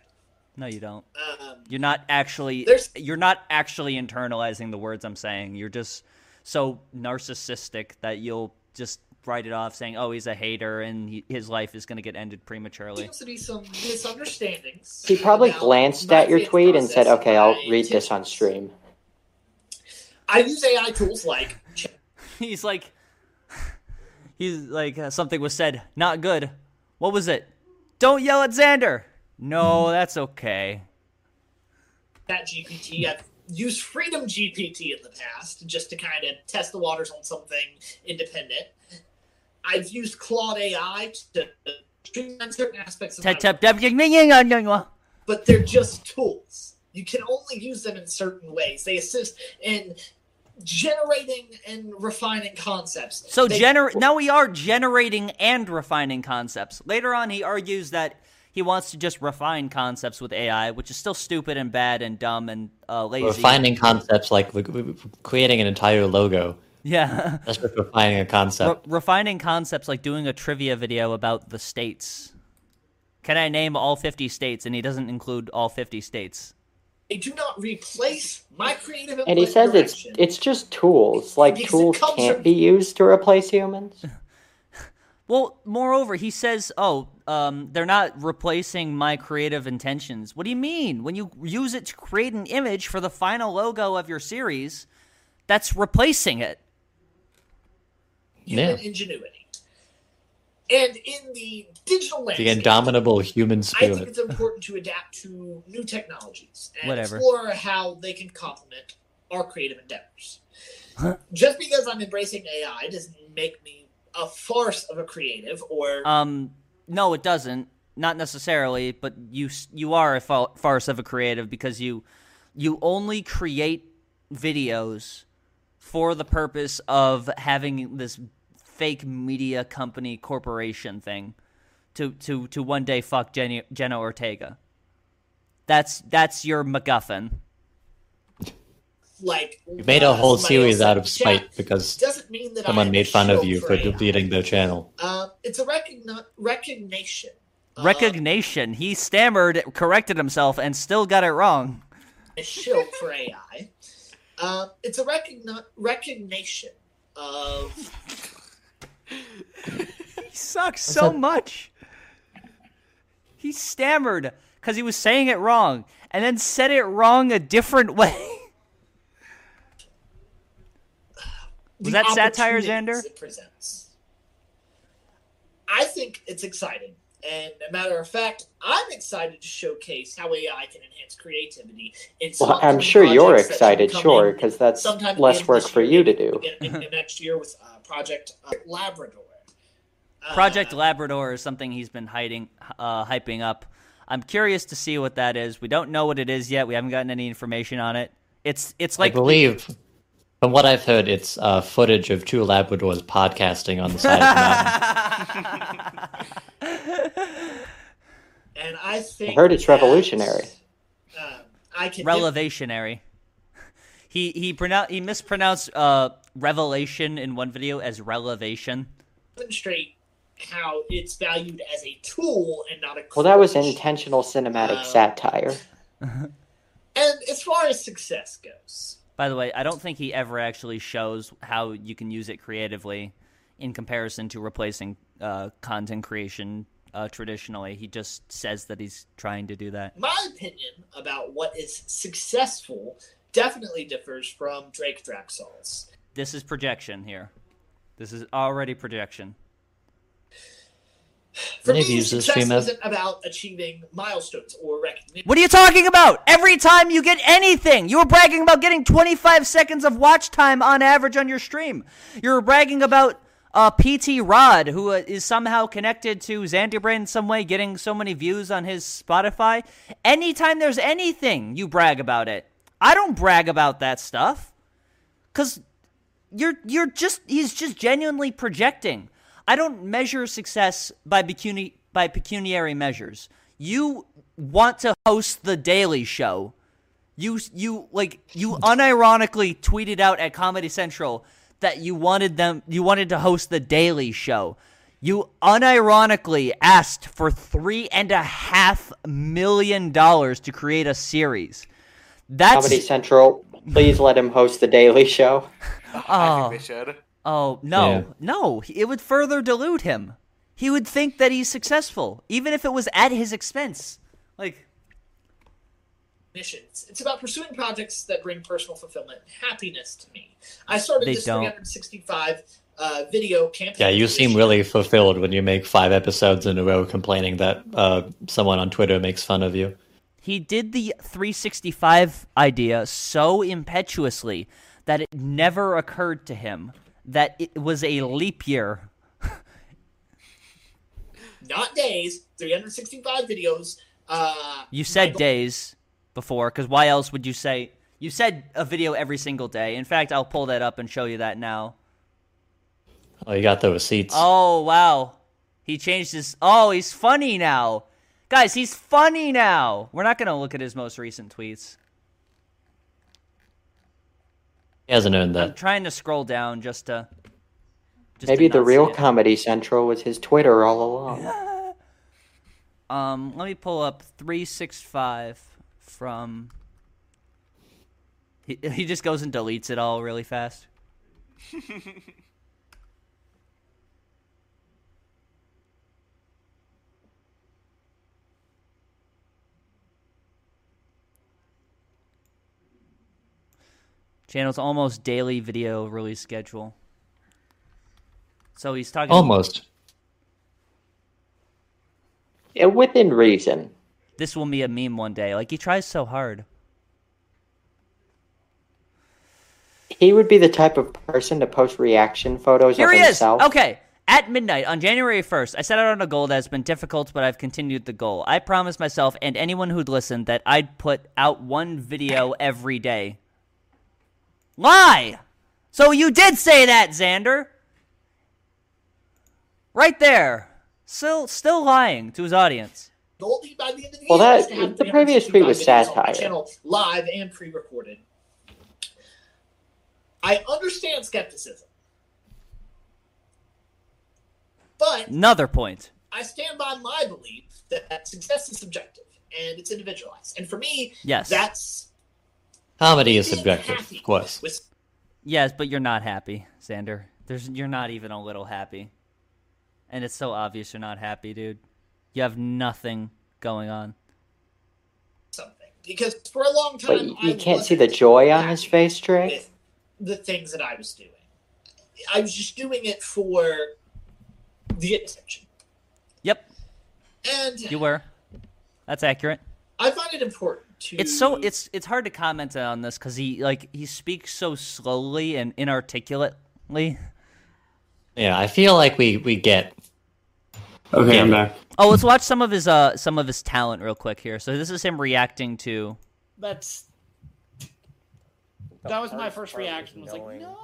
Speaker 1: No, you don't.
Speaker 6: Um,
Speaker 1: You're not actually.
Speaker 6: There's-
Speaker 1: You're not actually internalizing the words I'm saying. You're just so narcissistic that you'll just write it off, saying, "Oh, he's a hater, and he, his life is going to get ended prematurely."
Speaker 6: seems to be some misunderstandings.
Speaker 5: He probably
Speaker 6: about
Speaker 5: glanced
Speaker 6: my
Speaker 5: at your
Speaker 6: faith
Speaker 5: tweet and said,
Speaker 6: process
Speaker 5: okay, I'll
Speaker 6: and my
Speaker 5: read this on
Speaker 6: intentions."
Speaker 5: stream.
Speaker 6: I use AI tools like
Speaker 1: he's like, he's like uh, something was said. Not good. What was it? Don't yell at Xander. No, that's okay.
Speaker 6: ChatGPT. I've used Freedom GPT in the past just to kind of test the waters on something independent. I've used Claude AI to streamline certain aspects of my work, but they're just tools. You can only use them in certain ways. They assist in generating and refining concepts.
Speaker 1: So
Speaker 6: They-
Speaker 1: gener- now we are generating and refining concepts. Later on, he argues that he wants to just refine concepts with AI, which is still stupid and bad and dumb and uh, lazy.
Speaker 3: Refining concepts like re- re- creating an entire logo
Speaker 1: Yeah.
Speaker 3: That's just refining a concept.
Speaker 1: Re- refining concepts like doing a trivia video about the states. Can I name all 50 states? And he doesn't include all 50 states.
Speaker 6: They do not replace my creative
Speaker 5: And he
Speaker 6: input
Speaker 5: says it's
Speaker 6: direction.
Speaker 5: it's just tools. Like
Speaker 6: Because it
Speaker 5: tools
Speaker 6: comes
Speaker 5: can't
Speaker 6: from-
Speaker 5: be used to replace humans.
Speaker 1: Well, moreover, he says, "Oh, um, they're not replacing my creative intentions." What do you mean? When you use it to create an image for the final logo of your series, that's replacing it.
Speaker 6: human
Speaker 3: Yeah.
Speaker 6: ingenuity. And in the digital
Speaker 3: The
Speaker 6: landscape,
Speaker 3: indomitable human
Speaker 6: I think
Speaker 3: spirit.
Speaker 6: it's important to adapt to new technologies and
Speaker 1: Whatever.
Speaker 6: explore how they can complement our creative endeavors. Just because I'm embracing AI doesn't make me a farce of a creative or
Speaker 1: Um, no, it doesn't. Not necessarily, but you s- you are a fa- farce of a creative because you you only create videos for the purpose of having this fake media company corporation thing to to to one day fuck Jenny, Jenna Ortega. That's that's your MacGuffin.
Speaker 6: like
Speaker 3: You made a whole
Speaker 6: somebody
Speaker 3: series
Speaker 6: else
Speaker 3: out
Speaker 6: in
Speaker 3: of
Speaker 6: chat.
Speaker 3: spite because
Speaker 6: Doesn't mean that
Speaker 3: someone
Speaker 6: I'm
Speaker 3: made fun
Speaker 6: a
Speaker 3: of
Speaker 6: shill
Speaker 3: you for
Speaker 6: AI.
Speaker 3: deleting their channel.
Speaker 6: Uh, it's a recogni- recognition. of
Speaker 1: Recognition. He stammered, corrected himself, and still got it wrong.
Speaker 6: a shill for AI. Uh, it's a recogni- recognition of
Speaker 1: He sucks so much. He stammered because he was saying it wrong and then said it wrong a different way. Was
Speaker 6: the
Speaker 1: that satire,
Speaker 6: opportunities
Speaker 1: Xander?
Speaker 6: It presents. I think it's exciting. And a matter of fact, I'm excited to showcase how AI can enhance creativity. In some
Speaker 5: Well, I'm
Speaker 6: upcoming
Speaker 5: sure you're
Speaker 6: projects that should
Speaker 5: excited,
Speaker 6: come
Speaker 5: sure,
Speaker 6: in
Speaker 5: because that's
Speaker 6: sometime at the end
Speaker 5: less
Speaker 6: of
Speaker 5: work
Speaker 6: this
Speaker 5: for
Speaker 6: year,
Speaker 5: you to do.
Speaker 6: in- in- in next year with uh, Project uh, Labrador. Uh,
Speaker 1: Project Labrador is something he's been hiding, uh, hyping up. I'm curious to see what that is. We don't know what it is yet. We haven't gotten any information on it. It's it's like
Speaker 3: I believe, from what I've heard, it's uh, footage of two Labradors podcasting on the side of the mountain.
Speaker 6: and I think
Speaker 5: I heard it's
Speaker 6: that,
Speaker 5: revolutionary.
Speaker 6: Um, I can
Speaker 1: revelationary. He he pronoun he mispronounced uh, revelation in one video as relevation.
Speaker 6: demonstrate how it's valued as a tool and not a.
Speaker 5: Well, that was
Speaker 6: crutch.
Speaker 5: intentional cinematic
Speaker 6: Uh,
Speaker 5: satire.
Speaker 6: And as far as success goes,
Speaker 1: By the way, I don't think he ever actually shows how you can use it creatively in comparison to replacing uh, content creation uh, traditionally. He just says that he's trying to do that.
Speaker 6: my opinion about what is successful definitely differs from Drake Draxall's.
Speaker 1: This is projection here. This is already projection.
Speaker 6: For
Speaker 3: Many
Speaker 6: me,
Speaker 3: views this
Speaker 6: success
Speaker 3: stream has-
Speaker 6: isn't about achieving milestones or recognition.
Speaker 1: What are you talking about? Every time you get anything, you were bragging about getting 25 seconds of watch time on average on your stream. You were bragging about uh, PT Rod, who uh, is somehow connected to Xanderbrain in some way, getting so many views on his Spotify. Anytime there's anything, you brag about it. I don't brag about that stuff. Because you're you're just he's just genuinely projecting. I don't measure success by pecuni- by pecuniary measures. You want to host the Daily Show. You you like you unironically tweeted out at Comedy Central that you wanted them you wanted to host the Daily Show. You unironically asked for three and a half million dollars to create a series. That's
Speaker 5: Comedy Central, please let him host the Daily Show.
Speaker 2: I think they should.
Speaker 1: Oh no,
Speaker 3: Yeah.
Speaker 1: no! he- It would further delude him. He would think that he's successful, even if it was at his expense. Like,
Speaker 6: missions. It's about pursuing projects that bring personal fulfillment and happiness to me. I started
Speaker 1: They
Speaker 6: this
Speaker 1: don't.
Speaker 6: 365 uh, video campaign.
Speaker 3: Yeah, you
Speaker 6: this
Speaker 3: seem
Speaker 6: year.
Speaker 3: really fulfilled when you make five episodes in a row complaining that uh, someone on Twitter makes fun of you.
Speaker 1: He did the 365 idea so impetuously that it never occurred to him that it was a leap year.
Speaker 6: not days, 365 videos. Uh,
Speaker 1: You said
Speaker 6: my-
Speaker 1: days before, because why else would you say? You said a video every single day. In fact, I'll pull that up and show you that now.
Speaker 3: Oh, you got the receipts.
Speaker 1: Oh wow. He changed his Oh, he's funny now. Guys, he's funny now. We're not going to look at his most recent tweets.
Speaker 3: He hasn't earned
Speaker 1: I'm
Speaker 3: that.
Speaker 1: trying to scroll down just to. Just
Speaker 5: Maybe
Speaker 1: to
Speaker 5: the
Speaker 1: not
Speaker 5: real
Speaker 1: see it.
Speaker 5: Comedy Central was his Twitter all along.
Speaker 1: Um, let me pull up three six five from. He, he just goes and deletes it all really fast. Channel's almost daily video release schedule. So he's talking
Speaker 3: Almost.
Speaker 5: Yeah, within reason.
Speaker 1: this will be a meme one day. Like he tries so hard.
Speaker 5: He would be the type of person to post reaction photos
Speaker 1: Here
Speaker 5: of
Speaker 1: he is.
Speaker 5: himself.
Speaker 1: Okay. At midnight on January 1st, I set out on a goal that has been difficult, but I've continued the goal. I promised myself and anyone who'd listen that I'd put out one video every day. Lie! So you did say that, Xander! Right there. Still still lying to his audience.
Speaker 6: goal by the end of the
Speaker 5: Well,
Speaker 6: year
Speaker 5: that-
Speaker 6: is to have
Speaker 5: the previous
Speaker 6: 365
Speaker 5: tweet was
Speaker 6: videos on my
Speaker 5: satire.
Speaker 6: Channel live and pre-recorded. I understand skepticism, but
Speaker 1: Another point.
Speaker 6: I stand by my belief that success is subjective and it's individualized. And for me,
Speaker 1: Yes.
Speaker 6: that's
Speaker 3: Comedy is subjective, of course.
Speaker 6: with
Speaker 1: Yes, but you're not happy, Xander. There's you're not even a little happy. And it's so obvious you're not happy, dude. You have nothing going on.
Speaker 6: something because for a long time
Speaker 5: But you,
Speaker 6: I
Speaker 5: you can't see
Speaker 6: wasn't
Speaker 5: the joy on his face, Drake.
Speaker 6: with the things that I was doing. I was just doing it for the attention,
Speaker 1: Yep,
Speaker 6: and
Speaker 1: you were. That's accurate.
Speaker 6: I find it important to.
Speaker 1: It's so it's it's hard to comment on this cuz he like he speaks so slowly and inarticulately.
Speaker 3: Yeah, I feel like we we get
Speaker 4: Okay, I'm
Speaker 3: Yeah.
Speaker 4: back.
Speaker 1: Oh, let's watch some of his uh some of his talent real quick here. So this is him reacting to
Speaker 11: That's. That was my
Speaker 12: hardest
Speaker 11: first
Speaker 12: part was
Speaker 11: reaction. Was like,
Speaker 12: knowing-
Speaker 11: no.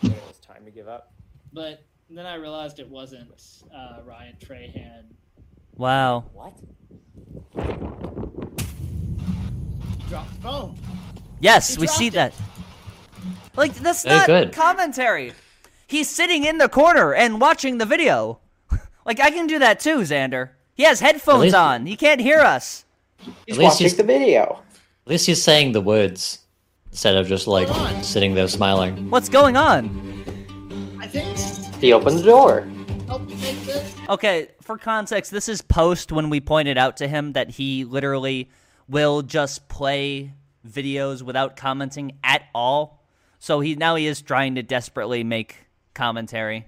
Speaker 12: when it was time to give up.
Speaker 11: But then I realized it wasn't uh, Ryan Trahan.
Speaker 1: Wow.
Speaker 11: What? Drop the phone.
Speaker 1: Yes,
Speaker 11: He
Speaker 1: we see that.
Speaker 11: dropped
Speaker 1: Like that's
Speaker 11: Very
Speaker 1: not
Speaker 11: good.
Speaker 1: commentary. He's sitting in the corner and watching the video. like I can do that too, Xander. He has headphones
Speaker 3: least-
Speaker 1: on. He can't hear us.
Speaker 3: He's At least watching he's- the
Speaker 5: video.
Speaker 3: At least he's saying the words instead of just like sitting there smiling.
Speaker 1: What's going on?
Speaker 11: I think
Speaker 5: He opens the door.
Speaker 11: helped me make this.
Speaker 1: Okay, for context, this is post when we pointed out to him that he literally will just play videos without commenting at all. So he now he is trying to desperately make commentary.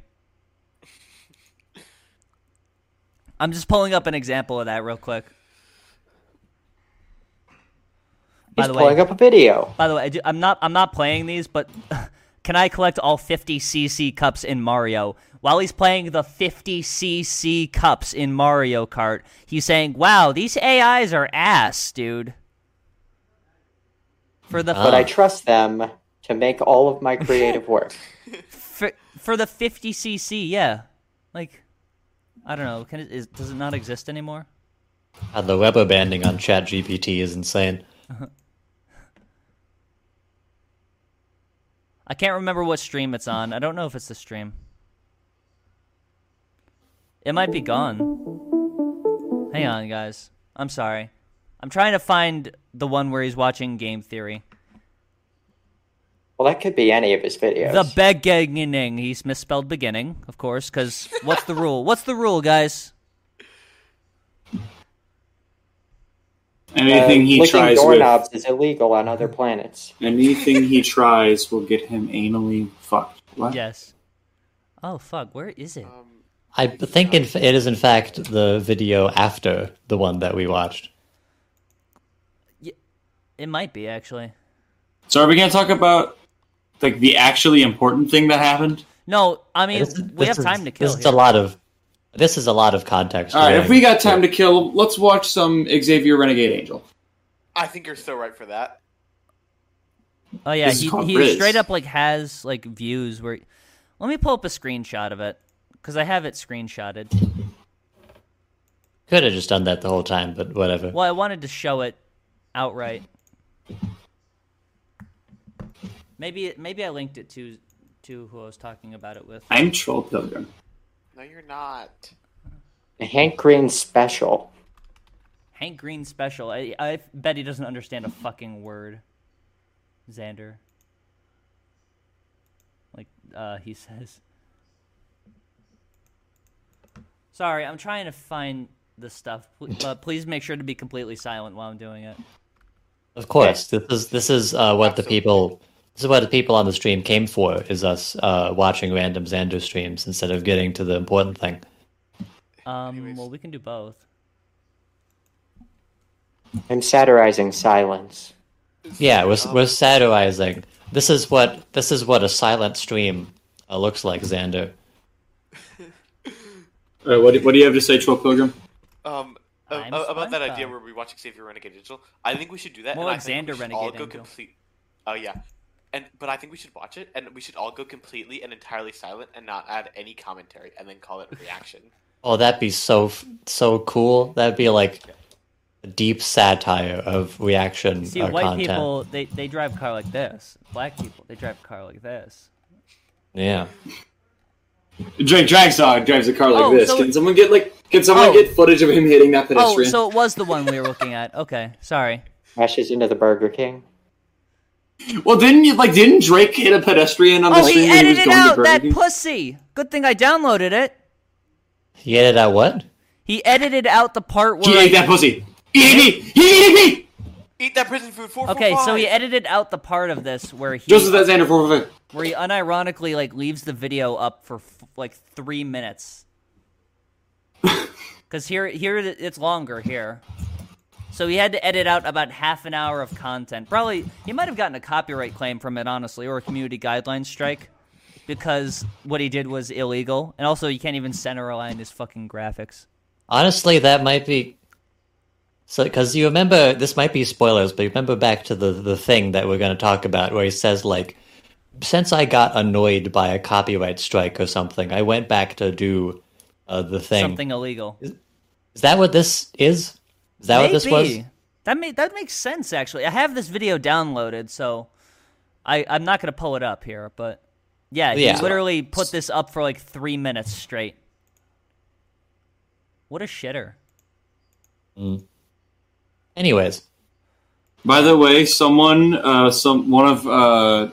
Speaker 1: I'm just pulling up an example of that real quick. By
Speaker 5: He's
Speaker 1: the way-
Speaker 5: pulling up a video.
Speaker 1: By the way, I do, I'm not I'm not playing these, but can I collect all 50 CC cups in Mario? While he's playing the 50 CC cups in Mario Kart, he's saying, "Wow, these AIs are ass, dude." For the
Speaker 5: But I trust them to make all of my creative work.
Speaker 1: for, for the 50 CC, yeah. Like I don't know, can it is, does it not exist anymore?
Speaker 3: God, the rubber banding on ChatGPT is insane.
Speaker 1: I can't remember what stream it's on. I don't know if it's the stream. It might be gone. Hang on, guys. I'm sorry. I'm trying to find the one where he's watching Game Theory.
Speaker 5: Well, that could be any of his videos.
Speaker 1: The beginning. He's misspelled beginning, of course, because what's the rule? What's the rule, guys?
Speaker 4: Anything
Speaker 5: Uh,
Speaker 4: he
Speaker 5: licking
Speaker 4: tries with-
Speaker 5: doorknobs is illegal on other planets.
Speaker 4: Anything he tries will get him anally fucked. What?
Speaker 1: Yes. Oh, fuck. Where is it?
Speaker 3: Um, I think in, it is in fact the video after the one that we watched.
Speaker 1: It might be, actually.
Speaker 4: So are we gonna talk about like the actually important thing that happened?
Speaker 1: No, I mean,
Speaker 3: This is-
Speaker 1: we
Speaker 3: this
Speaker 1: have
Speaker 3: is-
Speaker 1: time to kill
Speaker 3: This
Speaker 1: here.
Speaker 3: is a lot of. This is a lot of context.
Speaker 4: All right,
Speaker 3: here.
Speaker 4: if we got time to kill, let's watch some Xavier Renegade Angel.
Speaker 2: I think you're so right for that.
Speaker 1: Oh yeah,
Speaker 4: This is
Speaker 1: he,
Speaker 4: called
Speaker 1: he
Speaker 4: Riz.
Speaker 1: straight up like has like views where. Let me pull up a screenshot of it because I have it screenshotted.
Speaker 3: could have just done that the whole time, but whatever.
Speaker 1: Well, I wanted to show it outright. Maybe maybe I linked it to to who I was talking about it with.
Speaker 4: I'm Troll Pilgrim.
Speaker 2: No, you're not.
Speaker 5: Hank Green special.
Speaker 1: Hank Green special. I, I bet he doesn't understand a fucking word. Xander. Like uh, he says. Sorry, I'm trying to find the stuff, pl- but please make sure to be completely silent while I'm doing it.
Speaker 3: Of course, this is this is uh, what the people this is what the people on the stream came for is us uh, watching random Xander streams instead of getting to the important thing.
Speaker 1: Um, well, we can do both.
Speaker 5: I'm satirizing silence.
Speaker 3: Yeah, we're we're satirizing. This is what this is what a silent stream uh, looks like, Xander.
Speaker 4: Uh, what, do- what do you have to say, Troll Pilgrim?
Speaker 2: Um, a-
Speaker 1: I'm
Speaker 2: a- about that idea
Speaker 1: SpongeBob.
Speaker 2: where we watching Save Your Renegade Angel, I think we should do that.
Speaker 1: More
Speaker 2: and
Speaker 1: like
Speaker 2: I think we
Speaker 1: Xander
Speaker 2: should all
Speaker 1: Renegade
Speaker 2: go
Speaker 1: Angel.
Speaker 2: complete. Oh yeah, and but I think we should watch it, and we should all go completely and entirely silent and not add any commentary, and then call it a reaction.
Speaker 3: Oh, that'd be so f- so cool. That'd be like a deep satire of reaction
Speaker 1: See,
Speaker 3: uh,
Speaker 1: white
Speaker 3: content.
Speaker 1: people they, they drive a car like this. Black people they drive a car like this.
Speaker 3: Yeah.
Speaker 4: Drake Dragstar drives a car like
Speaker 1: Oh,
Speaker 4: this.
Speaker 1: so
Speaker 4: can
Speaker 1: it-
Speaker 4: someone get like? Can someone
Speaker 1: Oh.
Speaker 4: get footage of him hitting that
Speaker 1: Oh,
Speaker 4: pedestrian?
Speaker 1: so it was the one we were looking at. Okay, sorry.
Speaker 5: Crashes into the Burger King.
Speaker 4: Well, didn't you like? Didn't Drake hit a pedestrian on the
Speaker 1: Oh, he
Speaker 4: street when he was
Speaker 1: edited
Speaker 4: going to
Speaker 1: out
Speaker 4: Burger
Speaker 1: that
Speaker 4: King?
Speaker 1: pussy. Good thing I downloaded it.
Speaker 3: He edited out what?
Speaker 1: He edited out the part where
Speaker 4: He
Speaker 1: I-
Speaker 4: ate that pussy. He ate me. He ate me.
Speaker 2: Eat that prison food for
Speaker 1: Okay, so he edited out the part of this where he
Speaker 4: Joseph Alexander four four five.
Speaker 1: where he unironically like leaves the video up for f- like three minutes. Cause here, here it- it's longer here, so he had to edit out about half an hour of content. Probably he might have gotten a copyright claim from it, honestly, or a community guidelines strike, because what he did was illegal, and also you can't even center align his fucking graphics.
Speaker 3: Honestly, that might be so because you remember this might be spoilers, but you remember back to the the thing that we're going to talk about where he says like, since I got annoyed by a copyright strike or something, I went back to do uh, the thing.
Speaker 1: Something illegal.
Speaker 3: Is that what this is? Is that what this was?
Speaker 1: Maybe. That ma- that makes sense actually. I have this video downloaded, so I I'm not gonna pull it up here, but yeah, he
Speaker 3: Yeah.
Speaker 1: literally put this up for like three minutes straight. What a shitter!
Speaker 3: Anyways,
Speaker 4: By the way, someone, uh, some one of uh,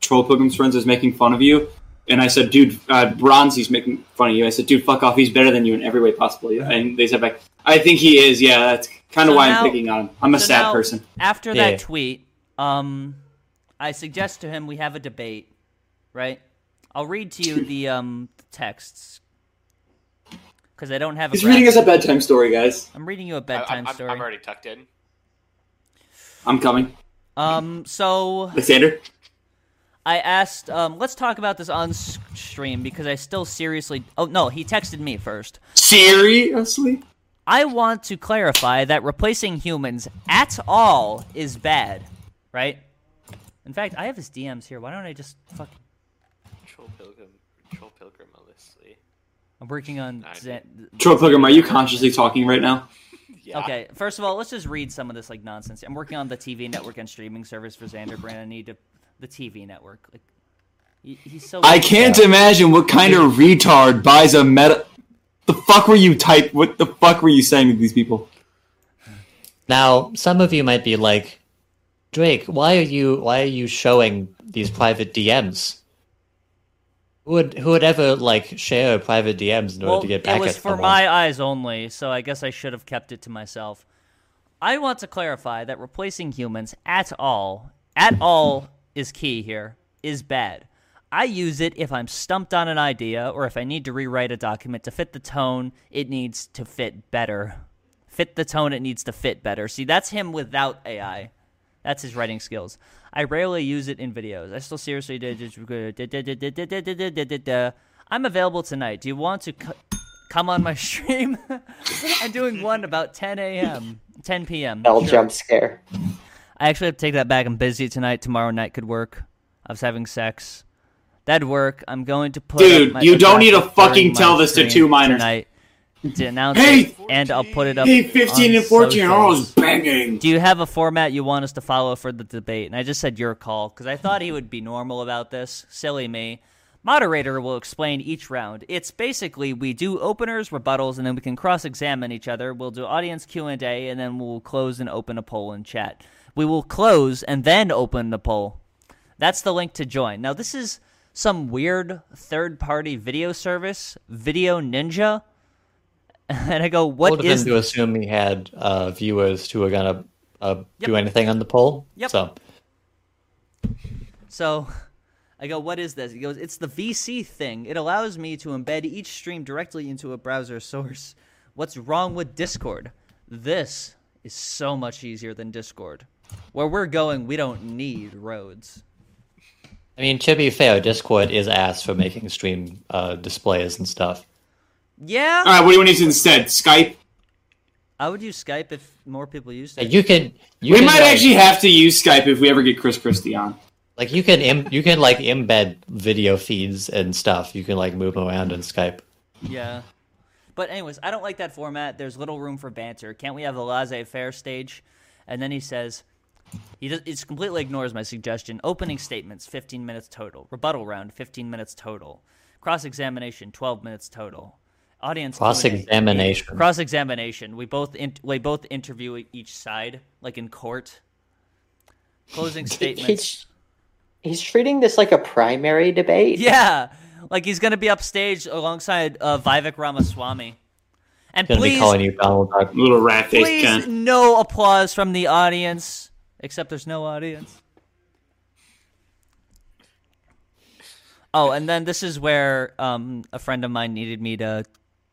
Speaker 4: Troll Pilgrim's friends is making fun of you, and I said, "Dude, uh, Bronzy's making fun of you." I said, "Dude, fuck off. He's better than you in every way possible." Yeah, And they said back, "I think he is. Yeah, that's kind of
Speaker 1: So
Speaker 4: why
Speaker 1: now-
Speaker 4: I'm picking on him. I'm a
Speaker 1: so
Speaker 4: sad
Speaker 1: now,
Speaker 4: person."
Speaker 1: After
Speaker 3: Yeah.
Speaker 1: that tweet, um, I suggest to him we have a debate, right? I'll read to you the um texts because I don't have. A
Speaker 4: He's reading us
Speaker 1: graphic.
Speaker 4: a bedtime story, guys.
Speaker 1: I'm reading you a
Speaker 2: I,
Speaker 1: bedtime
Speaker 2: am
Speaker 1: story.
Speaker 2: I'm already tucked in.
Speaker 4: I'm coming,
Speaker 1: Um, so
Speaker 4: Alexander.
Speaker 1: I asked, um, let's talk about this on s- stream because I still seriously. Oh, no, he texted me first.
Speaker 4: Seriously?
Speaker 1: I want to clarify that replacing humans at all is bad, right? In fact, I have his DMs here. Why don't I just fuck.
Speaker 2: Troll pilgrim, troll pilgrim, honestly.
Speaker 1: I'm working on.
Speaker 2: I-
Speaker 1: Zen-
Speaker 4: Troll Pilgrim, are you consciously talking right now?
Speaker 2: Yeah.
Speaker 1: Okay, first of all, let's just read some of this like nonsense. I'm working on the TV network and streaming service for Xander Brand. I need to. The TV network. Like, he- he's so.
Speaker 4: I can't imagine what kind of retard buys a meta. The fuck were you type? What the fuck were you saying to these people?
Speaker 3: now some of you might be like, Drake, why are you why are you showing these private DMs? Who would who would ever like share private DMs in order
Speaker 1: Well,
Speaker 3: to get back
Speaker 1: it was
Speaker 3: at
Speaker 1: for
Speaker 3: someone?
Speaker 1: my eyes only, so I guess I should have kept it to myself. I want to clarify that replacing humans at all, at all is key here, is bad. I use it if I'm stumped on an idea or if I need to rewrite a document to fit the tone it needs to fit better. Fit the tone it needs to fit better. See, that's him without AI. That's his writing skills. I rarely use it in videos. I still seriously did. just- I'm available tonight. Do you want to co- come on my stream? I'm doing one about 10 a.m. 10 p.m.
Speaker 5: L
Speaker 1: Sure.
Speaker 5: jump scare.
Speaker 1: I actually have to take that back. I'm busy tonight. Tomorrow night could work. I was having sex. That'd work. I'm going to put. up
Speaker 4: Dude,
Speaker 1: my-
Speaker 4: you
Speaker 1: a
Speaker 4: don't need to
Speaker 1: graphic during
Speaker 4: fucking
Speaker 1: my
Speaker 4: tell this
Speaker 1: stream
Speaker 4: to two minors.
Speaker 1: Tonight. to announce
Speaker 4: Hey!
Speaker 1: it, and I'll put it up.
Speaker 4: Hey, 15
Speaker 1: on
Speaker 4: and 14 are always
Speaker 1: socials.
Speaker 4: banging.
Speaker 1: Do you have a format you want us to follow for the debate? And I just said your call because I thought he would be normal about this. Silly me. Moderator will explain each round. It's basically we do openers, rebuttals, and then we can cross-examine each other. We'll do audience Q and A, and then we'll close and open a poll in chat. We will close and then open the poll. That's the link to join. Now, this is some weird third party video service, Video Ninja. And I go, what
Speaker 3: Bold of
Speaker 1: is
Speaker 3: them to
Speaker 1: this?
Speaker 3: assume he had uh, viewers who are gonna uh, do anything on the poll.
Speaker 1: Yep.
Speaker 3: So
Speaker 1: So I go, what is this? He goes, it's the VC thing. It allows me to embed each stream directly into a browser source. What's wrong with Discord? This is so much easier than Discord. Where we're going, we don't need roads.
Speaker 3: I mean, to be fair, Discord is ass for making stream uh, displays and stuff.
Speaker 1: Yeah.
Speaker 4: All right, what do you want to use instead? Skype.
Speaker 1: I would use Skype if more people used
Speaker 3: Uh,
Speaker 1: it.
Speaker 3: You can. You
Speaker 4: we
Speaker 3: can,
Speaker 4: might
Speaker 3: like-
Speaker 4: actually have to use Skype if we ever get Chris Christie on.
Speaker 3: Like you can Im- you can like embed video feeds and stuff. You can like move around in Skype.
Speaker 1: Yeah. But anyways, I don't like that format. There's little room for banter. Can't we have a laissez-faire stage? And then he says, he does, it's completely ignores my suggestion. Opening statements, 15 minutes total. Rebuttal round, 15 minutes total. Cross-examination, 12 minutes total. Audience Q&A,
Speaker 3: Cross-examination.
Speaker 1: Cross-examination. We both in, we both interview each side, like in court. Closing statements.
Speaker 5: He's, he's treating this like a primary debate.
Speaker 1: Yeah, like he's gonna be upstage alongside uh, Vivek Ramaswamy. And
Speaker 3: Gonna
Speaker 1: please,
Speaker 3: be calling you Donald Duck.
Speaker 4: Little rat
Speaker 1: please, no applause from the audience. Except there's no audience. Oh, and then this is where um, a friend of mine needed me to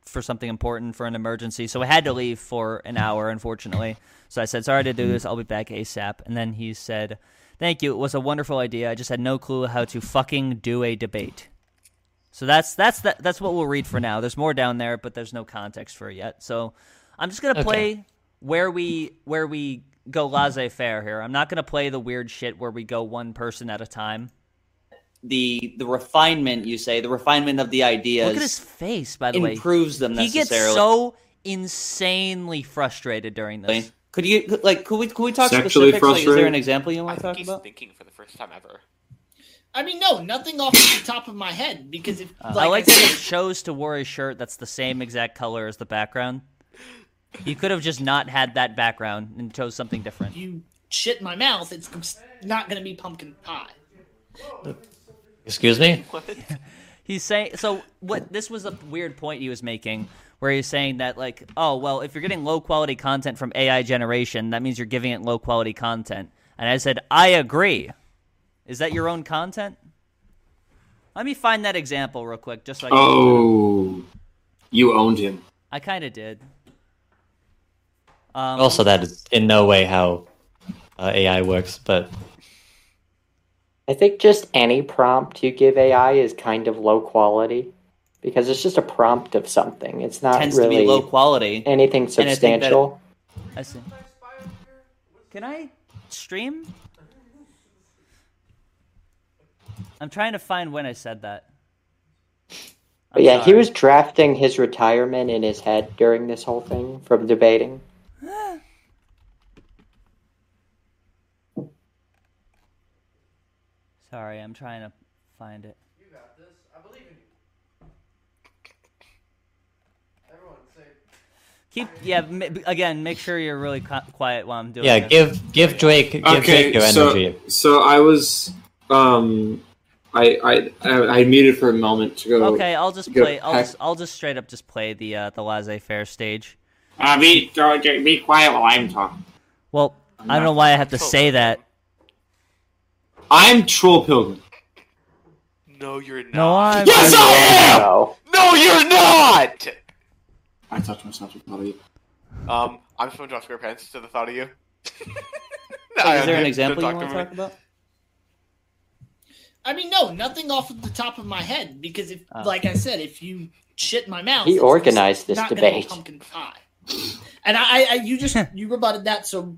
Speaker 1: for something important for an emergency, so I had to leave for an hour, unfortunately. So I said, "Sorry to do this. I'll be back ASAP." And then he said, "Thank you. It was a wonderful idea. I just had no clue how to fucking do a debate." So that's that's that, that's what we'll read for now. There's more down there, but there's no context for it yet. So I'm just gonna
Speaker 3: Okay.
Speaker 1: play where we where we go laissez faire here. I'm not gonna play the weird shit where we go one person at a time.
Speaker 13: the the refinement you say the refinement of the
Speaker 5: uh,
Speaker 13: ideas
Speaker 1: Look at his face, by the way.
Speaker 13: improves them
Speaker 1: He gets
Speaker 13: necessarily.
Speaker 1: so insanely frustrated during this.
Speaker 13: Could you like could we could we talk
Speaker 1: Sexually
Speaker 13: specifics? Like, is there
Speaker 1: frustrated?
Speaker 13: an example you want to talk
Speaker 2: He's
Speaker 13: about?
Speaker 2: thinking for the first time ever.
Speaker 11: I mean, no, nothing off the top of my head because if
Speaker 1: Uh,
Speaker 11: like,
Speaker 1: I like that he chose to wear a shirt that's the same exact color as the background. He could have just not had that background and chose something different.
Speaker 11: You shit in my mouth, it's cons- not going to be pumpkin pie.
Speaker 3: Excuse me.
Speaker 1: He's saying so. What this was a weird point he was making, where he's saying that like, oh well, if you're getting low quality content from AI generation, that means you're giving it low quality content. And I said, I agree. Is that your own content? Let me find that example real quick, just so I can
Speaker 4: Oh, you owned him.
Speaker 1: I kind of did. Um,
Speaker 3: also, that is in no way how uh, AI works. But
Speaker 5: I think just any prompt you give AI is kind of low quality because it's just a prompt of something. It's not
Speaker 13: Tends to
Speaker 5: really
Speaker 13: be low quality.
Speaker 5: anything
Speaker 13: And I think that-
Speaker 5: substantial.
Speaker 1: I see. Can I stream? I'm trying to find when I said that.
Speaker 5: But yeah, he was drafting his retirement in his head during this whole thing from debating.
Speaker 1: Sorry, I'm trying to find it.
Speaker 14: You got this. I believe in you. Everyone say,
Speaker 1: Keep yeah. M- again, make sure you're really co- quiet while I'm doing.
Speaker 3: yeah,
Speaker 1: this.
Speaker 3: give give Drake give Drake your energy.
Speaker 4: So, so I was, um, I I I, I muted for a moment to go.
Speaker 1: Okay, I'll just
Speaker 4: to go
Speaker 1: play. I'll
Speaker 4: pack-
Speaker 1: just, I'll just straight up just play the uh, the laissez faire stage.
Speaker 4: Uh, be go- go- be quiet while I'm talking.
Speaker 1: Well, I don't know why I have to say that.
Speaker 4: I'm troll pilgrim.
Speaker 2: No, you're not.
Speaker 1: No, I'm.
Speaker 4: Yes, I am.
Speaker 5: No.
Speaker 2: No, you're not.
Speaker 4: I talked to myself about it.
Speaker 2: Um, I'm SpongeBob SquarePants to the thought of you.
Speaker 13: Like, is there an
Speaker 2: Don't
Speaker 13: example you
Speaker 2: talk
Speaker 13: want
Speaker 2: to
Speaker 13: to
Speaker 2: me.
Speaker 13: talk about?
Speaker 11: I mean, no, nothing off of the top of my head because if,
Speaker 5: Oh.
Speaker 11: like I said, if you shit in my mouth,
Speaker 5: He
Speaker 11: it's
Speaker 5: organized this
Speaker 11: not gonna be
Speaker 5: debate.
Speaker 11: pumpkin pie. And I, I, I you just you rebutted that. So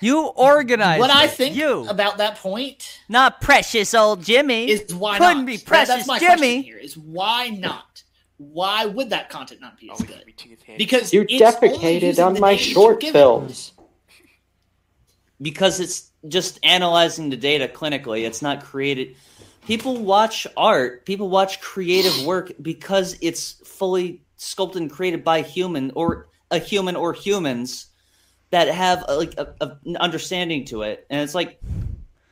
Speaker 1: You organized.
Speaker 11: what I
Speaker 1: it,
Speaker 11: think
Speaker 1: You
Speaker 11: about that point
Speaker 1: not precious old Jimmy
Speaker 11: is why
Speaker 1: couldn't
Speaker 11: not?
Speaker 1: be
Speaker 11: That-
Speaker 1: precious
Speaker 11: That's my question
Speaker 1: Jimmy.
Speaker 11: here is why not?
Speaker 6: why would that content not
Speaker 2: Oh,
Speaker 6: be as good?
Speaker 5: Because you defecated on my short films.
Speaker 13: because it's just analyzing the data clinically. It's not created. People watch art, people watch creative work because it's fully sculpted and created by human or a human or humans that have a, like a, a- an understanding to it. And it's like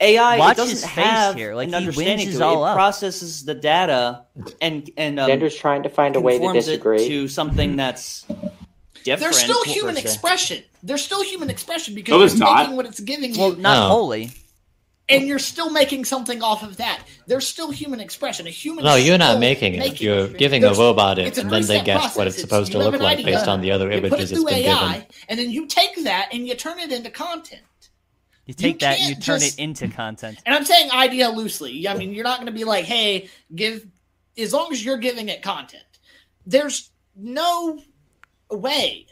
Speaker 13: AI it
Speaker 1: Watch
Speaker 13: doesn't
Speaker 1: his face
Speaker 13: have
Speaker 1: here, like,
Speaker 13: an
Speaker 1: he
Speaker 13: understanding
Speaker 1: winches
Speaker 13: to it.
Speaker 1: all
Speaker 13: it
Speaker 1: up.
Speaker 13: processes the data and and um,
Speaker 5: Xander's trying to find a way to
Speaker 13: conforms it
Speaker 5: disagree.
Speaker 13: to something that's different.
Speaker 6: There's still human
Speaker 13: per se.
Speaker 6: expression. There's still human expression because
Speaker 13: No,
Speaker 6: you're
Speaker 13: there's not.
Speaker 6: taking what it's giving you.
Speaker 1: Well, not
Speaker 3: No.
Speaker 1: wholly.
Speaker 6: and you're still making something off of that. There's still human expression. A human.
Speaker 3: No, you're
Speaker 6: soul
Speaker 3: not making it.
Speaker 6: making
Speaker 3: You're giving a
Speaker 6: There's-
Speaker 3: robot it,
Speaker 6: it's a
Speaker 3: and then they
Speaker 6: three-step
Speaker 3: guess what
Speaker 6: process.
Speaker 3: it's supposed to
Speaker 6: you have
Speaker 3: look
Speaker 6: an
Speaker 3: like
Speaker 6: idea,
Speaker 3: based on the other
Speaker 6: you put it
Speaker 3: images it's
Speaker 6: through
Speaker 3: been
Speaker 6: AI,
Speaker 3: given.
Speaker 6: and then you take that and you turn it into content.
Speaker 1: You take that and you
Speaker 6: can't
Speaker 1: turn
Speaker 6: just-
Speaker 1: it into content.
Speaker 6: And I'm saying idea loosely. I mean, you're not going to be like, hey, give as long as you're giving it content. There's no way.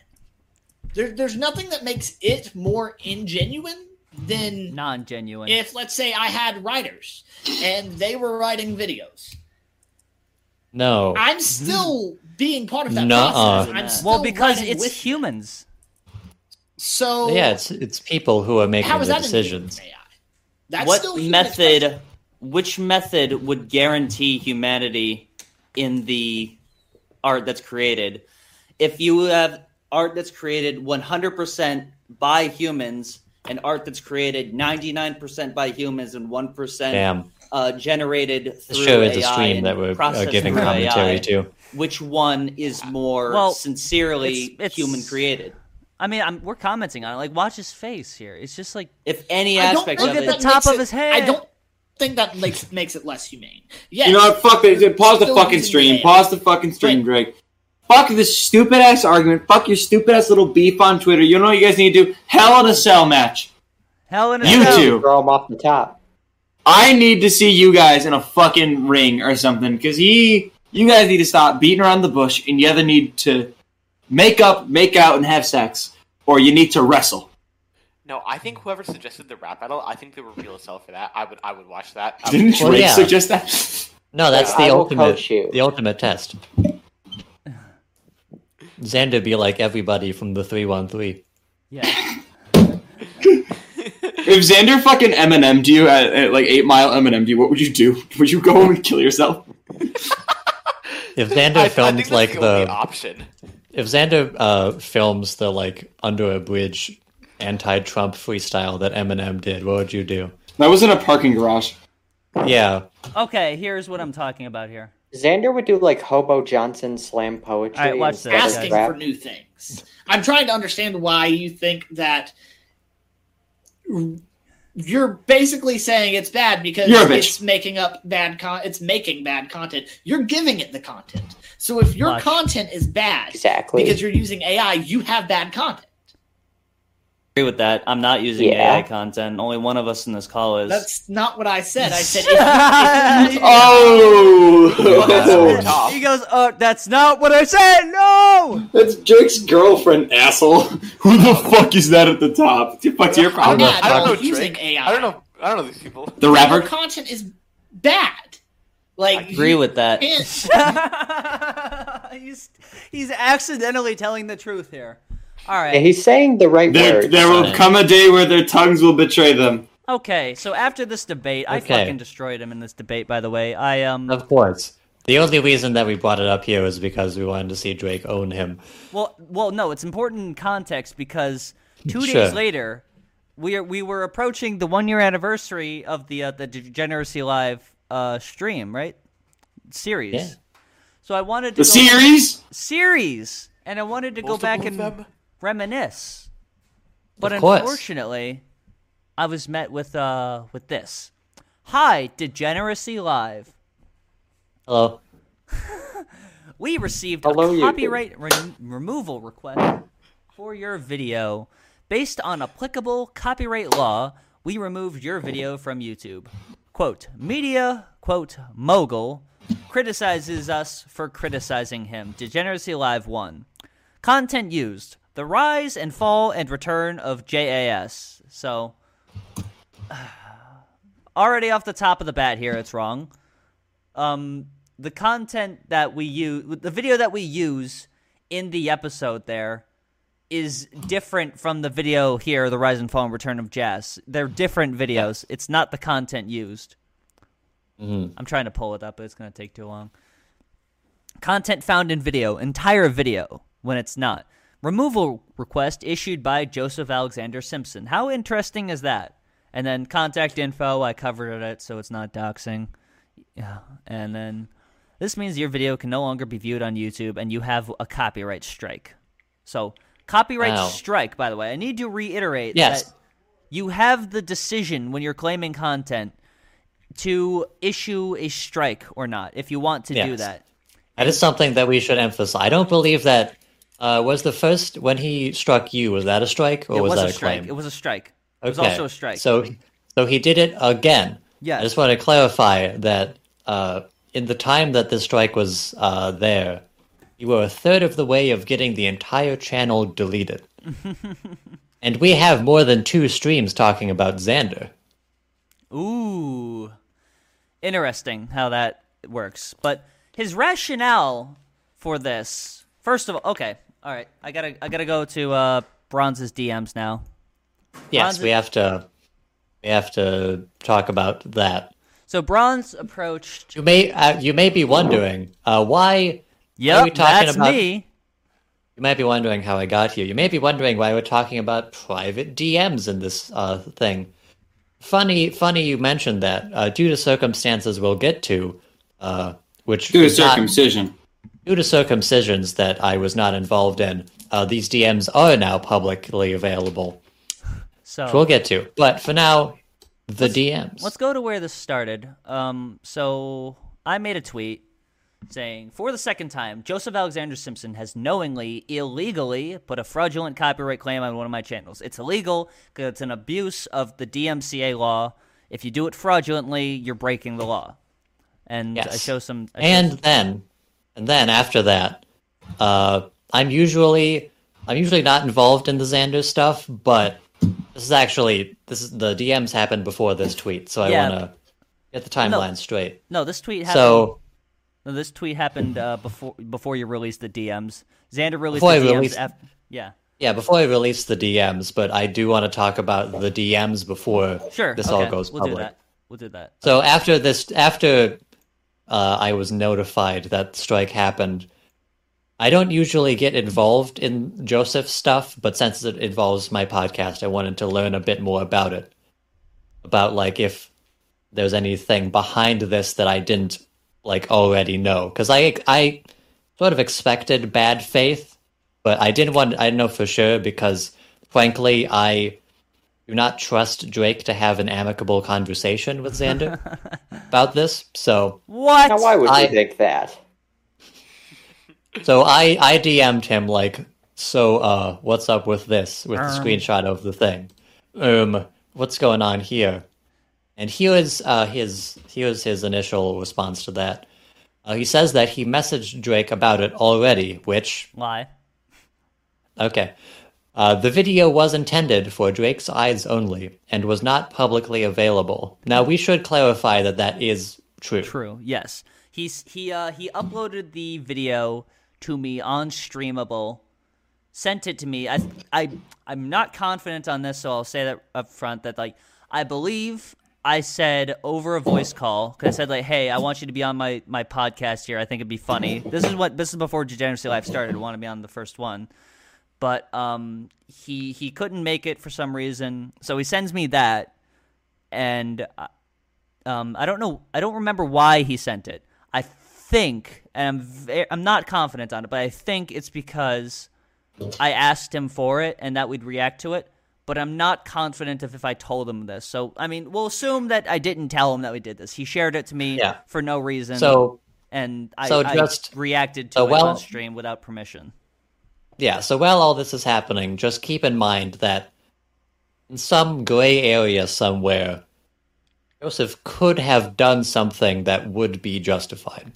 Speaker 6: There, there's nothing that makes it more ingenuine than
Speaker 1: Non genuine.
Speaker 6: if, let's say, I had writers and they were writing videos.
Speaker 3: No.
Speaker 6: I'm still being part of that
Speaker 3: Mm-hmm. Nuh-uh.
Speaker 6: process. I'm still
Speaker 1: well, because
Speaker 6: writing
Speaker 1: it's
Speaker 6: with you.
Speaker 1: humans.
Speaker 6: so
Speaker 3: Yeah, it's it's people who are making
Speaker 6: How is
Speaker 3: the
Speaker 6: that in the
Speaker 3: decisions.
Speaker 6: that's
Speaker 13: what
Speaker 6: still human
Speaker 13: method? Which method would guarantee humanity in the art that's created? If you have art that's created 100% by humans and art that's created 99% by humans and 1%
Speaker 3: Damn.
Speaker 13: uh, generated through
Speaker 3: This show is a
Speaker 13: AI
Speaker 3: stream
Speaker 13: and
Speaker 3: that we're uh,
Speaker 13: processed
Speaker 3: giving
Speaker 13: through
Speaker 3: commentary
Speaker 13: AI,
Speaker 3: to.
Speaker 13: Which one is more
Speaker 1: Well,
Speaker 13: sincerely
Speaker 1: it's- it's-
Speaker 13: human created?
Speaker 1: I mean, I'm, we're commenting on it. Like, watch his face here. It's just like
Speaker 13: if any
Speaker 6: I don't
Speaker 13: aspect
Speaker 6: think
Speaker 13: of it,
Speaker 1: Look at the top
Speaker 6: makes
Speaker 1: of
Speaker 6: it-
Speaker 1: his head.
Speaker 6: I don't think that makes makes it less humane. Yes,
Speaker 4: You know what? Fuck it. Pause the
Speaker 6: Still
Speaker 4: fucking
Speaker 6: using
Speaker 4: stream.
Speaker 6: AI.
Speaker 4: Pause the fucking stream, Drake. Fuck this stupid ass argument. Fuck your stupid ass little beef on Twitter. You know what you guys need to do? Hell in a cell match.
Speaker 1: Hell in a
Speaker 4: You
Speaker 1: cell.
Speaker 4: two.
Speaker 5: Throw him off the top.
Speaker 4: I need to see you guys in a fucking ring or something. Cause he, you guys need to stop beating around the bush, and you either need to make up, make out, and have sex, or you need to wrestle.
Speaker 2: No, I think whoever suggested the rap battle, I think they were real as hell for that. I would, I would watch that. I
Speaker 4: Didn't
Speaker 2: would-
Speaker 4: Drake suggest that?
Speaker 3: No, that's
Speaker 4: I
Speaker 3: the
Speaker 4: will
Speaker 3: ultimate
Speaker 4: coach you.
Speaker 3: the ultimate test. Xander be like everybody from the three one three.
Speaker 4: If Xander fucking Eminem'd you at, at like Eight Mile Eminem'd you, what would you do? Would you go home and kill yourself?
Speaker 3: If Xander
Speaker 4: I- I
Speaker 3: filmed
Speaker 4: think that's
Speaker 3: like
Speaker 4: the
Speaker 3: the,
Speaker 4: only option.
Speaker 3: if Xander uh, films the like under a bridge anti-Trump freestyle that Eminem did, what would you do?
Speaker 4: That was in a parking garage.
Speaker 3: Yeah,
Speaker 1: Okay, here's what I'm talking about here.
Speaker 5: Xander would do like Hobo Johnson slam poetry.
Speaker 1: All right, watch
Speaker 5: instead
Speaker 1: this,
Speaker 5: of
Speaker 6: asking
Speaker 5: rap.
Speaker 6: for new things. I'm trying to understand why you think that you're basically saying it's bad because
Speaker 4: You're a bitch.
Speaker 6: it's making up bad con it's making bad content. You're giving it the content. So if your
Speaker 5: Watch.
Speaker 6: content is bad
Speaker 5: Exactly.
Speaker 6: because you're using AI, you have bad content.
Speaker 13: agree with that. I'm not using
Speaker 5: Yeah.
Speaker 13: AI content. Only one of us in this call is.
Speaker 6: That's not what I said. I said
Speaker 4: Oh,
Speaker 1: He goes, "Oh, that's not what I said. No."
Speaker 4: that's Jake's girlfriend, asshole. Who the fuck is that at the top? What's your
Speaker 6: I'm
Speaker 4: problem?
Speaker 6: not, I don't know using AI.
Speaker 2: I don't know. I don't know these people.
Speaker 4: The
Speaker 6: Your
Speaker 4: rapper.
Speaker 6: content is bad. Like
Speaker 13: agree with that.
Speaker 1: he's he's accidentally telling the truth here. All
Speaker 5: Yeah,
Speaker 1: right.
Speaker 5: he's saying the right
Speaker 4: There,
Speaker 5: words.
Speaker 4: there will come a day where their tongues will betray them.
Speaker 1: Okay, so after this debate, I
Speaker 3: Okay.
Speaker 1: fucking destroyed him in this debate. By the way, I um.
Speaker 3: of course. The only reason that we brought it up here is because we wanted to see Drake own him.
Speaker 1: Well, well, no, it's important in context because two
Speaker 3: Sure.
Speaker 1: days later, we are, we were approaching the one year anniversary of the uh, the Degeneracy Live uh, stream, right? Series.
Speaker 3: Yeah.
Speaker 1: So I wanted to
Speaker 4: The
Speaker 1: go-
Speaker 4: series?
Speaker 1: series, and I wanted to
Speaker 2: Multiple
Speaker 1: go back
Speaker 2: of
Speaker 1: and
Speaker 2: them?
Speaker 1: reminisce, but
Speaker 3: Of course.
Speaker 1: unfortunately, I was met with uh with this. Hi, Degeneracy Live.
Speaker 3: Hello.
Speaker 1: We received
Speaker 5: Hello,
Speaker 1: a
Speaker 5: you.
Speaker 1: copyright re- removal request for your video. Based on applicable copyright law, we removed your video from YouTube. Quote, media, quote, mogul criticizes us for criticizing him. Degeneracy Live 1. Content used The Rise and Fall and Return of JAS. So, already off the top of the bat here, it's wrong. Um, the content that we use, the video that we use in the episode there is different from the video here, The Rise and Fall and Return of Jazz. They're different videos. It's not the content used. I'm trying to pull it up, but it's going to take too long. Content found in video, entire video when it's not. Removal request issued by Joseph Alexander Simpson. How interesting is that? And then contact info, I covered it, so it's not doxing. Yeah. And then this means your video can no longer be viewed on YouTube and you have a copyright strike. So, copyright
Speaker 13: Wow.
Speaker 1: strike, by the way, I need to reiterate
Speaker 13: Yes.
Speaker 1: that you have the decision when you're claiming content to issue a strike or not if you want to do
Speaker 3: Yes.
Speaker 1: that.
Speaker 3: That is something that we should emphasize. I don't believe that uh, was the first when he struck you. Was that a strike or
Speaker 1: it
Speaker 3: was, that
Speaker 1: a
Speaker 3: a
Speaker 1: strike.
Speaker 3: claim?
Speaker 1: It was a strike. It
Speaker 3: Okay.
Speaker 1: was also a strike.
Speaker 3: So, so he did it again.
Speaker 1: Yes.
Speaker 3: I just want to clarify that uh, in the time that this strike was uh, there, you were a third of the way of getting the entire channel deleted. and we have more than two streams talking about Xander.
Speaker 1: Ooh. Interesting how that works. But his rationale for this, first of all, okay, all right. I got to I got to go to uh Bronze's DMs now.
Speaker 3: Yes,
Speaker 1: Bronze's-
Speaker 3: we have to. We have to talk about that.
Speaker 1: So Bronze approached
Speaker 3: You may uh, you may be wondering uh, why
Speaker 1: Yep,
Speaker 3: are we talking
Speaker 1: that's
Speaker 3: about
Speaker 1: me.
Speaker 3: You might be wondering how I got here. You may be wondering why we're talking about private DMs in this uh, thing. Funny, funny you mentioned that. Uh, due to circumstances we'll get to, uh, which
Speaker 4: Due to
Speaker 3: is not-
Speaker 4: circumcision.
Speaker 3: due to circumcisions that I was not involved in, uh, these DMs are now publicly available.
Speaker 1: So Oh.
Speaker 3: Which we'll get to, but for now, the DMs.
Speaker 1: Let's go to where this started. Um, so I made a tweet saying, for the second time, Joseph Alexander Simpson has knowingly, illegally put a fraudulent copyright claim on one of my channels. It's illegal because it's an abuse of the DMCA law. If you do it fraudulently, you're breaking the law. And I
Speaker 3: Yes.
Speaker 1: show some. I show
Speaker 3: and
Speaker 1: some-
Speaker 3: then and then after that uh i'm usually i'm usually not involved in the xander stuff but this is actually this is the dms happened before this tweet so i
Speaker 1: Yeah.
Speaker 3: want to get the timeline straight
Speaker 1: No, this tweet happened.
Speaker 3: so
Speaker 1: no, this tweet happened uh, before before you released the DMs. Xander released
Speaker 3: Before I
Speaker 1: the DMs.
Speaker 3: released-
Speaker 1: after, yeah.
Speaker 3: yeah before i release the dms but i do want to talk about the dms before
Speaker 1: Sure.
Speaker 3: this
Speaker 1: okay,
Speaker 3: all goes
Speaker 1: we'll
Speaker 3: public
Speaker 1: Do that. We'll do that.
Speaker 3: So after this, after uh, I was notified that strike happened, I don't usually get involved in Joseph's stuff, but since it involves my podcast, I wanted to learn a bit more about it, about like if there's anything behind this that I didn't like already know, because I I sort of expected bad faith, but I didn't want I didn't know for sure because frankly I do not trust Drake to have an amicable conversation with Xander about this. So
Speaker 1: What?
Speaker 5: Now, why would
Speaker 3: I-
Speaker 5: you think that?
Speaker 3: so I I DM'd him like, so uh, what's up with this? With the
Speaker 5: Um.
Speaker 3: screenshot of the thing, um, what's going on here? And here's uh, his here's his initial response to that. Uh, he says that he messaged Drake about it already, which
Speaker 1: Lie.
Speaker 3: Okay. Uh, the video was intended for Drake's eyes only and was not publicly available. Now, we should clarify that that is true.
Speaker 1: True. Yes. He's he uh he uploaded the video to me on streamable, sent it to me. I I I'm not confident on this, so I'll say that up front that like I believe I said over a voice call because I said like, hey, I want you to be on my my podcast here. I think it'd be funny. This is what this is before Degeneracy Live started. I want to be on the first one. But um, he he couldn't make it for some reason, so he sends me that, and I- um, I don't know. I don't remember why he sent it. I think, and I'm ve- I'm not confident on it, but I think it's because I asked him for it and that we'd react to it. But I'm not confident of if I told him this. So I mean, we'll assume that I didn't tell him that we did this. He shared it to me
Speaker 3: Yeah.
Speaker 1: for no reason.
Speaker 3: So-
Speaker 1: and I,
Speaker 3: so
Speaker 1: I
Speaker 3: just-
Speaker 1: reacted to
Speaker 3: so
Speaker 1: it on
Speaker 3: well-
Speaker 1: stream without permission.
Speaker 3: Yeah, so while all this is happening, just keep in mind that in some gray area somewhere, Joseph could have done something that would be justified.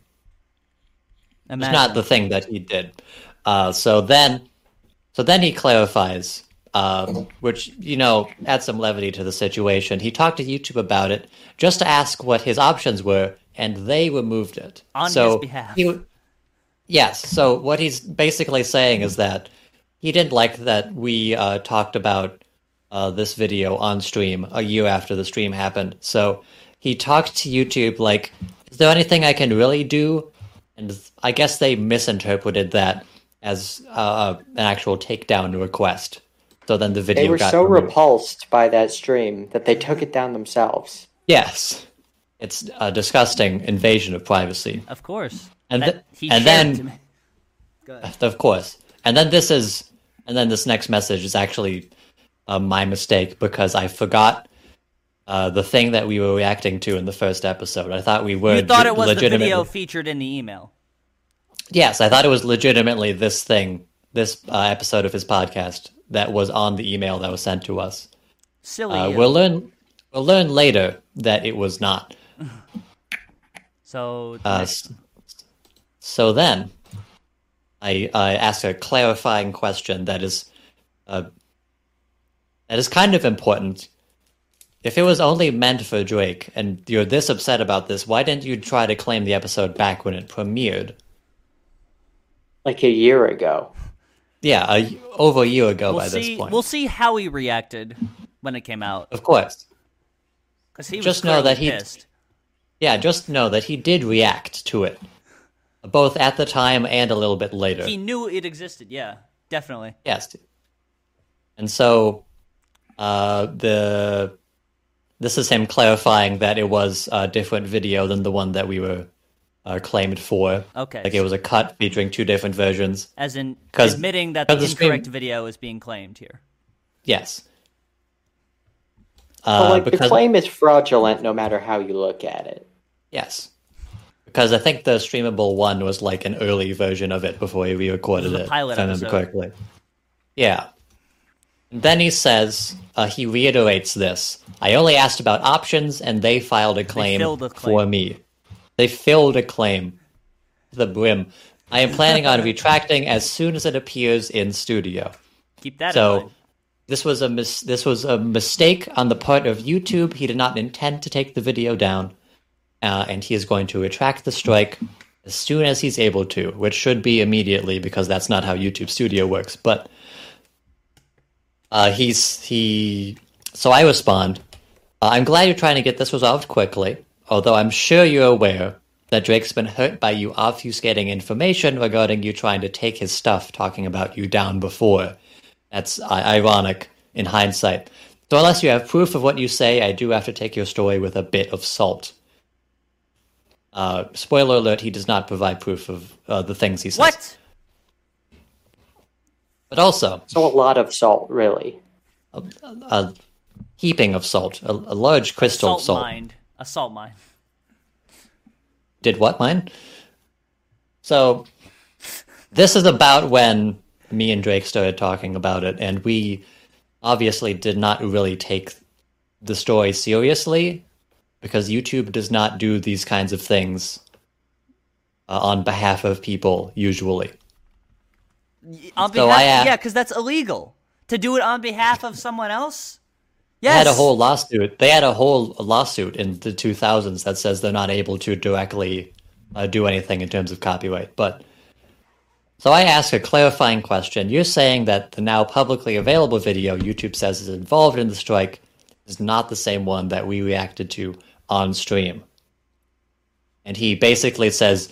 Speaker 3: It's not
Speaker 1: Imagine.
Speaker 3: the thing that he did. Uh, so then, so then he clarifies, uh, which you know adds some levity to the situation. He talked to YouTube about it just to ask what his options were and they removed it
Speaker 1: On
Speaker 3: so
Speaker 1: his behalf.
Speaker 3: he w- yes. So what he's basically saying is that he didn't like that we uh, talked about uh, this video on stream a year after the stream happened. So he talked to YouTube like, "Is there anything I can really do?" And I guess they misinterpreted that as uh, an actual takedown request. So then the video
Speaker 5: they were
Speaker 3: got
Speaker 5: so
Speaker 3: removed.
Speaker 5: repulsed by that stream that they took it down themselves.
Speaker 3: Yes, it's a disgusting invasion of privacy.
Speaker 1: Of course.
Speaker 3: And
Speaker 1: That-
Speaker 3: th-
Speaker 1: he shared
Speaker 3: and
Speaker 1: it
Speaker 3: then-
Speaker 1: to me. Go ahead.
Speaker 3: Of course. And then this is, and then this next message is actually uh, my mistake because I forgot uh, the thing that we were reacting to in the first episode. I thought we were.
Speaker 1: You thought it was the
Speaker 3: legitimately-
Speaker 1: video featured in the email.
Speaker 3: Yes, I thought it was legitimately this thing, this uh, episode of his podcast that was on the email that was sent to us.
Speaker 1: Silly.
Speaker 3: Uh,
Speaker 1: you.
Speaker 3: we'll learn. We'll learn later that it was not.
Speaker 1: So
Speaker 3: Uh, s- so then, I I ask a clarifying question that is, uh, that is kind of important. If it was only meant for Drake, and you're this upset about this, why didn't you try to claim the episode back when it premiered?
Speaker 5: Like a year ago.
Speaker 3: Yeah, a, over a year ago
Speaker 1: we'll
Speaker 3: by
Speaker 1: see.
Speaker 3: this point.
Speaker 1: We'll see how he reacted when it came out.
Speaker 3: Of course.
Speaker 1: Because he was
Speaker 3: just know that
Speaker 1: clearly
Speaker 3: he
Speaker 1: pissed.
Speaker 3: Yeah, just know that he did react to it, both at the time and a little bit later.
Speaker 1: he knew it existed. Yeah, definitely.
Speaker 3: Yes. And so uh, the this is him clarifying that it was a different video than the one that we were uh, claimed for.
Speaker 1: Okay.
Speaker 3: Like it was a cut featuring two different versions.
Speaker 1: As in
Speaker 3: 'Cause-
Speaker 1: admitting that the
Speaker 3: 'cause the stream-
Speaker 1: incorrect video is being claimed here.
Speaker 3: Yes.
Speaker 5: but
Speaker 3: Uh,
Speaker 5: like the
Speaker 3: because
Speaker 5: claim is fraudulent no matter how you look at it.
Speaker 3: yes. Because I think the streamable one was like an early version of it before he re-recorded
Speaker 1: It was
Speaker 3: it.
Speaker 1: the pilot
Speaker 3: if I remember
Speaker 1: episode.
Speaker 3: correctly. Yeah. Then he says, uh, he reiterates this. I only asked about options and they filed a claim,
Speaker 1: filled a
Speaker 3: for me. They filled a claim to the brim. I am planning on retracting as soon as it appears in studio.
Speaker 1: Keep that in
Speaker 3: so
Speaker 1: mind.
Speaker 3: this was a mis- this was a mistake on the part of YouTube. He did not intend to take the video down, uh, and he is going to retract the strike as soon as he's able to, which should be immediately because that's not how YouTube Studio works. But uh, he's he. So I respond. Uh, I'm glad you're trying to get this resolved quickly, although I'm sure you're aware that Drake's been hurt by you obfuscating information regarding you trying to take his stuff, talking about you down before. That's I- ironic in hindsight. So unless you have proof of what you say, I do have to take your story with a bit of salt. Uh, spoiler alert: He does not provide proof of uh, the things he says.
Speaker 1: What?
Speaker 3: But also,
Speaker 5: So a lot of salt, really.
Speaker 3: a, a heaping of salt, a, a large crystal
Speaker 1: Assault
Speaker 3: of salt.
Speaker 1: mind. Assault mind.
Speaker 3: did what mine? So this is about when me and Drake started talking about it, and we obviously did not really take the story seriously because YouTube does not do these kinds of things uh, on behalf of people usually.
Speaker 1: On
Speaker 3: So
Speaker 1: behalf,
Speaker 3: I, uh,
Speaker 1: yeah, because that's illegal to do it on behalf of someone else.
Speaker 3: They had a
Speaker 1: Yes.
Speaker 3: whole lawsuit. They had a whole lawsuit in the 2000s that says they're not able to directly uh, do anything in terms of copyright. But so I ask a clarifying question. You're saying that the now publicly available video YouTube says is involved in the strike is not the same one that we reacted to on stream. And he basically says,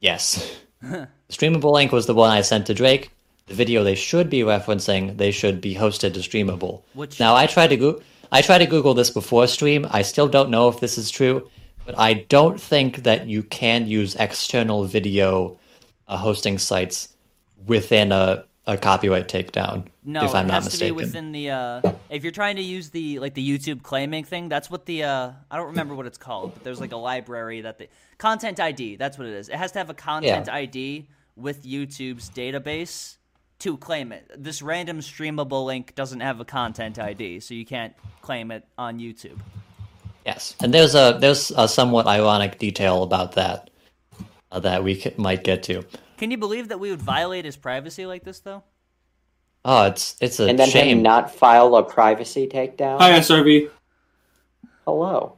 Speaker 3: yes. The streamable link was the one I sent to Drake. The video they should be referencing, they should be hosted to streamable.
Speaker 1: Which-
Speaker 3: Now I tried to go- I tried to Google this before stream. I still don't know if this is true, but I don't think that you can use external video uh, hosting sites within a, a copyright takedown.
Speaker 1: No,
Speaker 3: if I'm
Speaker 1: it
Speaker 3: not
Speaker 1: has
Speaker 3: mistaken.
Speaker 1: to be within the. Uh, if you're trying to use the like the YouTube claiming thing, that's what the. Uh, I don't remember what it's called, but there's like a library that the content ID. That's what it is. It has to have a content ID with YouTube's database to claim it. This random streamable link doesn't have a content ID, so you can't claim it on YouTube.
Speaker 3: Yes, and there's a there's a somewhat ironic detail about that uh, that we c- might get to.
Speaker 1: Can you believe that we would violate his privacy like this though?
Speaker 3: Oh, it's it's a
Speaker 5: and then
Speaker 3: shame.
Speaker 5: him not file a privacy takedown.
Speaker 4: Hi, SRV.
Speaker 5: Hello.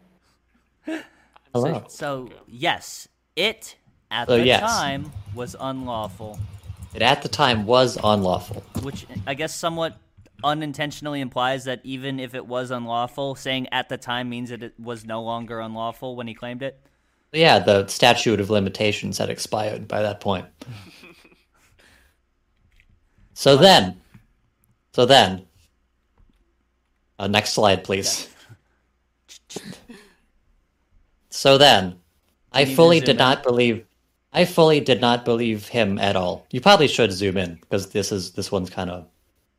Speaker 3: Hello.
Speaker 1: So, so yes, it at
Speaker 3: So,
Speaker 1: the
Speaker 3: yes.
Speaker 1: time was unlawful,
Speaker 3: It at the time was unlawful.
Speaker 1: which I guess somewhat unintentionally implies that even if it was unlawful, saying at the time means that it was no longer unlawful when he claimed it.
Speaker 3: Yeah, the statute of limitations had expired by that point. so then, so then, uh, next slide, please. so then, I
Speaker 13: You need to
Speaker 3: fully
Speaker 13: zoom
Speaker 3: did
Speaker 13: in.
Speaker 3: not believe. I fully did not believe him at all. You probably should zoom in because this is this one's kind of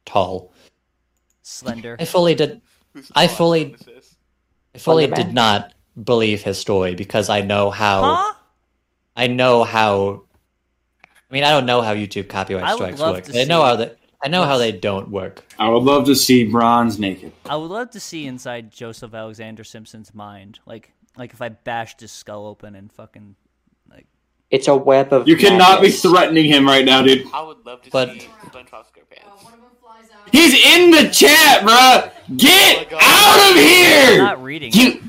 Speaker 3: tall.
Speaker 1: Slender.
Speaker 3: I fully did. I fully, I fully did not believe his story because I know how.
Speaker 1: Huh?
Speaker 3: I know how. I mean, I don't know how YouTube copyright
Speaker 1: I would
Speaker 3: strikes
Speaker 1: love
Speaker 3: work.
Speaker 1: to
Speaker 3: I know
Speaker 1: see-
Speaker 3: how they. I know how they don't work.
Speaker 4: I would love to see Bronze naked.
Speaker 1: I would love to see inside Joseph Alexander Simpson's mind, like like if I bashed his skull open and fucking
Speaker 5: It's a web of.
Speaker 4: You cannot be
Speaker 5: madness.
Speaker 4: threatening him right now, dude.
Speaker 2: I would love to
Speaker 5: But-
Speaker 2: see SpongeBob SquarePants.
Speaker 4: He's in the chat, bruh. Get out of here.
Speaker 1: I'm not reading.
Speaker 4: You.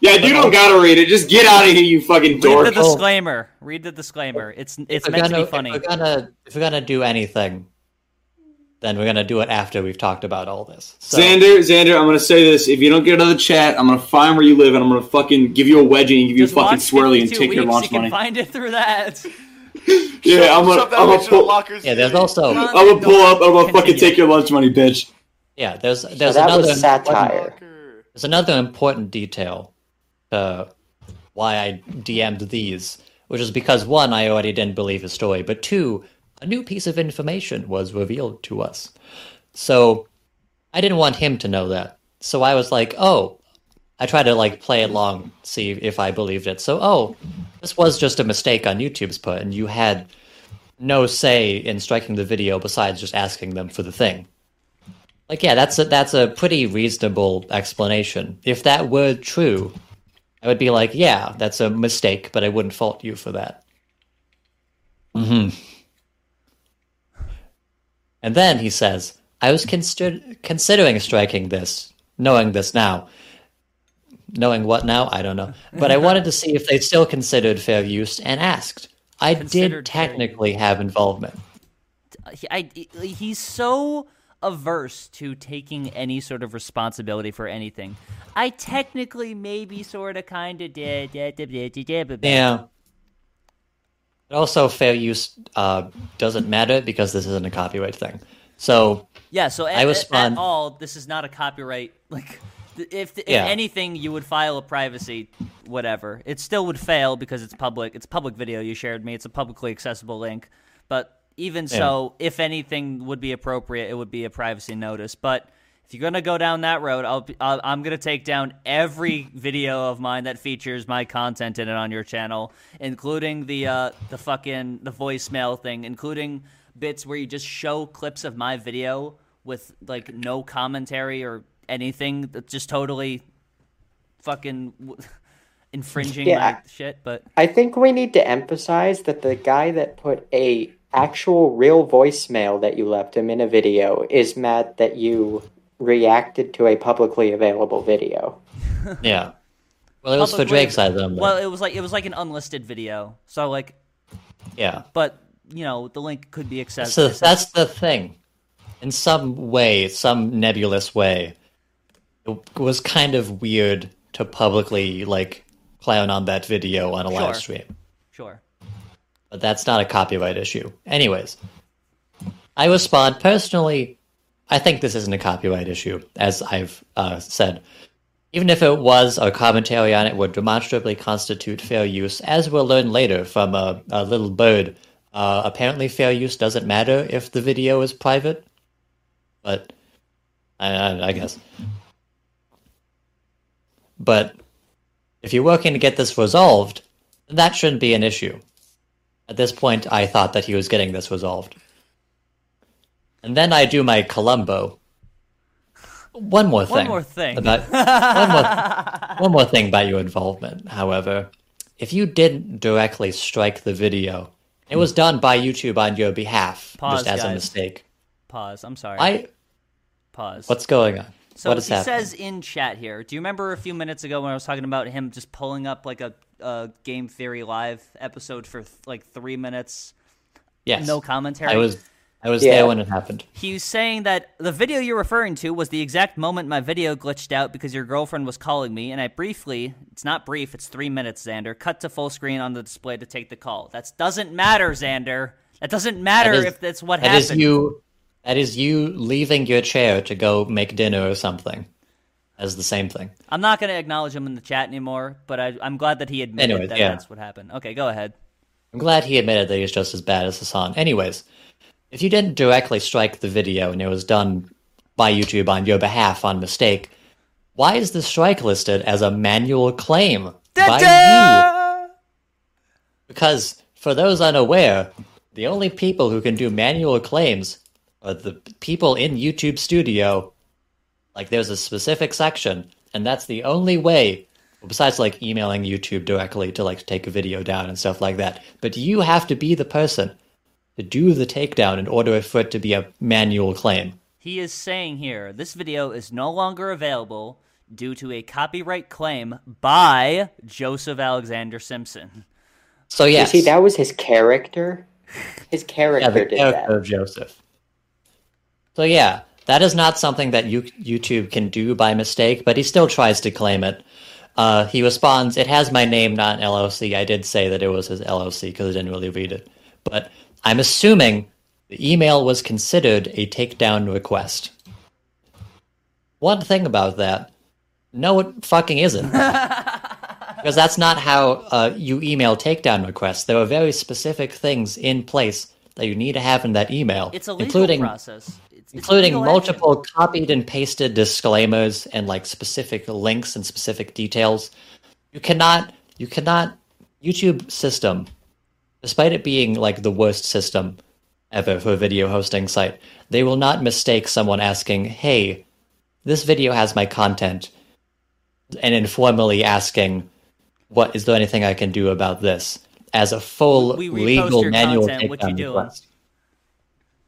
Speaker 4: Yeah, you don't gotta read it. Just get out of here, you fucking
Speaker 1: Read the
Speaker 4: dork.
Speaker 1: disclaimer. Read the disclaimer. It's it's
Speaker 3: Oh. If we're
Speaker 1: meant to
Speaker 3: gonna-
Speaker 1: be funny.
Speaker 3: If we're gonna if we're gonna do anything, then we're gonna do it after we've talked about all this. So,
Speaker 4: Xander, Xander, I'm gonna say this. If you don't get out of the chat, I'm gonna find where you live and I'm gonna fucking give you a wedgie and give you a fucking swirly and
Speaker 1: 52
Speaker 4: take your
Speaker 1: weeks,
Speaker 4: launch
Speaker 1: you
Speaker 4: money.
Speaker 1: can find it through that.
Speaker 4: Yeah, I'm gonna,
Speaker 2: shove that
Speaker 4: I'm
Speaker 2: bitch
Speaker 4: gonna
Speaker 2: in the
Speaker 4: pull.
Speaker 2: lockers.
Speaker 3: yeah, there's also
Speaker 4: I'm gonna pull up. I'm gonna fucking take your lunch money, bitch.
Speaker 3: yeah there's there's
Speaker 5: that
Speaker 3: another
Speaker 5: was satire.
Speaker 3: There's another important detail to why I DM'd these, which is because one, I already didn't believe his story, but two, a new piece of information was revealed to us. So I didn't want him to know that. So I was like, oh, I tried to like play along, see if I believed it. So, oh, this was just a mistake on YouTube's part, and you had no say in striking the video besides just asking them for the thing. Like, yeah, that's a, that's a pretty reasonable explanation. If that were true, I would be like, yeah, that's a mistake, but I wouldn't fault you for that. hmm And then he says, I was consider- considering striking this, knowing this now. Knowing what now? I don't know. But I wanted to see if they still considered fair use and asked. I did
Speaker 1: Considered fair
Speaker 3: technically have involvement.
Speaker 1: He- I, he's so averse to taking any sort of responsibility for anything. I technically maybe sort of kind of did. Yeah. da- da- da- da- da- da.
Speaker 3: Yeah. But also, fair use uh, doesn't matter because this isn't a copyright thing. So
Speaker 1: Yeah, so at,
Speaker 3: I
Speaker 1: at-
Speaker 3: respond.
Speaker 1: at all this is not a copyright like th- if, if
Speaker 3: Yeah.
Speaker 1: anything you would file a privacy whatever. It still would fail because it's public. It's public video you shared me. It's a publicly accessible link. But even
Speaker 13: Yeah.
Speaker 1: so, if anything would be appropriate, it would be a privacy notice. But if you're going to go down that road, I'll, be- I'll I'm going to take down every video of mine that features my content in it on your channel, including the uh the fucking the voicemail thing, including bits where you just show clips of my video with like no commentary or anything that's just totally fucking w- infringing
Speaker 5: Yeah.
Speaker 1: my shit but
Speaker 5: I think we need to emphasize that the guy that put a actual real voicemail that you left him in a video is mad that you reacted to a publicly available video.
Speaker 3: yeah, well, it was for
Speaker 1: Publicly-
Speaker 3: Drake's item.
Speaker 1: well it was like it was like an unlisted video so like
Speaker 3: yeah,
Speaker 1: but you know the link could be accessed
Speaker 3: so that's the thing. In some way, some nebulous way, it was kind of weird to publicly like clown on that video on a live
Speaker 1: Sure.
Speaker 3: stream.
Speaker 1: sure
Speaker 3: but that's not a copyright issue. Anyways, I respond personally. I think this isn't a copyright issue, as I've uh, said. Even if it was, our commentary on it would demonstrably constitute fair use, as we'll learn later from a, a little bird. Uh, apparently, fair use doesn't matter if the video is private, but I, I, I guess. But if you're working to get this resolved, then that shouldn't be an issue. At this point, I thought that he was getting this resolved. And then I do my Columbo. One more thing.
Speaker 1: One more thing.
Speaker 3: About, one, more, one more thing about your involvement, however. If you didn't directly strike the video, it was done by YouTube on your behalf,
Speaker 1: Hmm. Pause,
Speaker 3: just as a
Speaker 1: guys.
Speaker 3: mistake.
Speaker 1: pause i'm sorry
Speaker 3: I-
Speaker 1: pause
Speaker 3: What's going on?
Speaker 1: So
Speaker 3: What is
Speaker 1: he
Speaker 3: happening?
Speaker 1: says in chat here. Do you remember a few minutes ago when I was talking about him just pulling up like a, a game theory live episode for th- like three minutes?
Speaker 3: Yes.
Speaker 1: No commentary.
Speaker 3: I was I was there when it happened.
Speaker 1: He was saying that the video you're referring to was the exact moment my video glitched out because your girlfriend was calling me, and I briefly, it's not brief, it's three minutes, Xander, cut to full screen on the display to take the call. That doesn't matter, Xander. That doesn't matter
Speaker 3: That is-
Speaker 1: if that's what
Speaker 3: that
Speaker 1: happened.
Speaker 3: is you that is you leaving your chair to go make dinner or something. As the same thing.
Speaker 1: I'm not going to acknowledge him in the chat anymore, but I, I'm glad that he admitted
Speaker 3: Anyways,
Speaker 1: that
Speaker 3: yeah.
Speaker 1: that's what happened. Okay, go ahead.
Speaker 3: I'm glad he admitted that he's just as bad as Hassan. Anyways, if you didn't directly strike the video and it was done by YouTube on your behalf on mistake, why is the strike listed as a manual claim by you? Because for those unaware, the only people who can do manual claims are the people in YouTube Studio. Like there's a specific section, and that's the only way besides like emailing YouTube directly to like take a video down and stuff like that. But you have to be the person to do the takedown in order for it to be a manual claim.
Speaker 1: He is saying here this video is no longer available due to a copyright claim by Joseph Alexander Simpson.
Speaker 3: So
Speaker 5: You
Speaker 3: yes,
Speaker 5: see, that was his character. His
Speaker 3: yeah,
Speaker 5: character
Speaker 3: the
Speaker 5: did
Speaker 3: character
Speaker 5: that.
Speaker 3: of Joseph. So yeah, that is not something that you, YouTube can do by mistake, but he still tries to claim it. Uh, he responds, "It has my name, not LLC." I did say that it was his LLC because I didn't really read it, but I'm assuming the email was considered a takedown request. One thing about that, no, it fucking isn't. because that's not how uh, you email takedown requests. There are very specific things in place that you need to have in that email,
Speaker 1: It's a legal
Speaker 3: including
Speaker 1: process. It's,
Speaker 3: including
Speaker 1: legal
Speaker 3: multiple copied and pasted disclaimers and like specific links and specific details. You cannot, you cannot. YouTube system, despite it being like the worst system ever for a video hosting site, they will not mistake someone asking, "Hey, this video has my content," and informally asking, "What is there anything I can do about this?" as a full
Speaker 1: We repost
Speaker 3: legal
Speaker 1: your
Speaker 3: manual
Speaker 1: content, what you
Speaker 3: takedown
Speaker 1: doing?
Speaker 3: request.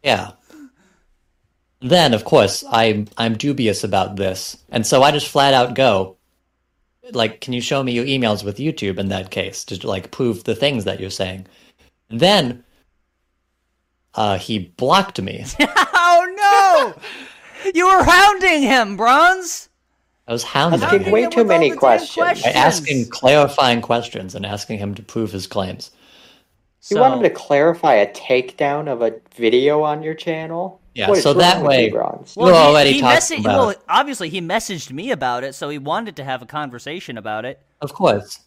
Speaker 3: Yeah. Then, of course, I'm I'm dubious about this, and so I just flat out go, like, can you show me your emails with YouTube in that case to like prove the things that you're saying? And then, uh, he blocked me.
Speaker 1: oh no! You were hounding him, Bronze.
Speaker 3: I was hounding
Speaker 1: Asking
Speaker 3: him.
Speaker 1: way too many
Speaker 5: questions.
Speaker 3: I asked him clarifying questions and asking him to prove his claims.
Speaker 5: You want him to clarify a takedown of a video on your channel?
Speaker 3: Yeah,
Speaker 5: What is
Speaker 3: so that
Speaker 5: wrong with
Speaker 3: way-
Speaker 5: you, Bronze?
Speaker 3: Well, We're
Speaker 1: he-
Speaker 3: already
Speaker 1: he
Speaker 3: talking
Speaker 1: messa-
Speaker 3: about
Speaker 1: well,
Speaker 3: it.
Speaker 1: obviously he messaged me about it, so he wanted to have a conversation about it.
Speaker 3: Of course.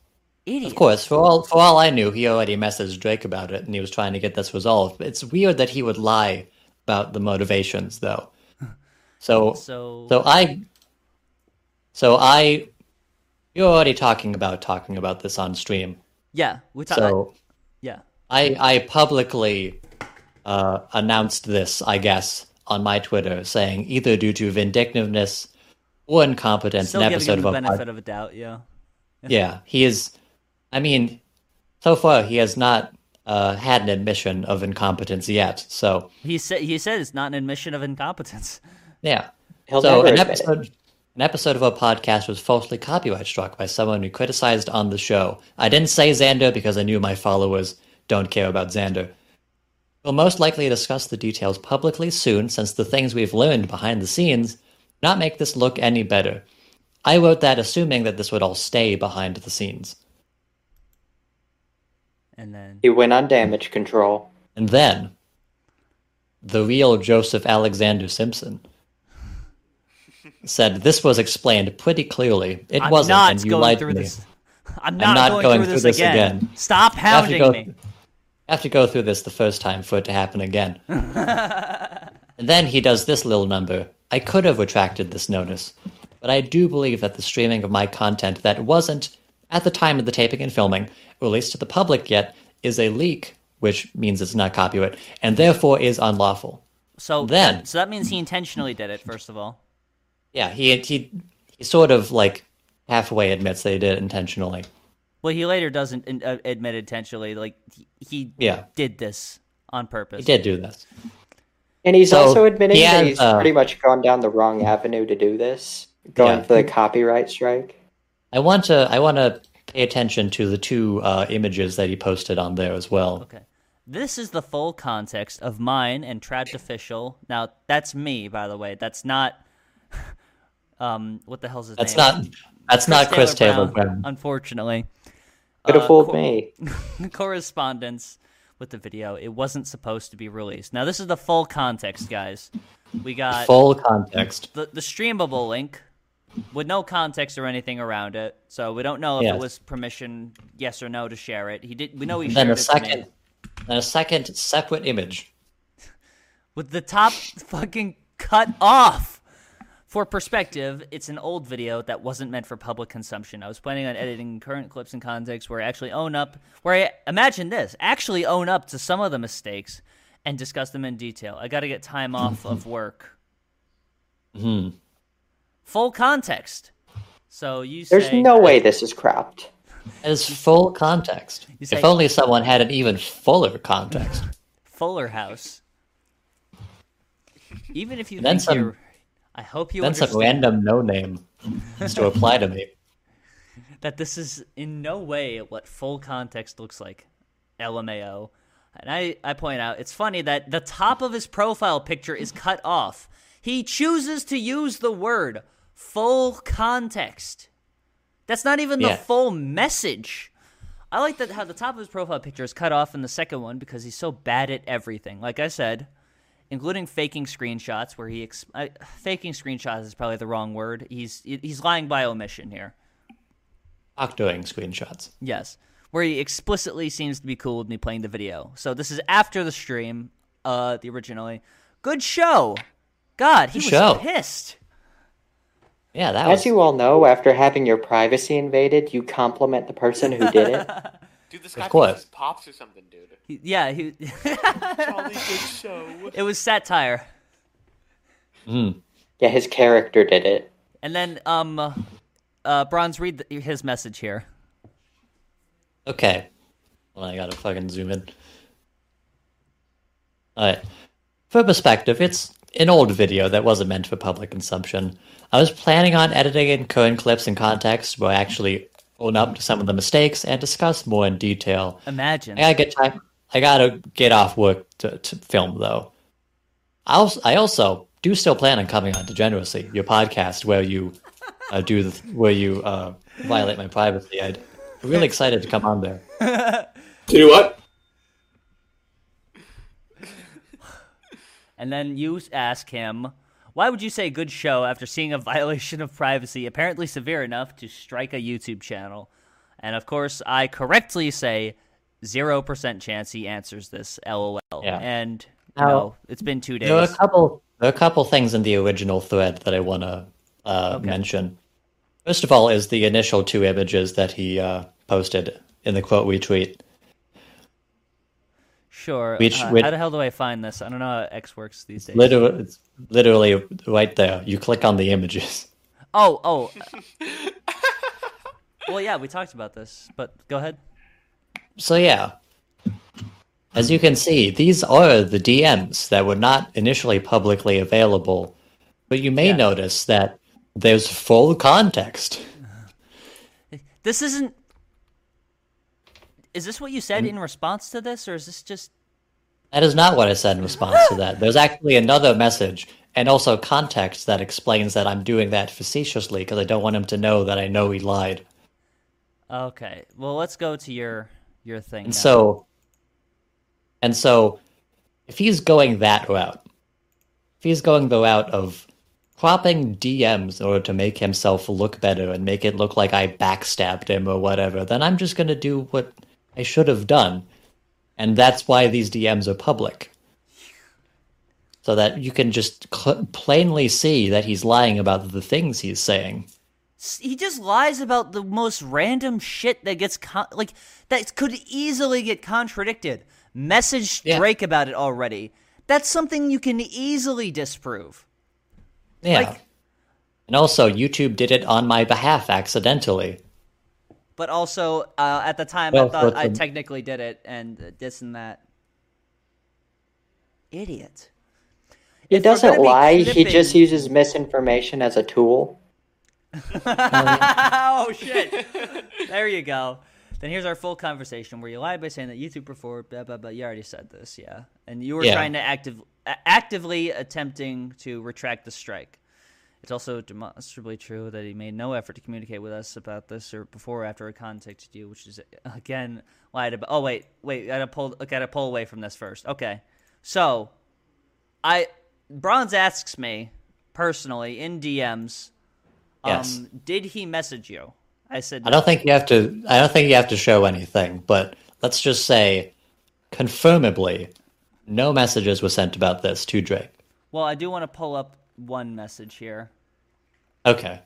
Speaker 1: Idiot.
Speaker 3: Of course, for all for all I knew, he already messaged Drake about it, and he was trying to get this resolved. It's weird that he would lie about the motivations, though. So,
Speaker 1: So-
Speaker 3: so, I, so I, you're already talking about talking about this on stream.
Speaker 1: Yeah, we ta-
Speaker 3: so
Speaker 1: Yeah.
Speaker 3: I I publicly uh, announced this, I guess, on my Twitter, saying either due to vindictiveness or incompetence,
Speaker 1: Still
Speaker 3: an
Speaker 1: giving him
Speaker 3: episode of
Speaker 1: the
Speaker 3: our
Speaker 1: benefit of a doubt. Yeah.
Speaker 3: yeah, he is. I mean, so far he has not uh, had an admission of incompetence yet. So
Speaker 1: He said he said it's not an admission of incompetence.
Speaker 3: yeah,
Speaker 1: He'll
Speaker 3: so
Speaker 1: never
Speaker 3: an
Speaker 1: admit it.
Speaker 3: episode, an episode of our podcast was falsely copyright struck by someone who criticized on the show. I didn't say Xander because I knew my followers don't care about Xander. We'll most likely discuss the details publicly soon, since the things we've learned behind the scenes not make this look any better. I wrote that assuming that this would all stay behind the scenes.
Speaker 1: And then
Speaker 5: He went on damage control.
Speaker 3: And then the real Joseph Alexander Simpson said this was explained pretty clearly. It
Speaker 1: I'm
Speaker 3: wasn't,
Speaker 1: not
Speaker 3: and you
Speaker 1: going
Speaker 3: lied
Speaker 1: through
Speaker 3: to me.
Speaker 1: this. I'm not, going, through, this, again. Stop
Speaker 3: I have
Speaker 1: hounding
Speaker 3: to go-
Speaker 1: me.
Speaker 3: I have to go through this the first time for it to happen again. And then he does this little number. I could have retracted this notice, but I do believe that the streaming of my content that wasn't, at the time of the taping and filming, released to the public yet, is a leak, which means it's not copyright, and therefore is unlawful.
Speaker 1: So
Speaker 3: Then-
Speaker 1: so that means he intentionally did it. First of all,
Speaker 3: Yeah, he he he sort of like halfway admits that he did it intentionally.
Speaker 1: well, he later doesn't in- uh, admit intentionally. Like he, he
Speaker 3: Yeah.
Speaker 1: did this on purpose.
Speaker 3: He did do this.
Speaker 5: And he's
Speaker 3: So,
Speaker 5: also admitting
Speaker 3: he
Speaker 5: that
Speaker 3: has,
Speaker 5: he's
Speaker 3: uh,
Speaker 5: pretty much gone down the wrong avenue to do this, going
Speaker 3: Yeah.
Speaker 5: for the copyright strike.
Speaker 3: I want to I want to pay attention to the two uh, images that he posted on there as well.
Speaker 1: Okay. This is the full context of mine and Trapped Official. Now, that's me, by the way. That's not. Um, what the hell's his
Speaker 3: That's
Speaker 1: name?
Speaker 3: not- that's not Chris Taylor Brown.
Speaker 1: Unfortunately,
Speaker 5: Could've
Speaker 1: Uh,
Speaker 5: fooled
Speaker 1: cor-
Speaker 5: me.
Speaker 1: correspondence with the video. It wasn't supposed to be released. Now, this is the full context, guys. We got
Speaker 3: Full context.
Speaker 1: the, the streamable link with no context or anything around it. So we don't know if
Speaker 3: Yes.
Speaker 1: it was permission, yes or no, to share it. He did. We know he
Speaker 3: And
Speaker 1: shared it
Speaker 3: then a
Speaker 1: to me.
Speaker 3: second then a second separate image.
Speaker 1: with the top fucking cut off. For perspective, it's an old video that wasn't meant for public consumption. I was planning on editing current clips and context where I actually own up, where I imagine this, actually own up to some of the mistakes and discuss them in detail. I got to get time off of work.
Speaker 3: Hmm.
Speaker 1: Full context. So you
Speaker 5: There's
Speaker 1: say
Speaker 5: no way this is cropped.
Speaker 3: That is full context.
Speaker 1: You say-
Speaker 3: if only someone had an even fuller context.
Speaker 1: Fuller House. Even if you
Speaker 3: Then
Speaker 1: think
Speaker 3: some-
Speaker 1: you're, I hope you
Speaker 3: then
Speaker 1: understand.
Speaker 3: some random no name has to apply to me.
Speaker 1: that this is in no way what full context looks like. LMAO. And I, I point out, it's funny that the top of his profile picture is cut off. He chooses to use the word full context. That's not even the
Speaker 13: Yeah.
Speaker 1: full message. I like that how the top of his profile picture is cut off in the second one because he's so bad at everything. Like I said, including faking screenshots, where he ex- I, faking screenshots is probably the wrong word. He's he's lying by omission here.
Speaker 3: Octoing screenshots.
Speaker 1: Yes, where he explicitly seems to be cool with me playing the video. So this is after the stream, uh, the originally. Good show. God, he
Speaker 5: Good
Speaker 1: was
Speaker 5: show.
Speaker 1: pissed.
Speaker 3: Yeah, that
Speaker 5: As you all know, after having your privacy invaded, you compliment the person who did it.
Speaker 2: Dude, this
Speaker 5: Of
Speaker 2: guy
Speaker 5: course.
Speaker 2: thinks he's pops or something, dude.
Speaker 1: He- yeah, he.
Speaker 2: Jolly good show.
Speaker 1: it was satire.
Speaker 5: Yeah, his character did it.
Speaker 1: And then, um, uh, Bronze, read th his message here.
Speaker 3: Okay. Well, I gotta fucking zoom in. Alright. For perspective, it's an old video that wasn't meant for public consumption. I was planning on editing in current clips and context where I actually own up to some of the mistakes and discuss more in detail.
Speaker 1: Imagine.
Speaker 3: I gotta get time. I gotta get off work to, to film though. I also, I also do still plan on coming on Degeneracy, your podcast where you uh, do the, where you uh, violate my privacy. I'd, I'm really excited to come on there.
Speaker 4: Do what?
Speaker 1: And then you ask him, why would you say good show after seeing a violation of privacy apparently severe enough to strike a YouTube channel? And of course, I correctly say 0% chance he answers this, lol.
Speaker 3: Yeah.
Speaker 1: And
Speaker 3: Now-
Speaker 1: no, it's been two days.
Speaker 3: There are a couple. There are a couple things in the original thread that I want to uh, mention. First of all, is the initial two images that he uh, posted in the quote retweet.
Speaker 1: sure.
Speaker 3: Which-
Speaker 1: uh,
Speaker 3: which-
Speaker 1: how the hell do I find this? I don't know how X works these days.
Speaker 3: Literally, it's literally right there. You click on the images.
Speaker 1: Oh, oh. well, yeah, we talked about this, but go ahead.
Speaker 3: So yeah, as you can see, these are the DMs that were not initially publicly available, but you may notice that there's full context.
Speaker 1: This isn't. Is this what you said in response to this, or is this just
Speaker 3: That is not what I said in response to that. There's actually another message and also context that explains that I'm doing that facetiously because I don't want him to know that I know he lied.
Speaker 1: Okay. Well, let's go to your your thing.
Speaker 3: And
Speaker 1: now.
Speaker 3: so, and so, if he's going that route, if he's going the route of cropping DMs in order to make himself look better and make it look like I backstabbed him or whatever, then I'm just going to do what I should have done. And that's why these DMs are public. So that you can just cl- plainly see that he's lying about the things he's saying.
Speaker 1: S- he just lies about the most random shit that gets con- like that could easily get contradicted. Message Drake about it already. That's something you can easily disprove.
Speaker 3: Yeah.
Speaker 1: Like-
Speaker 3: and also, YouTube did it on my behalf accidentally.
Speaker 1: But also, uh, at the time,
Speaker 3: Well,
Speaker 1: I thought
Speaker 3: so
Speaker 1: I
Speaker 3: it's a-
Speaker 1: technically did it and this and that. Idiot.
Speaker 5: He doesn't
Speaker 1: gonna be
Speaker 5: lie. He just
Speaker 1: clipping-
Speaker 5: uses misinformation as a tool.
Speaker 1: oh shit! there you go. Then here's our full conversation where you lied by saying that YouTube performed blah blah blah. You already said this, yeah. And you were
Speaker 3: Yeah.
Speaker 1: trying to active, a- actively attempting to retract the strike. It's also demonstrably true that he made no effort to communicate with us about this or before or after I contacted you, which is again lied about. Oh wait, wait, gotta pull, gotta pull away from this first. Okay, so I Bronze asks me personally in DMs, um,
Speaker 3: Yes.
Speaker 1: did he message you? I said,
Speaker 3: I don't
Speaker 1: "No."
Speaker 3: think you have to. I don't think you have to show anything. But let's just say, confirmably, no messages were sent about this to Drake.
Speaker 1: Well, I do want to pull up one message here.
Speaker 3: Okay.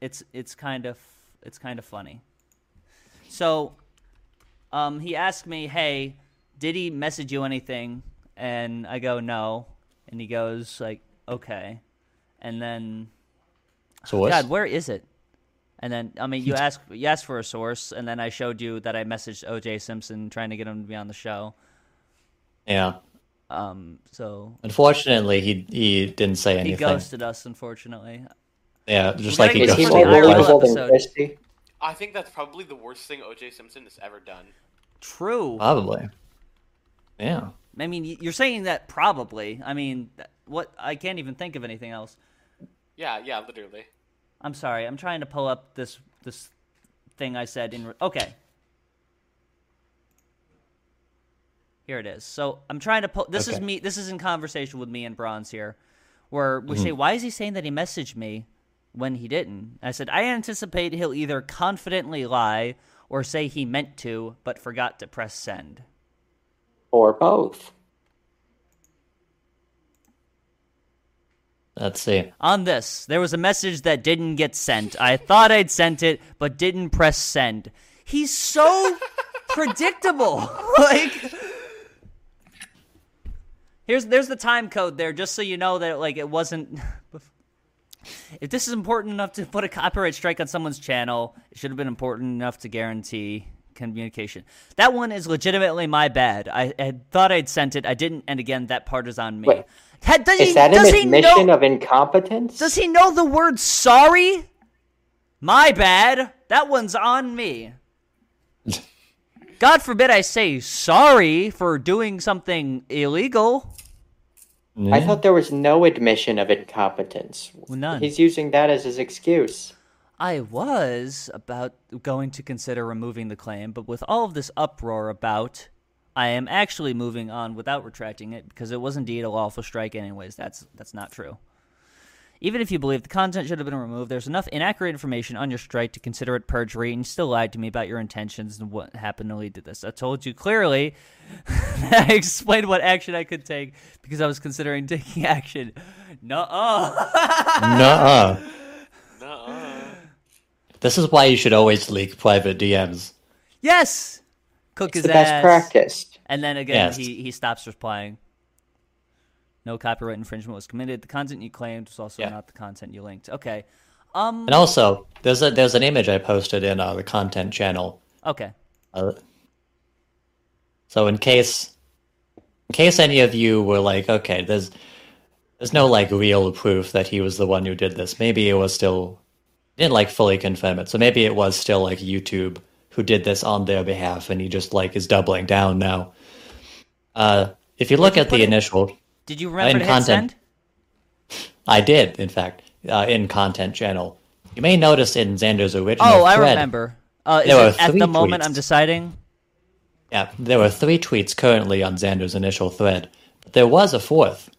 Speaker 1: It's it's kind of it's kind of funny. So, um, he asked me, "Hey, did he message you anything?" And I go, "No." And he goes, "Like, okay." And then,
Speaker 3: So what's-
Speaker 1: God, where is it? And then, I mean, you asked you asked for a source, and then I showed you that I messaged O.J. Simpson trying to get him to be on the show.
Speaker 3: Yeah.
Speaker 1: Um. So
Speaker 3: Unfortunately, he he didn't say anything.
Speaker 1: he ghosted us, unfortunately.
Speaker 3: Yeah, just
Speaker 1: We
Speaker 3: like
Speaker 1: gotta
Speaker 3: he
Speaker 1: get him
Speaker 3: ghosted
Speaker 1: on the
Speaker 3: you
Speaker 1: IRL
Speaker 3: guys.
Speaker 1: episode.
Speaker 2: I think that's probably the worst thing OJ Simpson has ever done.
Speaker 1: True.
Speaker 3: Probably. Yeah.
Speaker 1: I mean, y- you're saying that probably. I mean, th- what? I can't even think of anything else.
Speaker 2: Yeah, yeah, literally.
Speaker 1: I'm sorry. I'm trying to pull up this this thing I said in. Re- okay. Here it is. So I'm trying to pull. This is
Speaker 13: Okay.
Speaker 1: me. This is in conversation with me and Bronze here, where we say,
Speaker 13: Mhm.
Speaker 1: "Why is he saying that he messaged me when he didn't?" I said, "I anticipate he'll either confidently lie or say he meant to but forgot to press send."
Speaker 5: Or both.
Speaker 3: Let's see.
Speaker 1: On this, there was a message that didn't get sent. I thought I'd sent it, but didn't press send. He's so predictable. like Here's there's the time code there just so you know that like it wasn't If this is important enough to put a copyright strike on someone's channel, it should have been important enough to guarantee communication. That one is legitimately my bad. I, I thought I'd sent it. I didn't, and again, that part is on me.
Speaker 5: Wait.
Speaker 1: Ha- does
Speaker 5: Is
Speaker 1: he-
Speaker 5: that
Speaker 1: does
Speaker 5: an
Speaker 1: he know-
Speaker 5: admission of incompetence?
Speaker 1: does he know the word sorry? My bad. That one's on me. God forbid I say sorry for doing something illegal.
Speaker 5: I thought there was no admission of incompetence.
Speaker 1: none.
Speaker 5: He's using that as his excuse.
Speaker 1: I was about going to consider removing the claim, but with all of this uproar about, I am actually moving on without retracting it because it was indeed a lawful strike, anyways. That's that's not true. Even if you believe the content should have been removed, there's enough inaccurate information on your strike to consider it perjury, and you still lied to me about your intentions and what happened to lead to this. I told you clearly that I explained what action I could take because I was considering taking action. Nuh-uh.
Speaker 3: Nuh-uh.
Speaker 2: Nuh-uh.
Speaker 3: This is why you should always leak private DMs.
Speaker 1: Yes. Cook
Speaker 5: It's
Speaker 1: his
Speaker 5: the best
Speaker 1: ass.
Speaker 5: practice.
Speaker 1: And then again,
Speaker 3: Yes.
Speaker 1: he, he stops replying. No copyright infringement was committed. The content you claimed was also not the content you linked. Okay. Um.
Speaker 3: And also, there's a there's an image I posted in uh, the content channel.
Speaker 1: Okay.
Speaker 3: Uh, so in case in case any of you were like, okay, there's there's no like real proof that he was the one who did this. Maybe it was still didn't like fully confirm it. So maybe it was still like YouTube who did this on their behalf, and he just like is doubling down now. Uh, if you look at the initial,
Speaker 1: Did you remember to hit send?
Speaker 3: I did, in fact, uh, in content channel. You may notice in Xander's original
Speaker 1: Oh, I
Speaker 3: thread,
Speaker 1: remember. Uh, is
Speaker 3: there were
Speaker 1: it at
Speaker 3: three
Speaker 1: the moment
Speaker 3: tweets.
Speaker 1: I'm deciding.
Speaker 3: Yeah, there were three tweets currently on Xander's initial thread, but there was a fourth.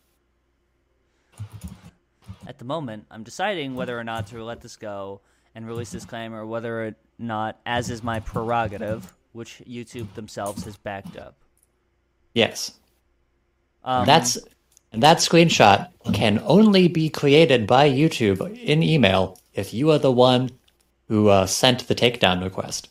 Speaker 1: At the moment I'm deciding whether or not to let this go and release this claim, or whether or not, as is my prerogative, which YouTube themselves has backed up.
Speaker 3: Yes,
Speaker 1: Um,
Speaker 3: that's and that screenshot can only be created by YouTube in email if you are the one who uh, sent the takedown request,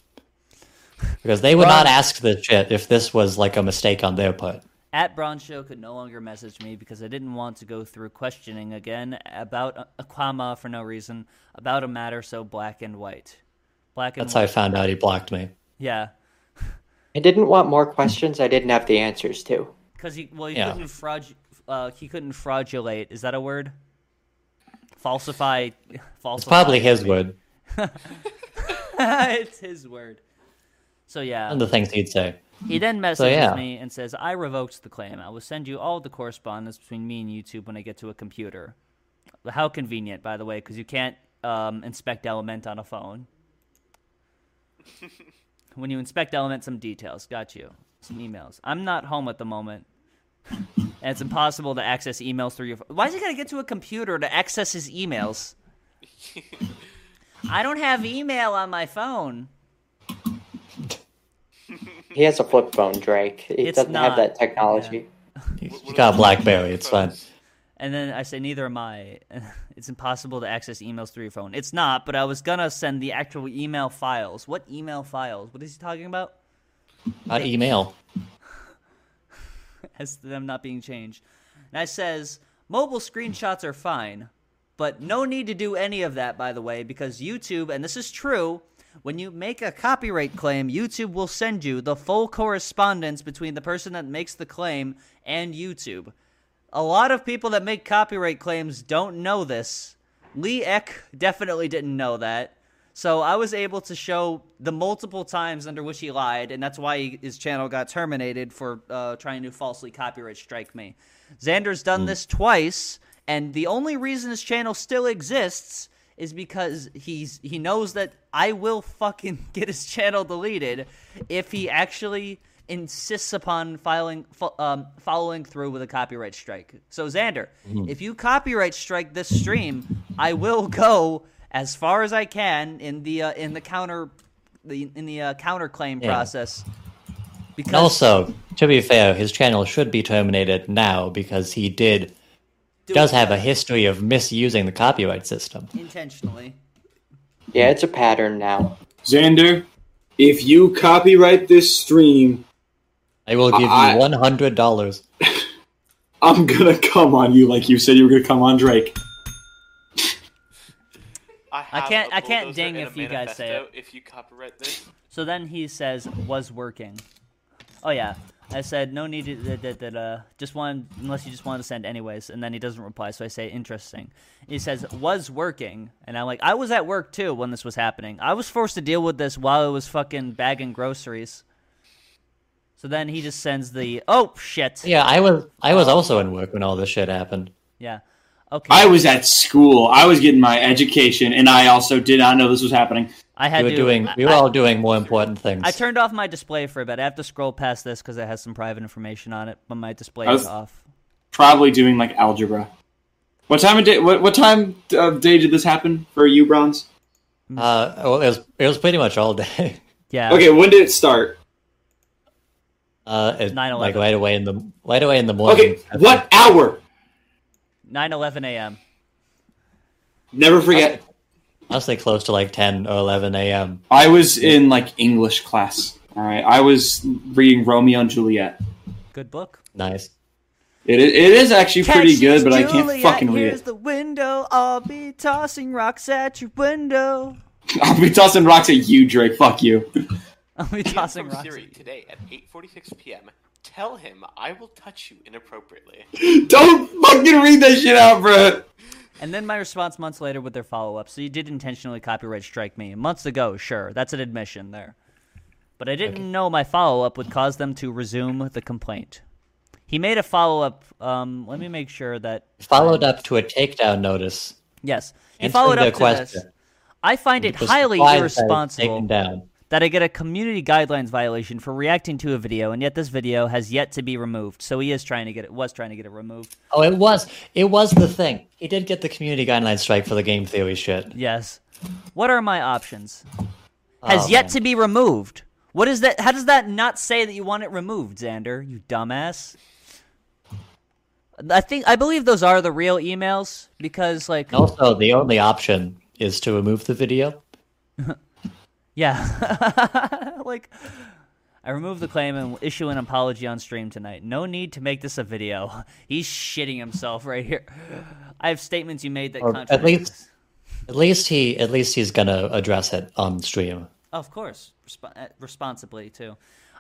Speaker 3: because they would not
Speaker 1: Right.
Speaker 3: ask the shit if this was like a mistake on their part.
Speaker 1: At Braun Show could no longer message me because I didn't want to go through questioning again about uh, Aquama for no reason, about a matter so black and white. Black and
Speaker 3: That's how I
Speaker 1: white.
Speaker 3: found out he blocked me.
Speaker 1: Yeah,
Speaker 5: I didn't want more questions I didn't have the answers to.
Speaker 1: because he well he
Speaker 3: Yeah.
Speaker 1: couldn't fraud uh, he couldn't fraudulate. Is that a word? Falsify. falsify
Speaker 3: It's probably his word.
Speaker 1: it's his word. So yeah.
Speaker 3: One of the things he'd say.
Speaker 1: He then messages
Speaker 3: So, yeah.
Speaker 1: me and says, "I revoked the claim. I will send you all the correspondence between me and YouTube when I get to a computer." How convenient, by the way, because you can't um, inspect Element on a phone. when you inspect Element, some details. Got you. Some emails. I'm not home at the moment, and it's impossible to access emails through your. Why is he gotta get to a computer to access his emails? I don't have email on my phone.
Speaker 5: He has a flip phone, Drake. He
Speaker 1: It's
Speaker 5: doesn't have
Speaker 1: not,
Speaker 5: that technology.
Speaker 3: You got a BlackBerry. It's fine.
Speaker 1: And then I say, neither am I. It's impossible to access emails through your phone. It's not, but I was gonna send the actual email files. What email files? What is he talking about?
Speaker 3: Uh, email.
Speaker 1: As to them not being changed. And I says, mobile screenshots are fine, but no need to do any of that, by the way, because YouTube, and this is true, when you make a copyright claim, YouTube will send you the full correspondence between the person that makes the claim and YouTube. A lot of people that make copyright claims don't know this. Lee Eck definitely didn't know that. So I was able to show the multiple times under which he lied, and that's why he, his channel got terminated for uh, trying to falsely copyright strike me. Xander's done this twice, and the only reason his channel still exists is because he's he knows that I will fucking get his channel deleted if he actually insists upon filing fo- um, following through with a copyright strike. So Xander,
Speaker 3: Mm-hmm.
Speaker 15: Mhm.
Speaker 1: if you copyright strike this stream, I will go as far as I can in the uh, in the counter the in the uh, counterclaim
Speaker 3: Yeah.
Speaker 1: process.
Speaker 3: And also, to be fair, his channel should be terminated now because he did does have a history of misusing the copyright system.
Speaker 1: intentionally.
Speaker 5: Yeah, it's a pattern now.
Speaker 4: Xander, if you copyright this stream,
Speaker 3: I will give
Speaker 4: I-
Speaker 3: you one hundred dollars.
Speaker 4: I'm gonna come on you like you said you were gonna come on Drake.
Speaker 1: I
Speaker 2: have
Speaker 1: can't-
Speaker 2: a
Speaker 1: I can't
Speaker 2: bulldozer
Speaker 1: ding
Speaker 2: and
Speaker 1: if
Speaker 2: a
Speaker 1: you guys say it.
Speaker 2: manifesto If you copyright this,
Speaker 1: So then he says, "Was working." Oh yeah, I said no need to that that, that uh just wanted unless you just wanted to send anyways, and then he doesn't reply. So I say interesting. He says was working, and I'm like I was at work too when this was happening. I was forced to deal with this while I was fucking bagging groceries. So then he just sends the oh shit.
Speaker 3: Yeah, I was I was also in work when all this shit happened.
Speaker 1: Yeah. Okay.
Speaker 4: I was at school. I was getting my education, and I also did not know this was happening.
Speaker 1: I had
Speaker 3: we were
Speaker 1: to-
Speaker 3: doing we were
Speaker 1: I-
Speaker 3: all doing more important things.
Speaker 1: I turned off my display for a bit. I have to scroll past this because it has some private information on it, but my display
Speaker 4: I
Speaker 1: is
Speaker 4: was-
Speaker 1: off.
Speaker 4: Probably doing like algebra. What time of day? What, what time of day did this happen for you, Bronze?
Speaker 3: Uh, well, it was it was pretty much all day.
Speaker 1: Yeah.
Speaker 4: Okay, when did it start?
Speaker 3: Uh, it,
Speaker 1: 9/11.
Speaker 3: like right away in the right away in the morning.
Speaker 4: Okay, what hour?
Speaker 1: 9:11 a.m.
Speaker 4: Never forget.
Speaker 3: Honestly, close to like ten or eleven a.m.
Speaker 4: I was in like English class. All right, I was reading Romeo and Juliet.
Speaker 1: Good book.
Speaker 3: Nice.
Speaker 4: It, i- it is actually pretty good, but I can't
Speaker 1: Juliet,
Speaker 4: fucking read
Speaker 1: here's
Speaker 4: it.
Speaker 1: the window. I'll be tossing rocks at your window.
Speaker 4: I'll be tossing rocks at you, Drake. Fuck you.
Speaker 1: I'll be
Speaker 2: Ian
Speaker 1: tossing
Speaker 2: from
Speaker 1: rocks.
Speaker 2: Siri today at 8:46 p.m. Tell him I will touch you inappropriately.
Speaker 4: Don't fucking read that shit out, bro.
Speaker 1: And then my response months later with their follow up. So you did intentionally copyright strike me months ago. Sure, that's an admission there. But I didn't know my follow up would cause them to resume the complaint. He made a follow up. Um, let me make sure that
Speaker 3: Followed up to a takedown notice.
Speaker 1: Yes, he
Speaker 3: Answering
Speaker 1: followed
Speaker 3: their
Speaker 1: up to
Speaker 3: question.
Speaker 1: this. I find it
Speaker 3: was
Speaker 1: highly
Speaker 3: surprised that it was
Speaker 1: irresponsible
Speaker 3: taken down.
Speaker 1: that I get a community guidelines violation for reacting to a video, and yet this video has yet to be removed. So he is trying to get it. Was trying to get it removed.
Speaker 3: Oh, it was it was the thing. He did get the community guideline strike for the game theory shit.
Speaker 1: Yes. What are my options? Has
Speaker 3: Oh,
Speaker 1: yet
Speaker 3: man.
Speaker 1: to be removed. What is that? How does that not say that you want it removed, Xander? You dumbass. I think I believe those are the real emails because, like,
Speaker 3: Also, the only option is to remove the video.
Speaker 1: Yeah. like, I remove the claim and will issue an apology on stream tonight. No need to make this a video. He's shitting himself right here. I have statements you made that
Speaker 3: Or
Speaker 1: contradict.
Speaker 3: at least, at least he at least he's gonna address it on stream.
Speaker 1: Of course, Resp- uh, responsibly too.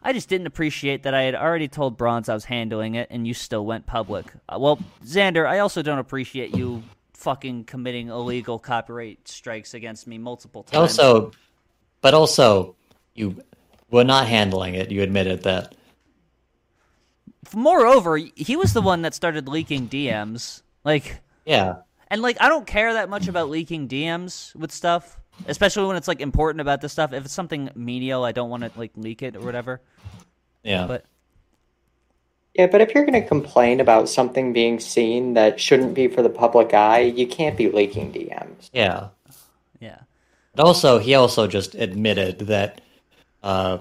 Speaker 1: I just didn't appreciate that I had already told Bronze I was handling it, and you still went public. Uh, well, Xander, I also don't appreciate you fucking committing illegal copyright strikes against me multiple times.
Speaker 3: Also, but also, you were not handling it. You admitted that.
Speaker 1: moreover, he was the one that started leaking DMs. Like,
Speaker 3: Yeah.
Speaker 1: and like I don't care that much about leaking DMs with stuff, especially when it's like important about this stuff. If it's something menial, I don't want to like leak it or whatever.
Speaker 3: Yeah.
Speaker 1: But
Speaker 5: Yeah, but if you're going to complain about something being seen that shouldn't be for the public eye, you can't be leaking DMs.
Speaker 3: Yeah.
Speaker 1: Yeah.
Speaker 3: But also, he also just admitted that uh,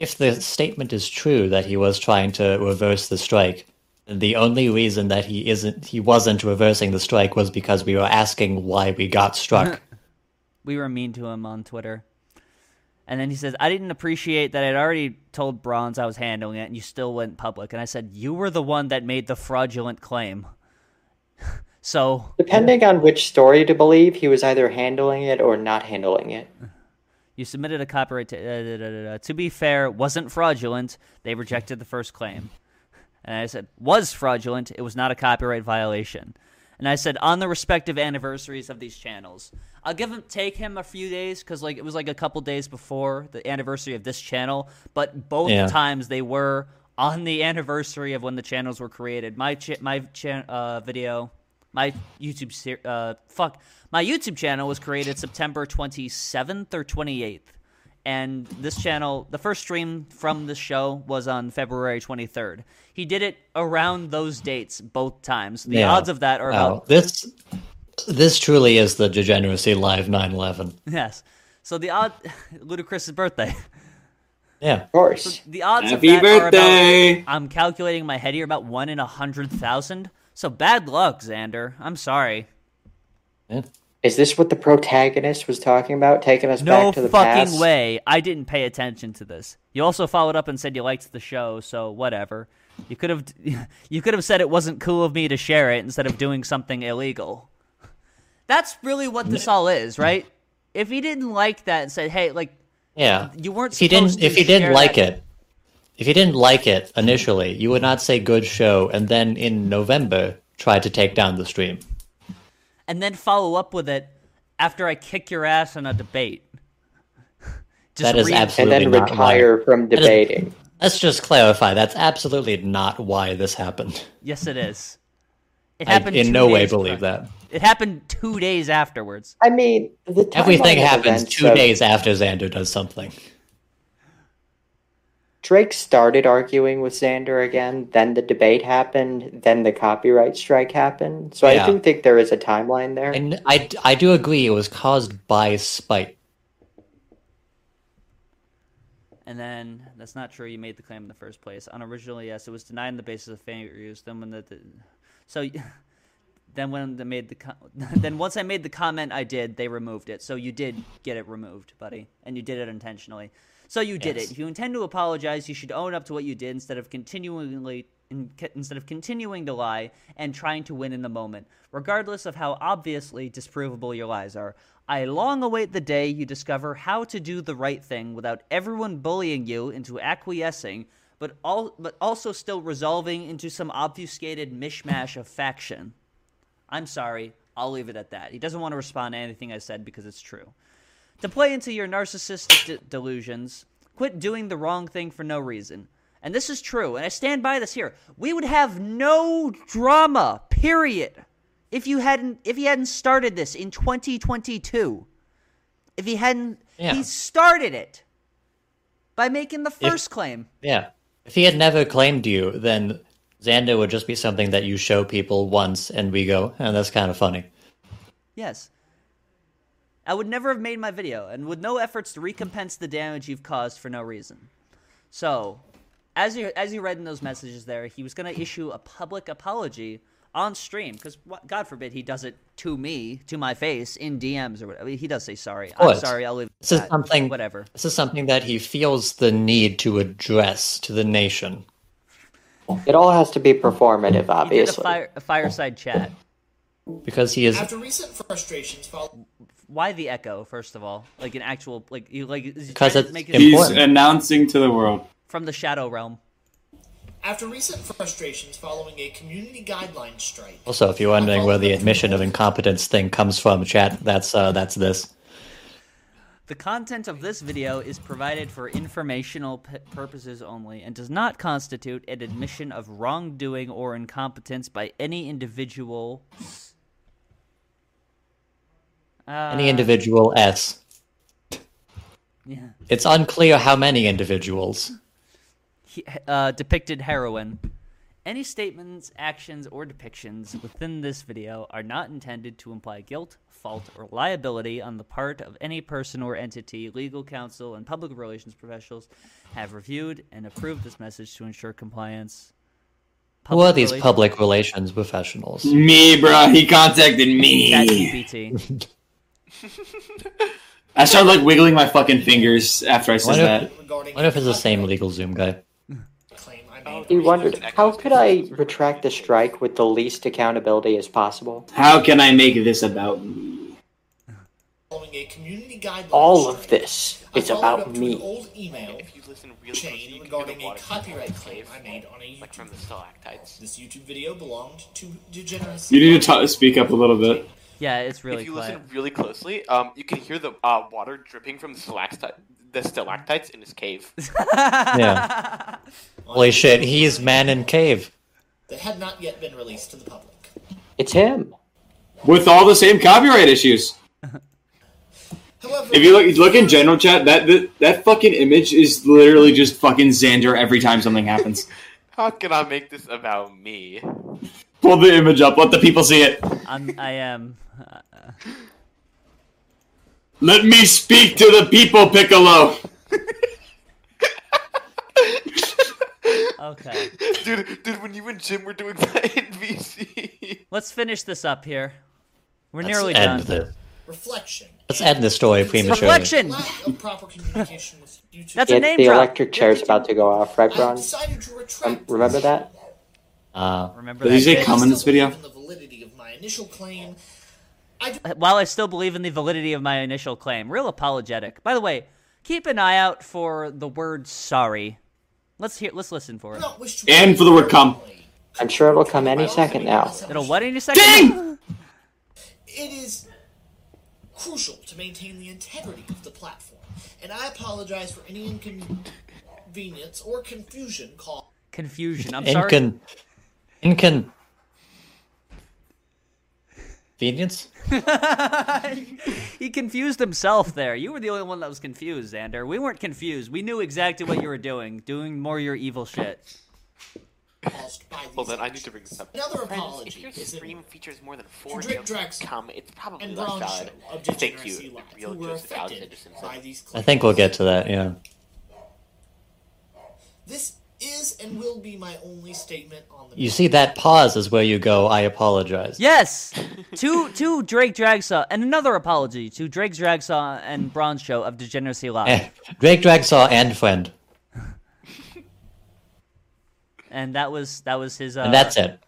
Speaker 3: if the statement is true that he was trying to reverse the strike, the only reason that he isn't he wasn't reversing the strike was because we were asking why we got struck.
Speaker 1: we were mean to him on Twitter. And then he says, I didn't appreciate that I'd already told Bronze I was handling it and you still went public. And I said, You were the one that made the fraudulent claim. so
Speaker 5: Depending on which story to believe, he was either handling it or not handling it.
Speaker 1: you submitted a copyright. To, uh, da, da, da, da. to be fair, it wasn't fraudulent. They rejected the first claim. And I said, Was fraudulent. It was not a copyright violation. And I said, On the respective anniversaries of these channels. I'll give him take him a few days because like it was like a couple days before the anniversary of this channel, but both
Speaker 3: Yeah.
Speaker 1: times they were on the anniversary of when the channels were created. My ch- my cha- uh, video, my YouTube ser- uh, fuck, my YouTube channel was created September twenty seventh or twenty eighth, and this channel, the first stream from the show was on February twenty third. He did it around those dates both times. The
Speaker 3: Yeah.
Speaker 1: odds of that are
Speaker 3: Wow.
Speaker 1: about
Speaker 3: this. This truly is the degeneracy live 9/11.
Speaker 1: Yes. So the odd Ludacris's birthday.
Speaker 3: Yeah. Of
Speaker 5: course.
Speaker 1: The odds
Speaker 3: Happy
Speaker 1: of that Are
Speaker 3: birthday!
Speaker 1: about, I'm calculating in my head here about one in a hundred thousand. So bad luck, Xander. I'm sorry.
Speaker 5: Is this what the protagonist was talking about? Taking us
Speaker 1: No
Speaker 5: back to the
Speaker 1: fucking
Speaker 5: past?
Speaker 1: way. I didn't pay attention to this. You also followed up and said you liked the show, so whatever. You could have you could have said it wasn't cool of me to share it instead of doing something illegal. That's really what this all is, right? If he didn't like that and said, "Hey, like
Speaker 3: Yeah.
Speaker 1: you weren't
Speaker 3: If he didn't
Speaker 1: supposed to
Speaker 3: if he didn't
Speaker 1: share
Speaker 3: like
Speaker 1: that-
Speaker 3: it, if he didn't like it initially, you would not say good show and then in November try to take down the stream.
Speaker 1: and then follow up with it after I kick your ass in a debate.
Speaker 3: that is
Speaker 1: re-
Speaker 3: absolutely
Speaker 5: And then
Speaker 3: not
Speaker 5: retire
Speaker 3: why-
Speaker 5: from
Speaker 3: that is-
Speaker 5: debating.
Speaker 3: let's just clarify. That's absolutely not why this happened.
Speaker 1: Yes, it is. It
Speaker 3: I
Speaker 1: happened
Speaker 3: in
Speaker 1: two
Speaker 3: no way
Speaker 1: days-
Speaker 3: believe that.
Speaker 1: It happened two days afterwards.
Speaker 5: I mean, the
Speaker 3: Everything
Speaker 5: timeline of
Speaker 3: happens
Speaker 5: events
Speaker 3: two
Speaker 5: of-
Speaker 3: days after Xander does something.
Speaker 5: Drake started arguing with Xander again, then the debate happened, then the copyright strike happened. So
Speaker 3: Yeah.
Speaker 5: I do think there is a timeline there.
Speaker 3: And I, I do agree it was caused by spite.
Speaker 1: And then that's not true. You made the claim in the first place. On originally, yes, it was denied on the basis of fan reviews. Then when the, the so then when they made the com- then once I made the comment, I did. They removed it. So you did get it removed, buddy, and you did it intentionally. So you did
Speaker 13: Yes.
Speaker 1: it. If you intend to apologize, you should own up to what you did instead of continually. In, instead of continuing to lie and trying to win in the moment, regardless of how obviously disprovable your lies are, I long await the day you discover how to do the right thing without everyone bullying you into acquiescing, but all but also still resolving into some obfuscated mishmash of faction. I'm sorry. I'll leave it at that. He doesn't want to respond to anything I said because it's true. To play into your narcissistic de- delusions, quit doing the wrong thing for no reason. And this is true, and I stand by this here. We would have no drama, period, if you hadn't if he hadn't started this in 2022. If he hadn't
Speaker 3: Yeah.
Speaker 1: he started it by making the first claim.
Speaker 3: Yeah. If he had never claimed you, then Xander would just be something that you show people once and we go, and that's kind of funny.
Speaker 1: Yes. I would never have made my video, and with no efforts to recompense the damage you've caused for no reason. So, as you as you read in those messages there, he was going to issue a public apology on stream because God forbid he does it to me, to my face in DMs or whatever. He does say sorry. I'm
Speaker 3: What?
Speaker 1: sorry. I'll leave. it
Speaker 3: This is
Speaker 1: at that,"
Speaker 3: something-
Speaker 1: Whatever.
Speaker 3: This is something that he feels the need to address to the nation.
Speaker 5: It all has to be performative,
Speaker 1: He did a,
Speaker 5: obviously.
Speaker 1: fire, a fireside chat.
Speaker 3: Because he is
Speaker 6: After recent frustrations followed
Speaker 1: Why the echo? First of all, like an actual like you like is he trying
Speaker 3: Because
Speaker 1: to
Speaker 3: it's
Speaker 1: make his-
Speaker 4: He's announcing to the world.
Speaker 1: from the shadow realm.
Speaker 6: After recent frustrations following a community guideline strike,
Speaker 3: Also, if you're wondering where the admission of incompetence thing comes from, chat, that's uh, that's this.
Speaker 1: The content of this video is provided for informational p- purposes only and does not constitute an admission of wrongdoing or incompetence by any individual. Uh,
Speaker 3: Any individual S.
Speaker 1: Yeah.
Speaker 3: It's unclear how many individuals.
Speaker 1: he- uh, depicted heroin. Any statements, actions, or depictions within this video are not intended to imply guilt, fault, or liability on the part of any person or entity. Legal counsel and public relations professionals have reviewed and approved this message to ensure compliance.
Speaker 3: Who are
Speaker 1: Public
Speaker 3: these
Speaker 1: relations-
Speaker 3: public relations professionals?
Speaker 4: Me, bruh, he contacted me.
Speaker 1: ChatGPT.
Speaker 4: I started like wiggling my fucking fingers after I said
Speaker 3: Wonder
Speaker 4: that.
Speaker 3: if, wonder if it's the same legal Zoom guy.
Speaker 5: He wondered, how could I retract the strike with the least accountability as possible?
Speaker 4: How can I make this about me?
Speaker 6: following a community guideline
Speaker 5: All
Speaker 6: strike,
Speaker 5: of this
Speaker 6: I
Speaker 5: is
Speaker 6: followed
Speaker 5: about
Speaker 6: up to an
Speaker 5: me.
Speaker 6: old email chain regarding a copyright claim I made on a YouTube video. This YouTube video belonged to Degeneracy.
Speaker 4: You need to ta speak up a little bit.
Speaker 1: Yeah, it's really
Speaker 2: if you
Speaker 1: quiet.
Speaker 2: listen really closely, um, you can hear the uh, water dripping from the stalactite, the stalactites in his cave.
Speaker 3: Yeah. Holy shit, he's man in cave.
Speaker 6: that had not yet been released to the public.
Speaker 5: It's him.
Speaker 4: With all the same copyright issues. If you look look in general chat, that, that that fucking image is literally just fucking Xander every time something happens.
Speaker 2: How can I make this about me?
Speaker 4: Pull the image up, let the people see it.
Speaker 1: I'm, I am. Uh,
Speaker 4: Let me speak to the people, Piccolo.
Speaker 1: okay.
Speaker 2: dude, dude, when you and Jim were doing that NVC.
Speaker 1: Let's finish this up here. We're
Speaker 3: Let's
Speaker 1: nearly done.
Speaker 3: end the-
Speaker 6: Reflection.
Speaker 3: Let's end the story prematurely.
Speaker 1: Reflection!
Speaker 6: Lack of proper communication with YouTube.
Speaker 1: That's
Speaker 5: It-
Speaker 1: a name
Speaker 5: the
Speaker 1: drop.
Speaker 5: electric chair's about to go off, right,
Speaker 6: I
Speaker 5: Bron?
Speaker 6: decided to retract.
Speaker 5: Um, remember that?
Speaker 3: Uh,
Speaker 1: Remember
Speaker 4: Did he
Speaker 1: that
Speaker 4: say
Speaker 1: bit?
Speaker 4: come in this video?
Speaker 6: the validity of my initial claim.
Speaker 1: While I still believe in the validity of my initial claim, real apologetic. By the way, keep an eye out for the word sorry. Let's hear. Let's listen for it.
Speaker 4: And for the word come.
Speaker 5: I'm sure it'll come any second now.
Speaker 1: It'll what in a second?
Speaker 6: It is crucial to maintain the integrity of the platform, and I apologize for any inconvenience or confusion caused.
Speaker 1: Confusion. I'm sorry.
Speaker 3: Incon. Incon. Convenience?
Speaker 1: he confused himself there. You were the only one that was confused, Xander. We weren't confused. We knew exactly what you were doing. Doing more your evil shit.
Speaker 2: Hold on, I need to bring this up.
Speaker 6: Another
Speaker 2: Friends,
Speaker 6: apology
Speaker 2: If your stream features more than four
Speaker 6: Drake
Speaker 2: jokes
Speaker 6: Drax
Speaker 2: come, it's probably
Speaker 6: and
Speaker 2: less
Speaker 6: Braun
Speaker 2: valid.
Speaker 6: Show of
Speaker 2: Thank
Speaker 6: Degeneracy
Speaker 2: you,
Speaker 6: Live,
Speaker 2: real
Speaker 6: who were
Speaker 2: Joseph
Speaker 6: affected
Speaker 2: Alexander
Speaker 6: by
Speaker 2: Simpson.
Speaker 6: these
Speaker 3: I
Speaker 6: claims.
Speaker 3: think we'll get to that, yeah.
Speaker 6: This is and will be my only statement on the.
Speaker 3: You see, that pause is where you go, I apologize.
Speaker 1: Yes, to to Drake Dragsaw and another apology to Drake Dragsaw and Bronze Show of Degeneracy
Speaker 3: Eh,
Speaker 1: Live.
Speaker 3: Drake Dragsaw and friend.
Speaker 1: and that was that was his. Uh,
Speaker 3: And that's it.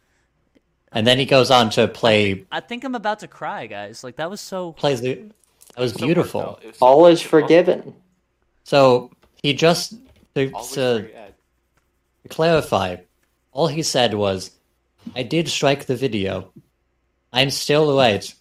Speaker 3: And then he goes on to play.
Speaker 1: I think I'm about to cry, guys. Like that was so.
Speaker 3: plays the, That was beautiful.
Speaker 5: All is forgiven.
Speaker 3: So he just. To,
Speaker 6: uh,
Speaker 3: to clarify, all he said was, I did strike the video. I'm still right.